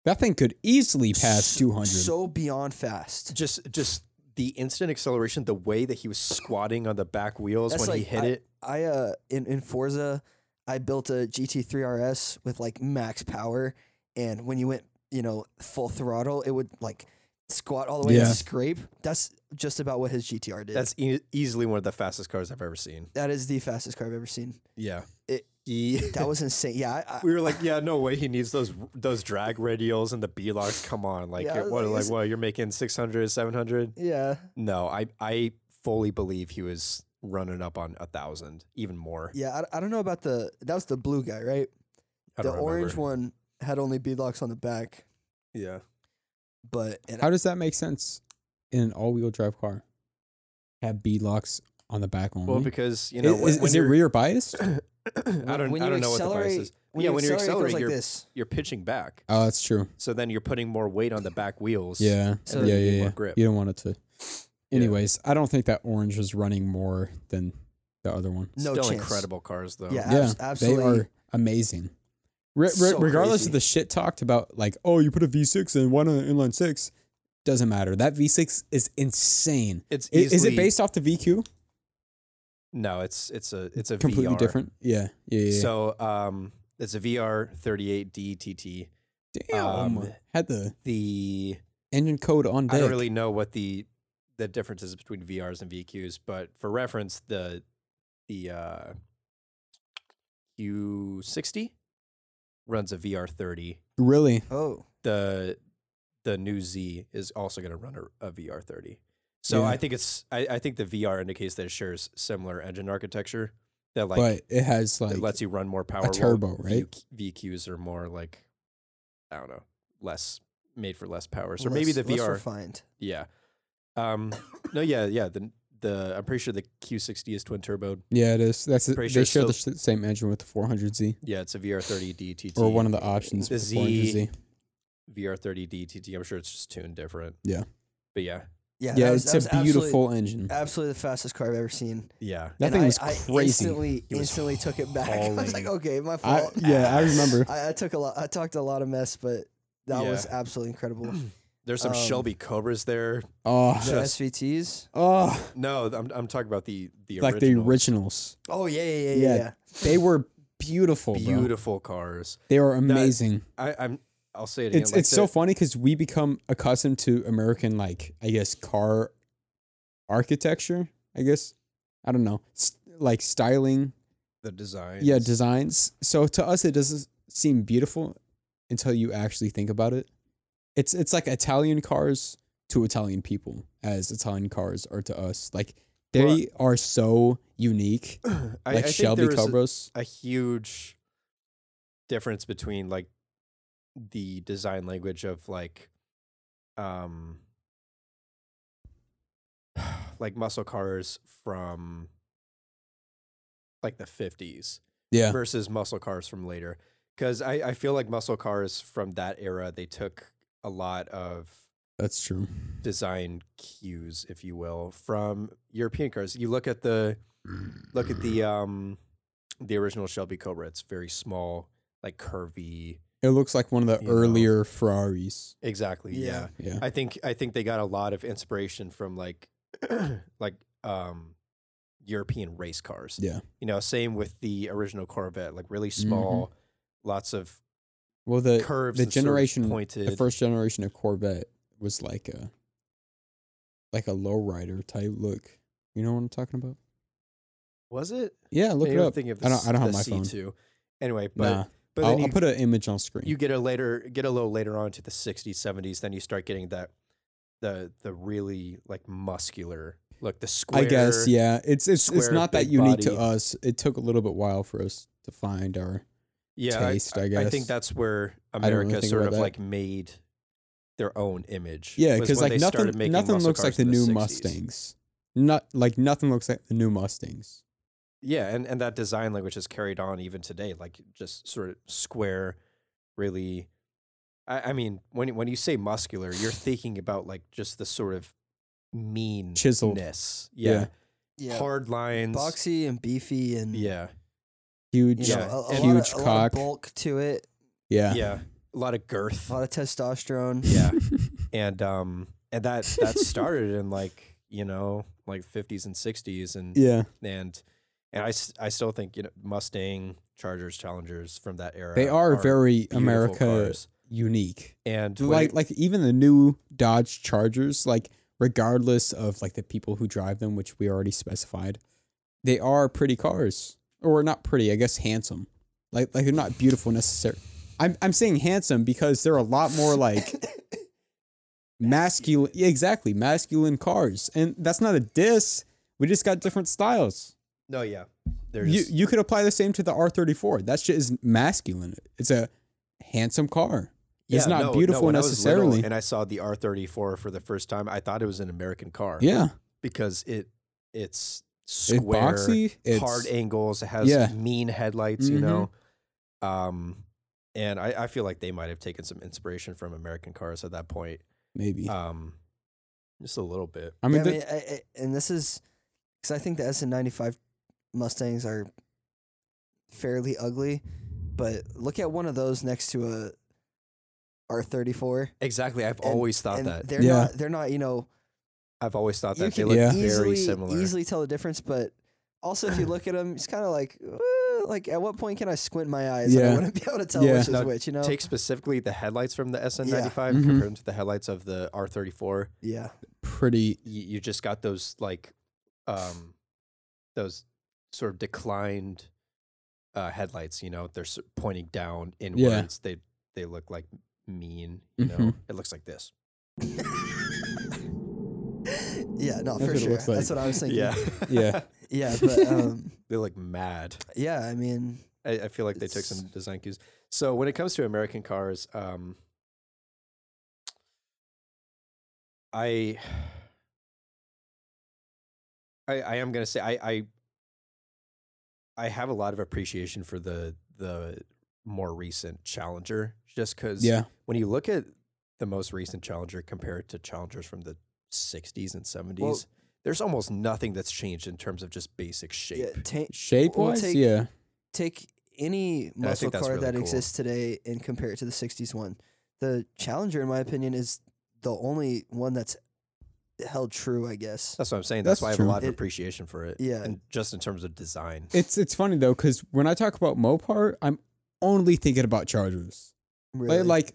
S2: That thing could easily pass
S4: s-
S2: two hundred.
S4: so beyond fast.
S3: Just just the instant acceleration, the way that he was squatting on the back wheels
S4: That's
S3: when he
S4: like-
S3: hit it.
S4: I uh in, in Forza, I built a GT3 RS with like max power, and when you went you know full throttle, it would like squat all the way
S2: Yeah.
S4: and scrape. That's just about what his GTR did.
S3: That's e- easily one of the fastest cars I've ever seen.
S4: that is the fastest car I've ever seen.
S3: Yeah.
S4: It-
S3: He-
S4: That was insane. Yeah, I, I,
S3: we were like, yeah, no way. He needs those those drag radials and the B-locks. Come on, like,
S4: Yeah,
S3: you're- what,
S4: like,
S3: like,
S4: it's-
S3: what? You're making 600, 700?
S4: yeah,
S3: No, I I fully believe he was running up on a thousand, even more.
S4: yeah. I, I don't know about the that was the blue guy, right?
S3: I
S4: The
S3: don't
S4: orange
S3: remember.
S4: one had only beadlocks on the back,
S3: Yeah.
S4: but and
S2: How does that make sense in an all-wheel drive car? Have bead locks on the back only.
S3: Well,
S4: Hmm?
S3: because you know,
S2: I-
S3: when-
S2: is,
S3: when
S2: is it
S3: you're-
S2: rear biased?
S3: I don't, I don't know what the bias is.
S4: When
S3: yeah,
S4: you
S3: when you
S4: accelerate, it goes
S3: accelerate,
S4: like
S3: you're,
S4: this.
S3: you're pitching back.
S2: Oh, that's true.
S3: So then you're putting more weight on the back wheels.
S2: Yeah,
S4: So
S2: yeah,
S3: you
S2: yeah,
S3: need more
S2: yeah.
S3: grip.
S2: You don't want it to. Anyways, I don't think that orange was running more than the other one.
S4: No
S3: Still
S4: chance.
S3: incredible cars though.
S4: Yeah,
S2: yeah,
S4: abs- absolutely.
S2: they are amazing. Re- re-
S4: So
S2: regardless
S4: crazy.
S2: of the shit talked about, like, oh, you put a V6 and one on an inline six, doesn't matter. That V6 is insane.
S3: It's
S2: I- Is,
S3: easily-
S2: it based off the VQ?
S3: No, it's it's a it's a
S2: Completely
S3: VR.
S2: different. Yeah, yeah, yeah. So,
S3: So um, it's a VR 38DTT.
S2: Damn,
S3: um,
S2: had the
S3: The
S2: engine code on
S3: I
S2: deck.
S3: don't really know what the the difference is between VRs and VQs, but for reference, the the uh, Q60 runs a VR 30
S2: Really?
S4: Oh,
S3: the the new Z is also going to run a, a VR 30. So
S2: Yeah.
S3: I think it's I, I think the VR indicates that it shares similar engine architecture that like
S2: but it has
S3: that
S2: like
S3: lets you run more power. while
S2: turbo, right?
S3: VQ, VQs are more like I don't know, less made for less power. So
S4: less-
S3: maybe the
S4: less
S3: VR,
S4: refined.
S3: yeah. Um, no, yeah, yeah. The the I'm pretty sure the Q60 is twin turbo.
S2: Yeah, it is. That's it. they
S3: Pretty sure
S2: share the
S3: so-
S2: s- same engine with the 400Z
S3: Yeah, it's a VR 30 DTT
S2: or one of the options
S3: The
S2: with the 400Z.
S3: VR 30 DTT. I'm sure it's just tuned different.
S2: Yeah.
S3: but yeah,
S4: Yeah,
S2: Yeah,
S4: that was-
S2: it's
S4: that was
S2: a
S4: absolutely-
S2: beautiful engine.
S4: Absolutely the fastest car I've ever seen.
S3: yeah.
S2: That
S4: and
S2: thing
S4: I,
S2: was
S4: I
S2: crazy.
S4: instantly,
S2: It was
S4: instantly took it back. I was like,
S3: hauling.
S4: okay, my
S2: I,
S4: fault.
S2: yeah, I remember.
S4: I, I took a lot. I talked a lot of mess, but that
S3: Yeah.
S4: was absolutely incredible.
S3: There's some
S4: Um,
S3: Shelby Cobras there.
S2: Oh,
S4: The SVTs.
S2: oh,
S3: No, I'm I'm talking about the the
S2: like the
S3: original
S2: originals.
S4: Oh yeah, yeah,
S2: Yeah.
S4: yeah, yeah. yeah.
S2: They were beautiful, bro.
S3: beautiful cars.
S2: They were amazing.
S3: I, I'm I'll say it again.
S2: It's
S3: like
S2: it's
S3: the-
S2: so funny because we become accustomed to American, like I guess, car architecture. I guess I don't know, S- like styling,
S3: the design.
S2: yeah,
S3: is-
S2: designs. So to us, it doesn't seem beautiful until you actually think about it. It's it's like Italian cars to Italian people, as Italian cars are to us. Like they are so unique,
S3: I,
S2: like
S3: I think
S2: Shelby
S3: there was a-
S2: Cobros.
S3: a huge difference between like the design language of like um like muscle cars from like the 50s
S2: yeah,
S3: versus muscle cars from later because I, I feel like muscle cars from that era they took a lot of
S2: that's true.
S3: design cues, if you will, from European cars. You look at the look at
S2: Mm.
S3: the um the original Shelby Cobra. It's very small, like curvy.
S2: It looks like one of the
S3: You know.
S2: earlier Ferraris.
S3: Exactly. Yeah.
S4: Yeah.
S2: Yeah,
S3: I think I think they got a lot of inspiration from like like um European race cars.
S2: yeah.
S3: You know, same with the original Corvette, like really small, lots of
S2: Well, the
S3: curves.
S2: Mm-hmm. the
S3: and sort of
S2: generation,
S3: pointed.
S2: the first generation of Corvette was like a like a lowrider type look. You know what I'm talking about?
S3: was it?
S2: Yeah, look
S3: Maybe
S2: it
S3: I'm
S2: up.
S3: thinking of
S2: I don't. I don't have
S3: the
S2: my phone.
S3: C2. Anyway, but
S2: Nah,
S3: but then
S2: I'll,
S3: you,
S2: I'll put an image on screen.
S3: you get a later get a little later on to the 60s 70s then you start getting that the the really like muscular look the square
S2: I guess. Yeah, it's it's it's
S3: square,
S2: not that
S3: big
S2: unique to
S3: body.
S2: us. It took a little bit while for us to find our.
S3: yeah
S2: taste, I
S3: I
S2: guess.
S3: think that's where
S2: don't really
S3: America
S2: think
S3: sort
S2: about
S3: of
S2: that.
S3: like made their own image
S2: Yeah,
S3: was
S2: because
S3: when
S2: like
S3: they started
S2: nothing
S3: making
S2: nothing
S3: muscle
S2: looks like
S3: cars
S2: the
S3: in
S2: new
S3: 60s.
S2: Mustangs. Not like nothing looks like the new Mustangs.
S3: yeah and and that design language is carried on even today like just sort of square really I, I mean when when you say muscular you're thinking about like just the sort of mean
S2: Chiseled.
S3: yeah.
S2: Yeah.
S4: Yeah.
S3: hard lines.
S4: Boxy and beefy and
S3: Yeah,
S2: Huge,
S4: you
S3: Yeah.
S4: know, a- a,
S2: huge
S4: lot of, a lot of
S2: cock.
S4: bulk to it,
S2: yeah.
S3: yeah, A lot of girth.
S4: a lot of testosterone.
S3: yeah, and um, and that that started in like you know like fifties and sixties, and
S2: Yeah.
S3: and and I, s- I still think you know Mustang, Chargers, Challengers from that era.
S2: They are, very
S3: beautiful
S2: America
S3: cars.
S2: unique.
S3: and when
S2: Like
S3: it-
S2: like even the new Dodge Chargers, like regardless of like the people who drive them, which we already specified, they are pretty cars. Or not pretty, I guess handsome. Like like they're not beautiful necessarily. I'm I'm saying handsome because they're a lot more like masculine yeah, exactly, masculine cars. And that's not a diss. We just got different styles.
S3: no, yeah, they're
S2: You
S3: just,
S2: you could apply the same to the R34. That shit is masculine. It's a handsome car. it's
S3: yeah,
S2: not
S3: no, no,
S2: beautiful
S3: when I was little
S2: necessarily.
S3: and I saw the R thirty four for the first time. I thought it was an American car.
S2: Yeah.
S3: because it it's square,
S2: boxy, it's-
S3: hard angles. It has
S2: Yeah.
S3: mean headlights,
S4: Mm-hmm.
S3: you know. Um, and I, I feel like they might have taken some inspiration from American cars at that point.
S2: Maybe.
S3: Um, just a little bit.
S2: I mean,
S4: Yeah,
S2: the-
S4: I mean, I, I, and this is because I think the SN95 Mustangs are fairly ugly, but look at one of those next to a R34.
S3: Exactly. I've
S4: and-
S3: always thought
S4: and
S3: that.
S4: they're
S2: Yeah.
S4: not they're not you know
S3: I've always thought
S4: you
S3: that they
S4: can
S3: look
S2: Yeah.
S3: very
S4: easily
S3: similar.
S4: easily tell the difference, but also if you look at them, it's kind of like uh, like at what point can I squint my eyes? And
S2: Yeah.
S4: I wouldn't be able to tell
S2: Yeah.
S4: which is
S3: Now,
S4: which, you know? Mm-hmm.
S3: Take specifically the headlights from the SN95
S2: Mhm.
S3: compared to the headlights of the R34.
S4: yeah,
S2: pretty.
S3: You, you just got those like, um, those sort of declined uh, headlights. You know, they're s- pointing down inwards. They they look like mean. You know,
S2: Mhm.
S3: it looks like this.
S4: yeah, no,
S2: That's
S4: for
S2: what it
S4: sure.
S2: looks like.
S4: That's what I was thinking.
S2: Yeah.
S4: yeah, but um,
S3: they look mad.
S4: yeah, I mean,
S3: I, I feel like they took
S4: It's-
S3: some design cues. So when it comes to American cars, um, I, I, I am gonna say I, I, I have a lot of appreciation for the the more recent Challenger, just because
S2: Yeah.
S3: when you look at the most recent Challenger compared to Challengers from the '60s and '70s, there's almost nothing that's changed in terms of just basic shape.
S4: yeah, ta-
S2: Shape
S4: We'll
S2: wise,
S4: take-
S2: yeah.
S4: take any
S3: I
S4: muscle
S3: think that's
S4: car
S3: really
S4: that
S3: cool.
S4: exists today and compare it to the 60s one. The Challenger, in my opinion, is the only one that's held true, I guess.
S3: That's what I'm saying. That's,
S2: That's
S3: why I
S2: true.
S3: have a lot of
S4: It-
S3: appreciation for it.
S4: Yeah.
S3: And just in terms of design.
S2: It's it's funny though because when I talk about Mopar, I'm only thinking about Chargers.
S4: Really.
S2: Like like,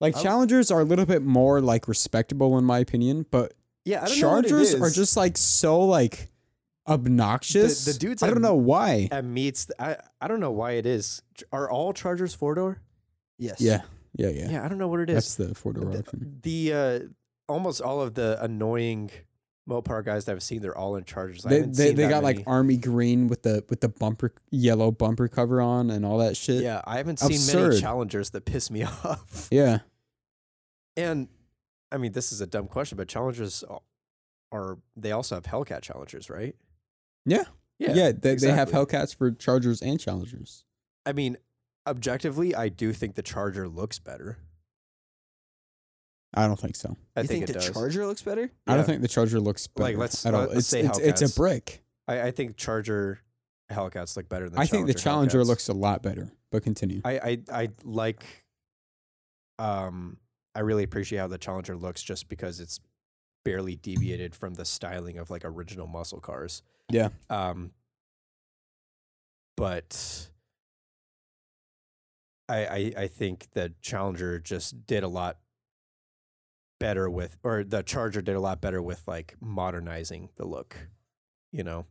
S2: like
S4: I-
S2: Challengers are a little bit more like respectable in my opinion, but
S3: yeah,
S2: Chargers are just like so like obnoxious.
S3: The- the dudes
S2: I don't
S3: I'm-
S2: know why.
S3: at meets I, I don't know why it is. Ch- Are all Chargers four door?
S4: yes.
S2: Yeah. Yeah. Yeah.
S3: Yeah. I don't know what it is.
S2: That's the four door option.
S3: the uh almost all of the annoying Mopar guys that I've seen, they're all in Chargers. I
S2: They
S3: haven't
S2: they,
S3: seen
S2: they
S3: that
S2: got
S3: many.
S2: like army green with the with the bumper yellow bumper cover on and all that shit.
S3: yeah, I haven't seen
S2: absurd.
S3: many Challengers that piss me off.
S2: Yeah.
S3: And I mean, this is a dumb question, but Challengers a- are they also have Hellcat Challengers, right?
S2: Yeah. Yeah. they, they have
S3: exactly.
S2: Hellcats for Chargers and Challengers.
S3: I mean, objectively, I do think the Charger looks better.
S2: I don't think so.
S3: I
S4: you think,
S3: it
S4: the
S3: does.
S4: Charger looks better?
S2: I
S3: Yeah.
S2: don't think the Charger looks better
S3: Like, let's-
S2: at all.
S3: let- let's
S2: it's,
S3: say
S2: it's, it's
S3: Hellcats.
S2: a brick.
S3: I, I think Charger Hellcats look better than.
S2: I think the Challenger
S3: Hellcats.
S2: looks a lot better. But continue.
S3: I, I I like. Um, I really appreciate how the Challenger looks, just because it's barely deviated from the styling of like original muscle cars.
S2: Yeah.
S3: Um. But. I, I I think the Challenger just did a lot better with, or the Charger did a lot better with like modernizing the look. You know,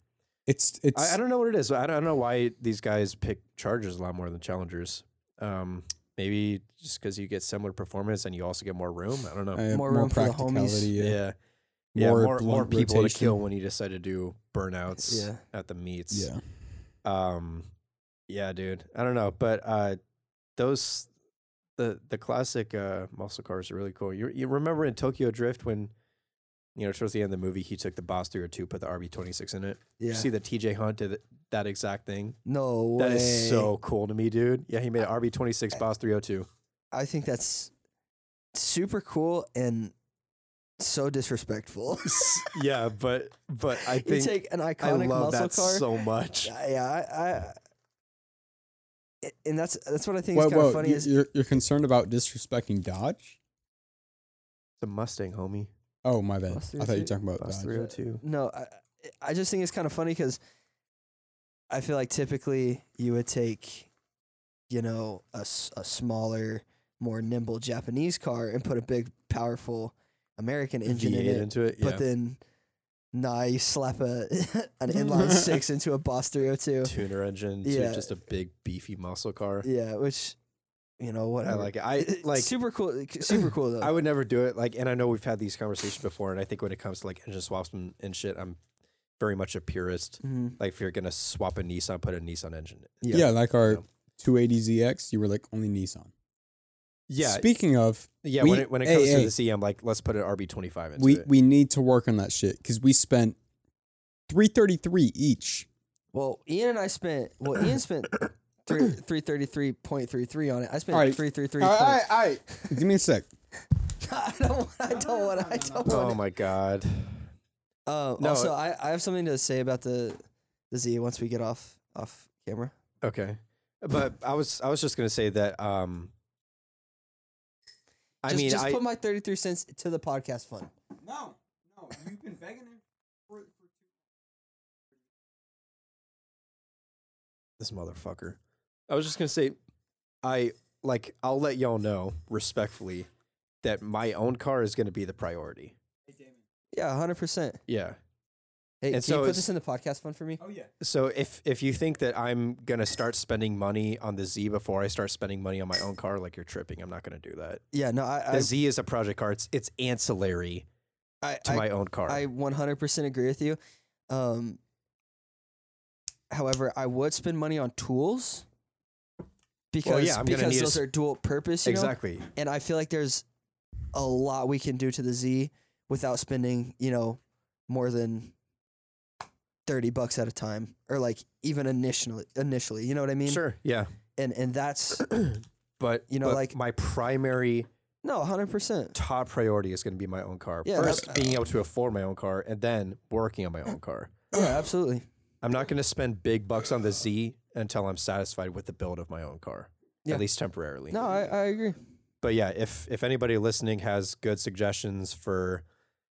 S2: it's it's
S3: I, I don't know what it is. I don't know why these guys pick Chargers a lot more than Challengers. Um, maybe just because you get similar performance and you also get more room. I don't know.
S2: uh,
S4: More room for the homies.
S2: practicality,
S3: yeah.
S2: yeah.
S3: yeah. More, more,
S2: blunt
S3: people to
S2: rotation.
S3: kill when you decide to do burnouts
S4: Yeah.
S3: at the meets.
S2: Yeah.
S3: Um, yeah, dude. I don't know, but uh, those the the classic uh, muscle cars are really cool. You you remember in Tokyo Drift when you know towards the end of the movie he took the Boss three or two, put the RB twenty six in it.
S4: Yeah.
S3: You see that TJ Hunt did th- that exact thing.
S4: no way.
S3: That is so cool to me, dude. Yeah, he made an RB twenty six Boss three hundred two.
S4: I think that's super cool and so disrespectful.
S3: yeah, but but I
S4: you
S3: think
S4: take an iconic
S3: I love
S4: muscle
S3: that
S4: car.
S3: so much.
S4: yeah, yeah, I, I- I- and that's that's what I think
S2: Whoa,
S4: is kind
S2: whoa,
S4: of funny
S2: you-
S4: is
S2: you're, you're concerned about disrespecting Dodge?
S3: The Mustang, homie.
S2: Oh, my bad. I
S3: Bus
S2: thought you were talking about
S3: Boss
S2: Dodge.
S3: three hundred two.
S4: no, I, I just think it's kind of funny because I feel like typically you would take, you know, a, s- a smaller, more nimble Japanese car and put a big, powerful American engine in
S3: V8
S4: it,
S3: into it. Yeah.
S4: but then nah, you slap a an inline six into a Boss 302.
S3: tuner engine
S4: Yeah.
S3: to just a big beefy muscle car.
S4: Yeah, which you know
S3: I
S4: whatever.
S3: like it. I like
S4: super cool, super cool though.
S3: I would never do it. Like, and I know we've had these conversations before, and I think when it comes to like engine swaps and, and shit, I'm very much a purist.
S4: Mhm.
S3: Like, if you're gonna swap a Nissan, put a Nissan engine. in it.
S2: Yeah, like our
S3: Yeah.
S2: 280ZX, you were like only Nissan.
S3: yeah,
S2: Speaking of,
S3: yeah.
S2: we-
S3: when it when it
S2: hey,
S3: comes to
S2: hey.
S3: the C, I'm like, let's put an RB25 into
S2: we
S3: it.
S2: we need to work on that shit because we spent 333 each.
S4: well, Ian and I spent. Well, Ian spent three three thirty three point three three on it. I spent
S2: All right.
S4: three three three.
S2: All right, all right. Give me a sec.
S4: I don't. want- I don't want. I don't
S3: Oh
S4: want.
S3: my god.
S4: Uh,
S3: Oh No,
S4: also,
S3: it-
S4: I, I have something to say about the the Z once we get off off camera.
S3: Okay, but I was I was just gonna say that. um I
S4: just,
S3: mean,
S4: just
S3: I
S4: put my thirty three cents to the podcast fund.
S2: No, no, you've been begging him. For,
S3: this motherfucker. I was just gonna say, I like I'll let y'all know respectfully that my own car is gonna be the priority.
S4: Yeah, hundred percent.
S3: Yeah.
S4: Hey, can
S3: so
S4: you put
S3: it's-
S4: this in the podcast fund for me?
S3: So if if you think that I'm gonna start spending money on the Z before I start spending money on my own car, like you're tripping. I'm not gonna do that.
S4: Yeah, no, I
S3: The
S4: I,
S3: Z is a project car. It's it's ancillary
S4: I,
S3: to
S4: I
S3: my own car.
S4: I 100% agree with you. Um, however, I would spend money on tools because,
S3: yeah, I'm gonna
S4: because
S3: need a
S4: those
S3: s-
S4: are dual purpose. You Know?
S3: exactly.
S4: And I feel like there's a lot we can do to the Z without spending, you know, more than 30 bucks at a time or like even initially, initially, you know what I mean?
S3: sure. Yeah.
S4: And, and that's
S3: But
S4: You know,
S3: but
S4: like-
S3: my primary
S4: no, hundred percent.
S3: top priority is gonna be my own car.
S4: Yeah,
S3: First,
S4: that-
S3: being able to afford my own car, and then working on my own car.
S4: Yeah, absolutely.
S3: I'm not going to spend big bucks on the Z until I'm satisfied with the build of my own car,
S4: Yeah.
S3: at least temporarily.
S4: No, I, I agree.
S3: But yeah, if if anybody listening has good suggestions for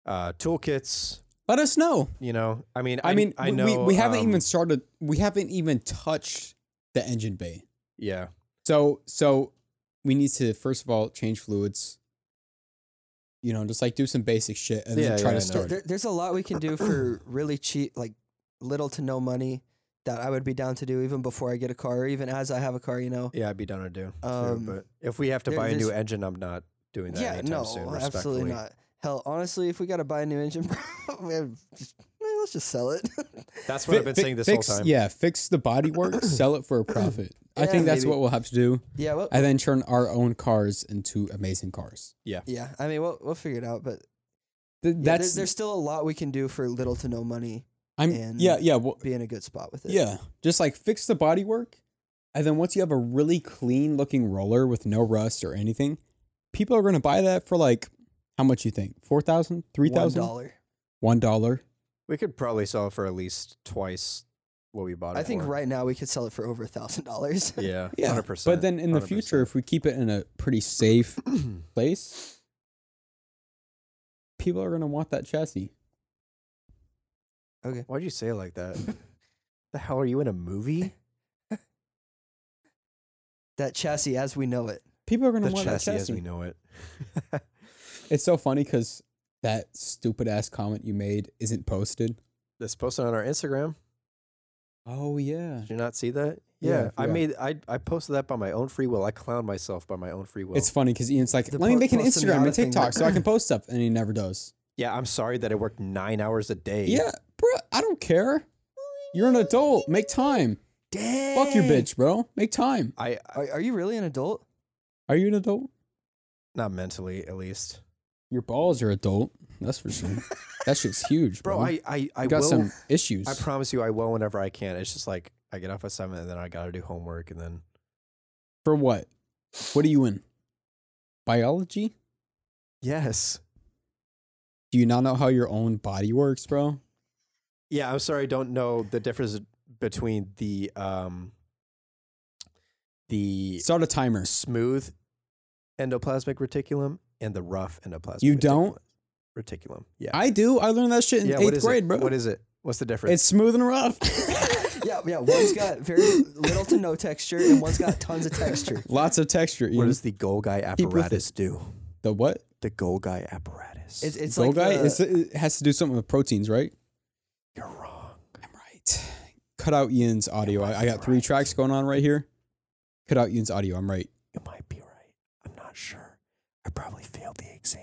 S3: uh, toolkits,
S2: Let us know.
S3: you know, I mean, I,
S2: I, mean,
S3: I
S2: we-
S3: know
S2: we, we haven't
S3: um,
S2: even started. We haven't even touched the engine bay.
S3: Yeah,
S2: So so we need to first of all change fluids. You know, just like do some basic shit and
S3: Yeah,
S2: then try
S3: yeah, I
S2: to
S3: know.
S2: start.
S4: There,
S2: it.
S4: there's a lot we can do for really cheap, like little to no money that I would be down to do even before I get a car or even as I have a car, you know?
S3: yeah, I'd be done to do. too,
S4: Um,
S3: but if we have to
S4: there-
S3: buy a new
S4: there's-
S3: engine, I'm not doing that
S4: yeah,
S3: anytime
S4: no,
S3: soon.
S4: absolutely
S3: respectfully.
S4: not. Hell, honestly, if we gotta buy a new engine, bro, man, just- man, let's just sell it.
S3: That's what I've been
S2: Fi-
S3: saying this
S2: fix,
S3: whole time.
S2: Yeah, fix the bodywork, sell it for a profit. I
S4: Yeah,
S2: think that's
S4: maybe.
S2: what we'll have to do,
S4: yeah, well,
S2: and then turn our own cars into amazing cars.
S4: yeah. I mean, we'll we'll figure it out, but
S2: Th-
S4: yeah, there-
S2: that's
S4: there's still a lot we can do for little to no money.
S2: I'm
S4: and-
S2: yeah yeah well,
S4: Be in a good spot with it.
S2: yeah. Just like fix the bodywork, and then once you have a really clean looking roller with no rust or anything, people are gonna buy that for like how much you think four thousand, three
S4: One
S2: thousand,
S4: dollar.
S2: one dollar.
S3: We could probably sell it for at least twice what we bought it
S4: I think
S3: for.
S4: right now we could sell it for over a thousand dollars.
S3: Yeah,
S2: Yeah,
S3: 100%.
S2: But then in the future, if we keep it in a pretty safe
S3: 100%.
S2: place, people are gonna want that chassis.
S4: Okay.
S3: Why'd you say it like that? the hell are you in a movie?
S4: That chassis as we know it.
S2: People are gonna
S3: The
S2: want
S3: chassis,
S2: that
S3: as
S2: chassis.
S3: we know it.
S2: It's so funny because that stupid ass comment you made isn't posted.
S3: That's posted on our Instagram.
S2: Oh yeah,
S3: Did you not see that?
S2: Yeah,
S3: Yeah,
S2: I
S3: I
S2: forgot.
S3: made I I posted that by my own free will. I clowned myself by my own free will.
S2: it's funny because Ian's like,
S4: The
S2: let me
S4: po-
S2: make an
S4: posting
S2: Instagram
S4: out
S2: and
S4: a thing
S2: TikTok so I
S4: that-
S2: can post stuff, and he never does.
S3: yeah, I'm sorry that I worked nine hours a day.
S2: Yeah, bro, I don't care. You're an adult. Make time. Fuck your bitch, bro. Make time.
S3: I
S4: Are, are you really an adult?
S2: Are you an adult?
S3: not mentally at least.
S2: Your balls are adult. That's for sure. that shit's huge, bro.
S3: Bro, I I I
S2: You got
S3: will.
S2: some issues.
S3: I promise you, I will whenever I can. It's just like I get off at seven, and then I gotta do homework, and then
S2: For what? What are you in? Biology?
S3: yes,
S2: Do you not know how your own body works, bro?
S3: yeah. I'm sorry, I don't know the difference between the um the
S2: Start a timer.
S3: smooth endoplasmic reticulum and the rough endoplasmic.
S2: You don't?
S3: reticulum. reticulum. Yeah,
S2: I do. I learned that shit in
S3: yeah. what
S2: eighth
S3: is
S2: grade,
S3: it?
S2: bro.
S3: What is it? What's the difference?
S2: it's smooth and rough.
S4: Yeah, yeah. One's got very little to no texture, and one's got tons of texture.
S2: Lots of texture.
S3: what
S2: Ian.
S3: does the goal guy
S2: with
S3: apparatus do?
S2: the what?
S3: The goal guy apparatus.
S4: It's, it's
S2: Go
S4: like
S2: guy.
S4: the-
S2: It's- it has to do something with proteins, right?
S3: You're wrong.
S2: I'm right. Cut out Ian's audio. I, I got three tracks going on right here. Cut out Ian's audio. I'm right.
S3: You might be right. I'm not sure. I probably failed the exam.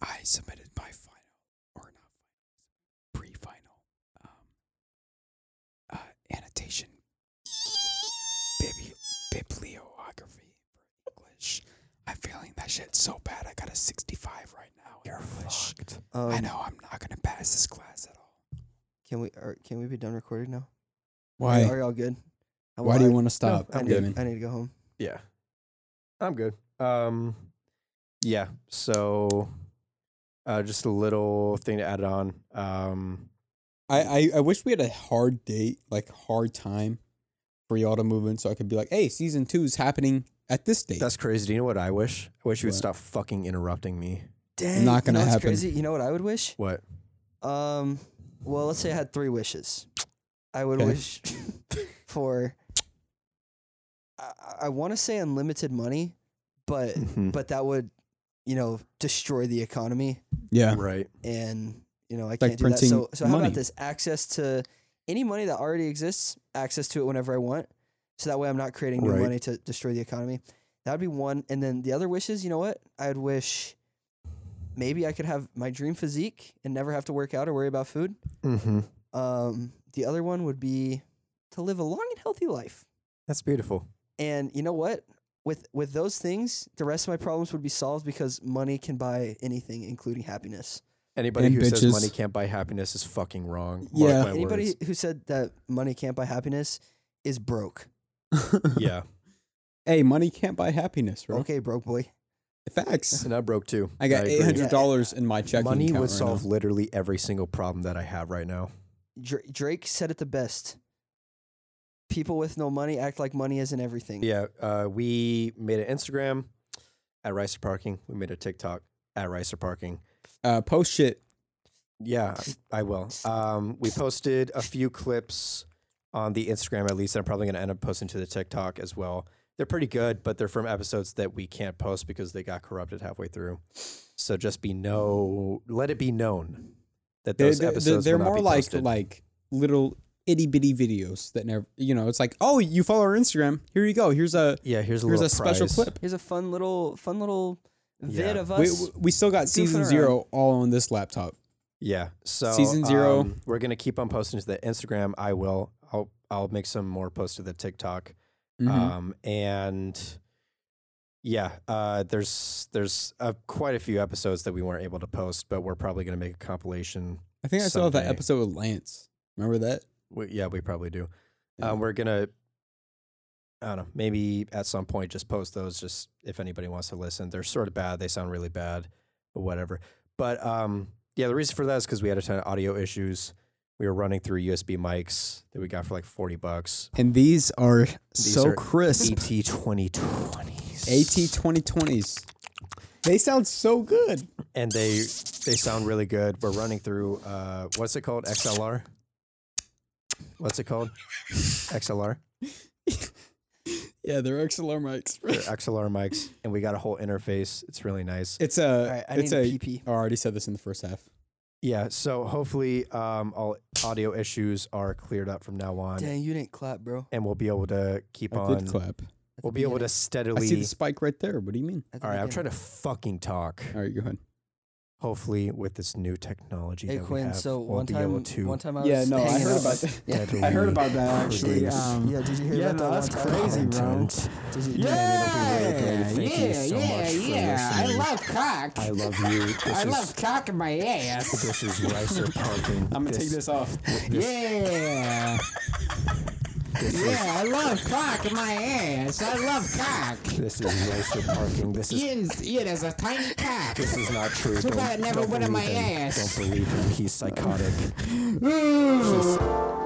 S2: I submitted my final or not pre-final um, uh, annotation bibli- bibliography for English. I'm feeling that shit so bad. I got a 65 right now. in English.
S4: um,
S2: I know I'm not gonna pass this class at all.
S4: Can we are, can we be done recording now?
S2: Why?
S4: Are, y'all good? I-
S2: Why do you
S4: I-
S2: want to stop,
S4: I
S2: Devin?
S4: need, I need to go home.
S3: Yeah. I'm good. Um yeah, so uh just a little thing to add on. Um
S2: I, I, I wish we had a hard date, like hard time for y'all to move in so I could be like, hey, season two is happening at this date.
S3: that's crazy. Do you know what I wish? I wish you would
S2: What?
S3: stop fucking interrupting me.
S4: Dang,
S2: Not gonna
S4: you know what's
S2: happen.
S4: Crazy. You know what I would wish?
S3: What?
S4: Um, well, let's say I had three wishes. I would
S2: Okay.
S4: wish for. I, I want to say unlimited money, but
S2: Mm-hmm.
S4: but that would, you know, destroy the economy,
S2: yeah.
S3: Right.
S4: and you know I
S2: like
S4: can't do that.
S2: printing
S4: So so how
S2: money.
S4: about this? Access to any money that already exists, access to it whenever I want. So that way I'm not creating new
S3: Right.
S4: money to destroy the economy. That would be one. And then the other wishes, you know what? I'd wish maybe I could have my dream physique and never have to work out or worry about food.
S3: Mm-hmm.
S4: Um, the other one would be to live a long and healthy life.
S3: That's beautiful.
S4: And you know what? With with those things, the rest of my problems would be solved because money can buy anything, including happiness.
S3: Anybody
S2: And
S3: who
S2: bitches.
S3: says money can't buy happiness is fucking wrong. Mark
S2: Yeah.
S3: my
S4: Anybody
S3: words.
S4: who said that money can't buy happiness is broke.
S3: yeah.
S2: Hey, money can't buy happiness, bro.
S4: Okay, broke boy.
S2: Facts.
S3: And I broke too.
S2: I got
S3: agree.
S2: eight hundred dollars in my checking
S3: Money
S2: account
S3: would
S2: right
S3: solve
S2: now.
S3: literally every single problem that I have right now.
S4: Dra- Drake said it the best. People with no money act like money isn't everything.
S3: Yeah, uh, we made an Instagram at Ricer Parking. We made a TikTok at Ricer Parking.
S2: Uh, post shit.
S3: Yeah, I will. Um, we posted a few clips on the Instagram at least. and I'm probably going to end up posting to the TikTok as well. They're pretty good, but they're from episodes that we can't post because they got corrupted halfway through. So just be no, let it be known that
S2: They're,
S3: those
S2: they're, they're,
S3: episodes
S2: they're
S3: will not
S2: more
S3: be
S2: like
S3: posted.
S2: like little itty bitty videos that never. You know, it's like, oh, you follow our Instagram. Here you go. Here's a
S3: yeah. Here's a
S2: here's
S3: little
S2: a special
S3: prize.
S2: clip.
S4: Here's a fun little fun little Vid
S3: Yeah.
S4: of
S2: We,
S4: us.
S2: we still got season
S4: around.
S2: zero all on this laptop.
S3: Yeah. So
S2: Season zero.
S3: um, we're gonna keep on posting to the Instagram. I will. I'll I'll make some more posts to the TikTok.
S2: Mm-hmm. Uh,
S3: Um, and yeah, uh, there's there's uh, quite a few episodes that we weren't able to post, but we're probably gonna make a compilation.
S2: I think I saw that
S3: someday.
S2: episode with Lance. Remember that?
S3: We, yeah, we probably do.
S2: Yeah.
S3: Um, we're gonna. I don't know. Maybe at some point, just post those. Just if anybody wants to listen, they're sort of bad. They sound really bad, but whatever. But um, yeah, the reason for that is because we had a ton of audio issues. We were running through USB mics that we got for like forty bucks.
S6: And these are so
S3: are
S6: crisp.
S3: AT twenty twenties.
S2: AT 2020s. They sound so good.
S3: and they they sound really good. We're running through uh, what's it called? XLR. What's it called? XLR
S2: Yeah, they're XLR
S3: or
S2: mics.
S3: XLR mics, and we got a whole interface. It's really nice.
S2: It's a.
S4: Alright, I
S2: it's
S4: need a
S2: a.
S4: pee-pee.
S2: oh, I already said this in the first half.
S3: Yeah. So hopefully, um, all audio issues are cleared up from now on,
S4: Dang, you didn't clap, bro.
S3: and we'll be able to keep
S2: I
S3: on.
S2: did clap.
S4: At
S3: We'll
S4: the
S3: be able to
S4: beginning.
S2: I see
S3: steadily.
S2: the spike right there. What do you mean?
S4: At the
S3: All right, I'm
S4: beginning.
S3: trying to fucking talk.
S2: All right, go ahead.
S3: Hopefully, with this new technology
S4: Hey
S3: that we
S4: Quinn,
S3: have,
S4: so
S3: we'll
S4: one
S3: be
S4: time,
S3: able to.
S4: one time I was
S7: Yeah, no, I
S4: hanging
S7: heard
S4: out
S7: about
S4: with-
S7: that.
S4: Yeah,
S7: I heard about that actually.
S3: Produce.
S7: Um,
S4: yeah, did you hear
S7: yeah,
S4: about
S7: no,
S4: that?
S7: that's
S4: one time?
S7: crazy, bro.
S3: Content.
S4: Did you,
S3: Yeah, it'll be really great. Thank you so much for listening.
S7: cock.
S3: I love you. This is,
S7: cock in my ass.
S3: This is Ricer Pumpkin.
S7: I'm gonna take this off. Yeah. Yeah, I love cock in my ass. I love cock.
S3: This is Ricer Parking. This is
S7: Yes, it is a tiny cock.
S3: this is not true. Too
S7: bad it never went in my ass.
S3: Don't believe him. He's psychotic.
S7: Ooh.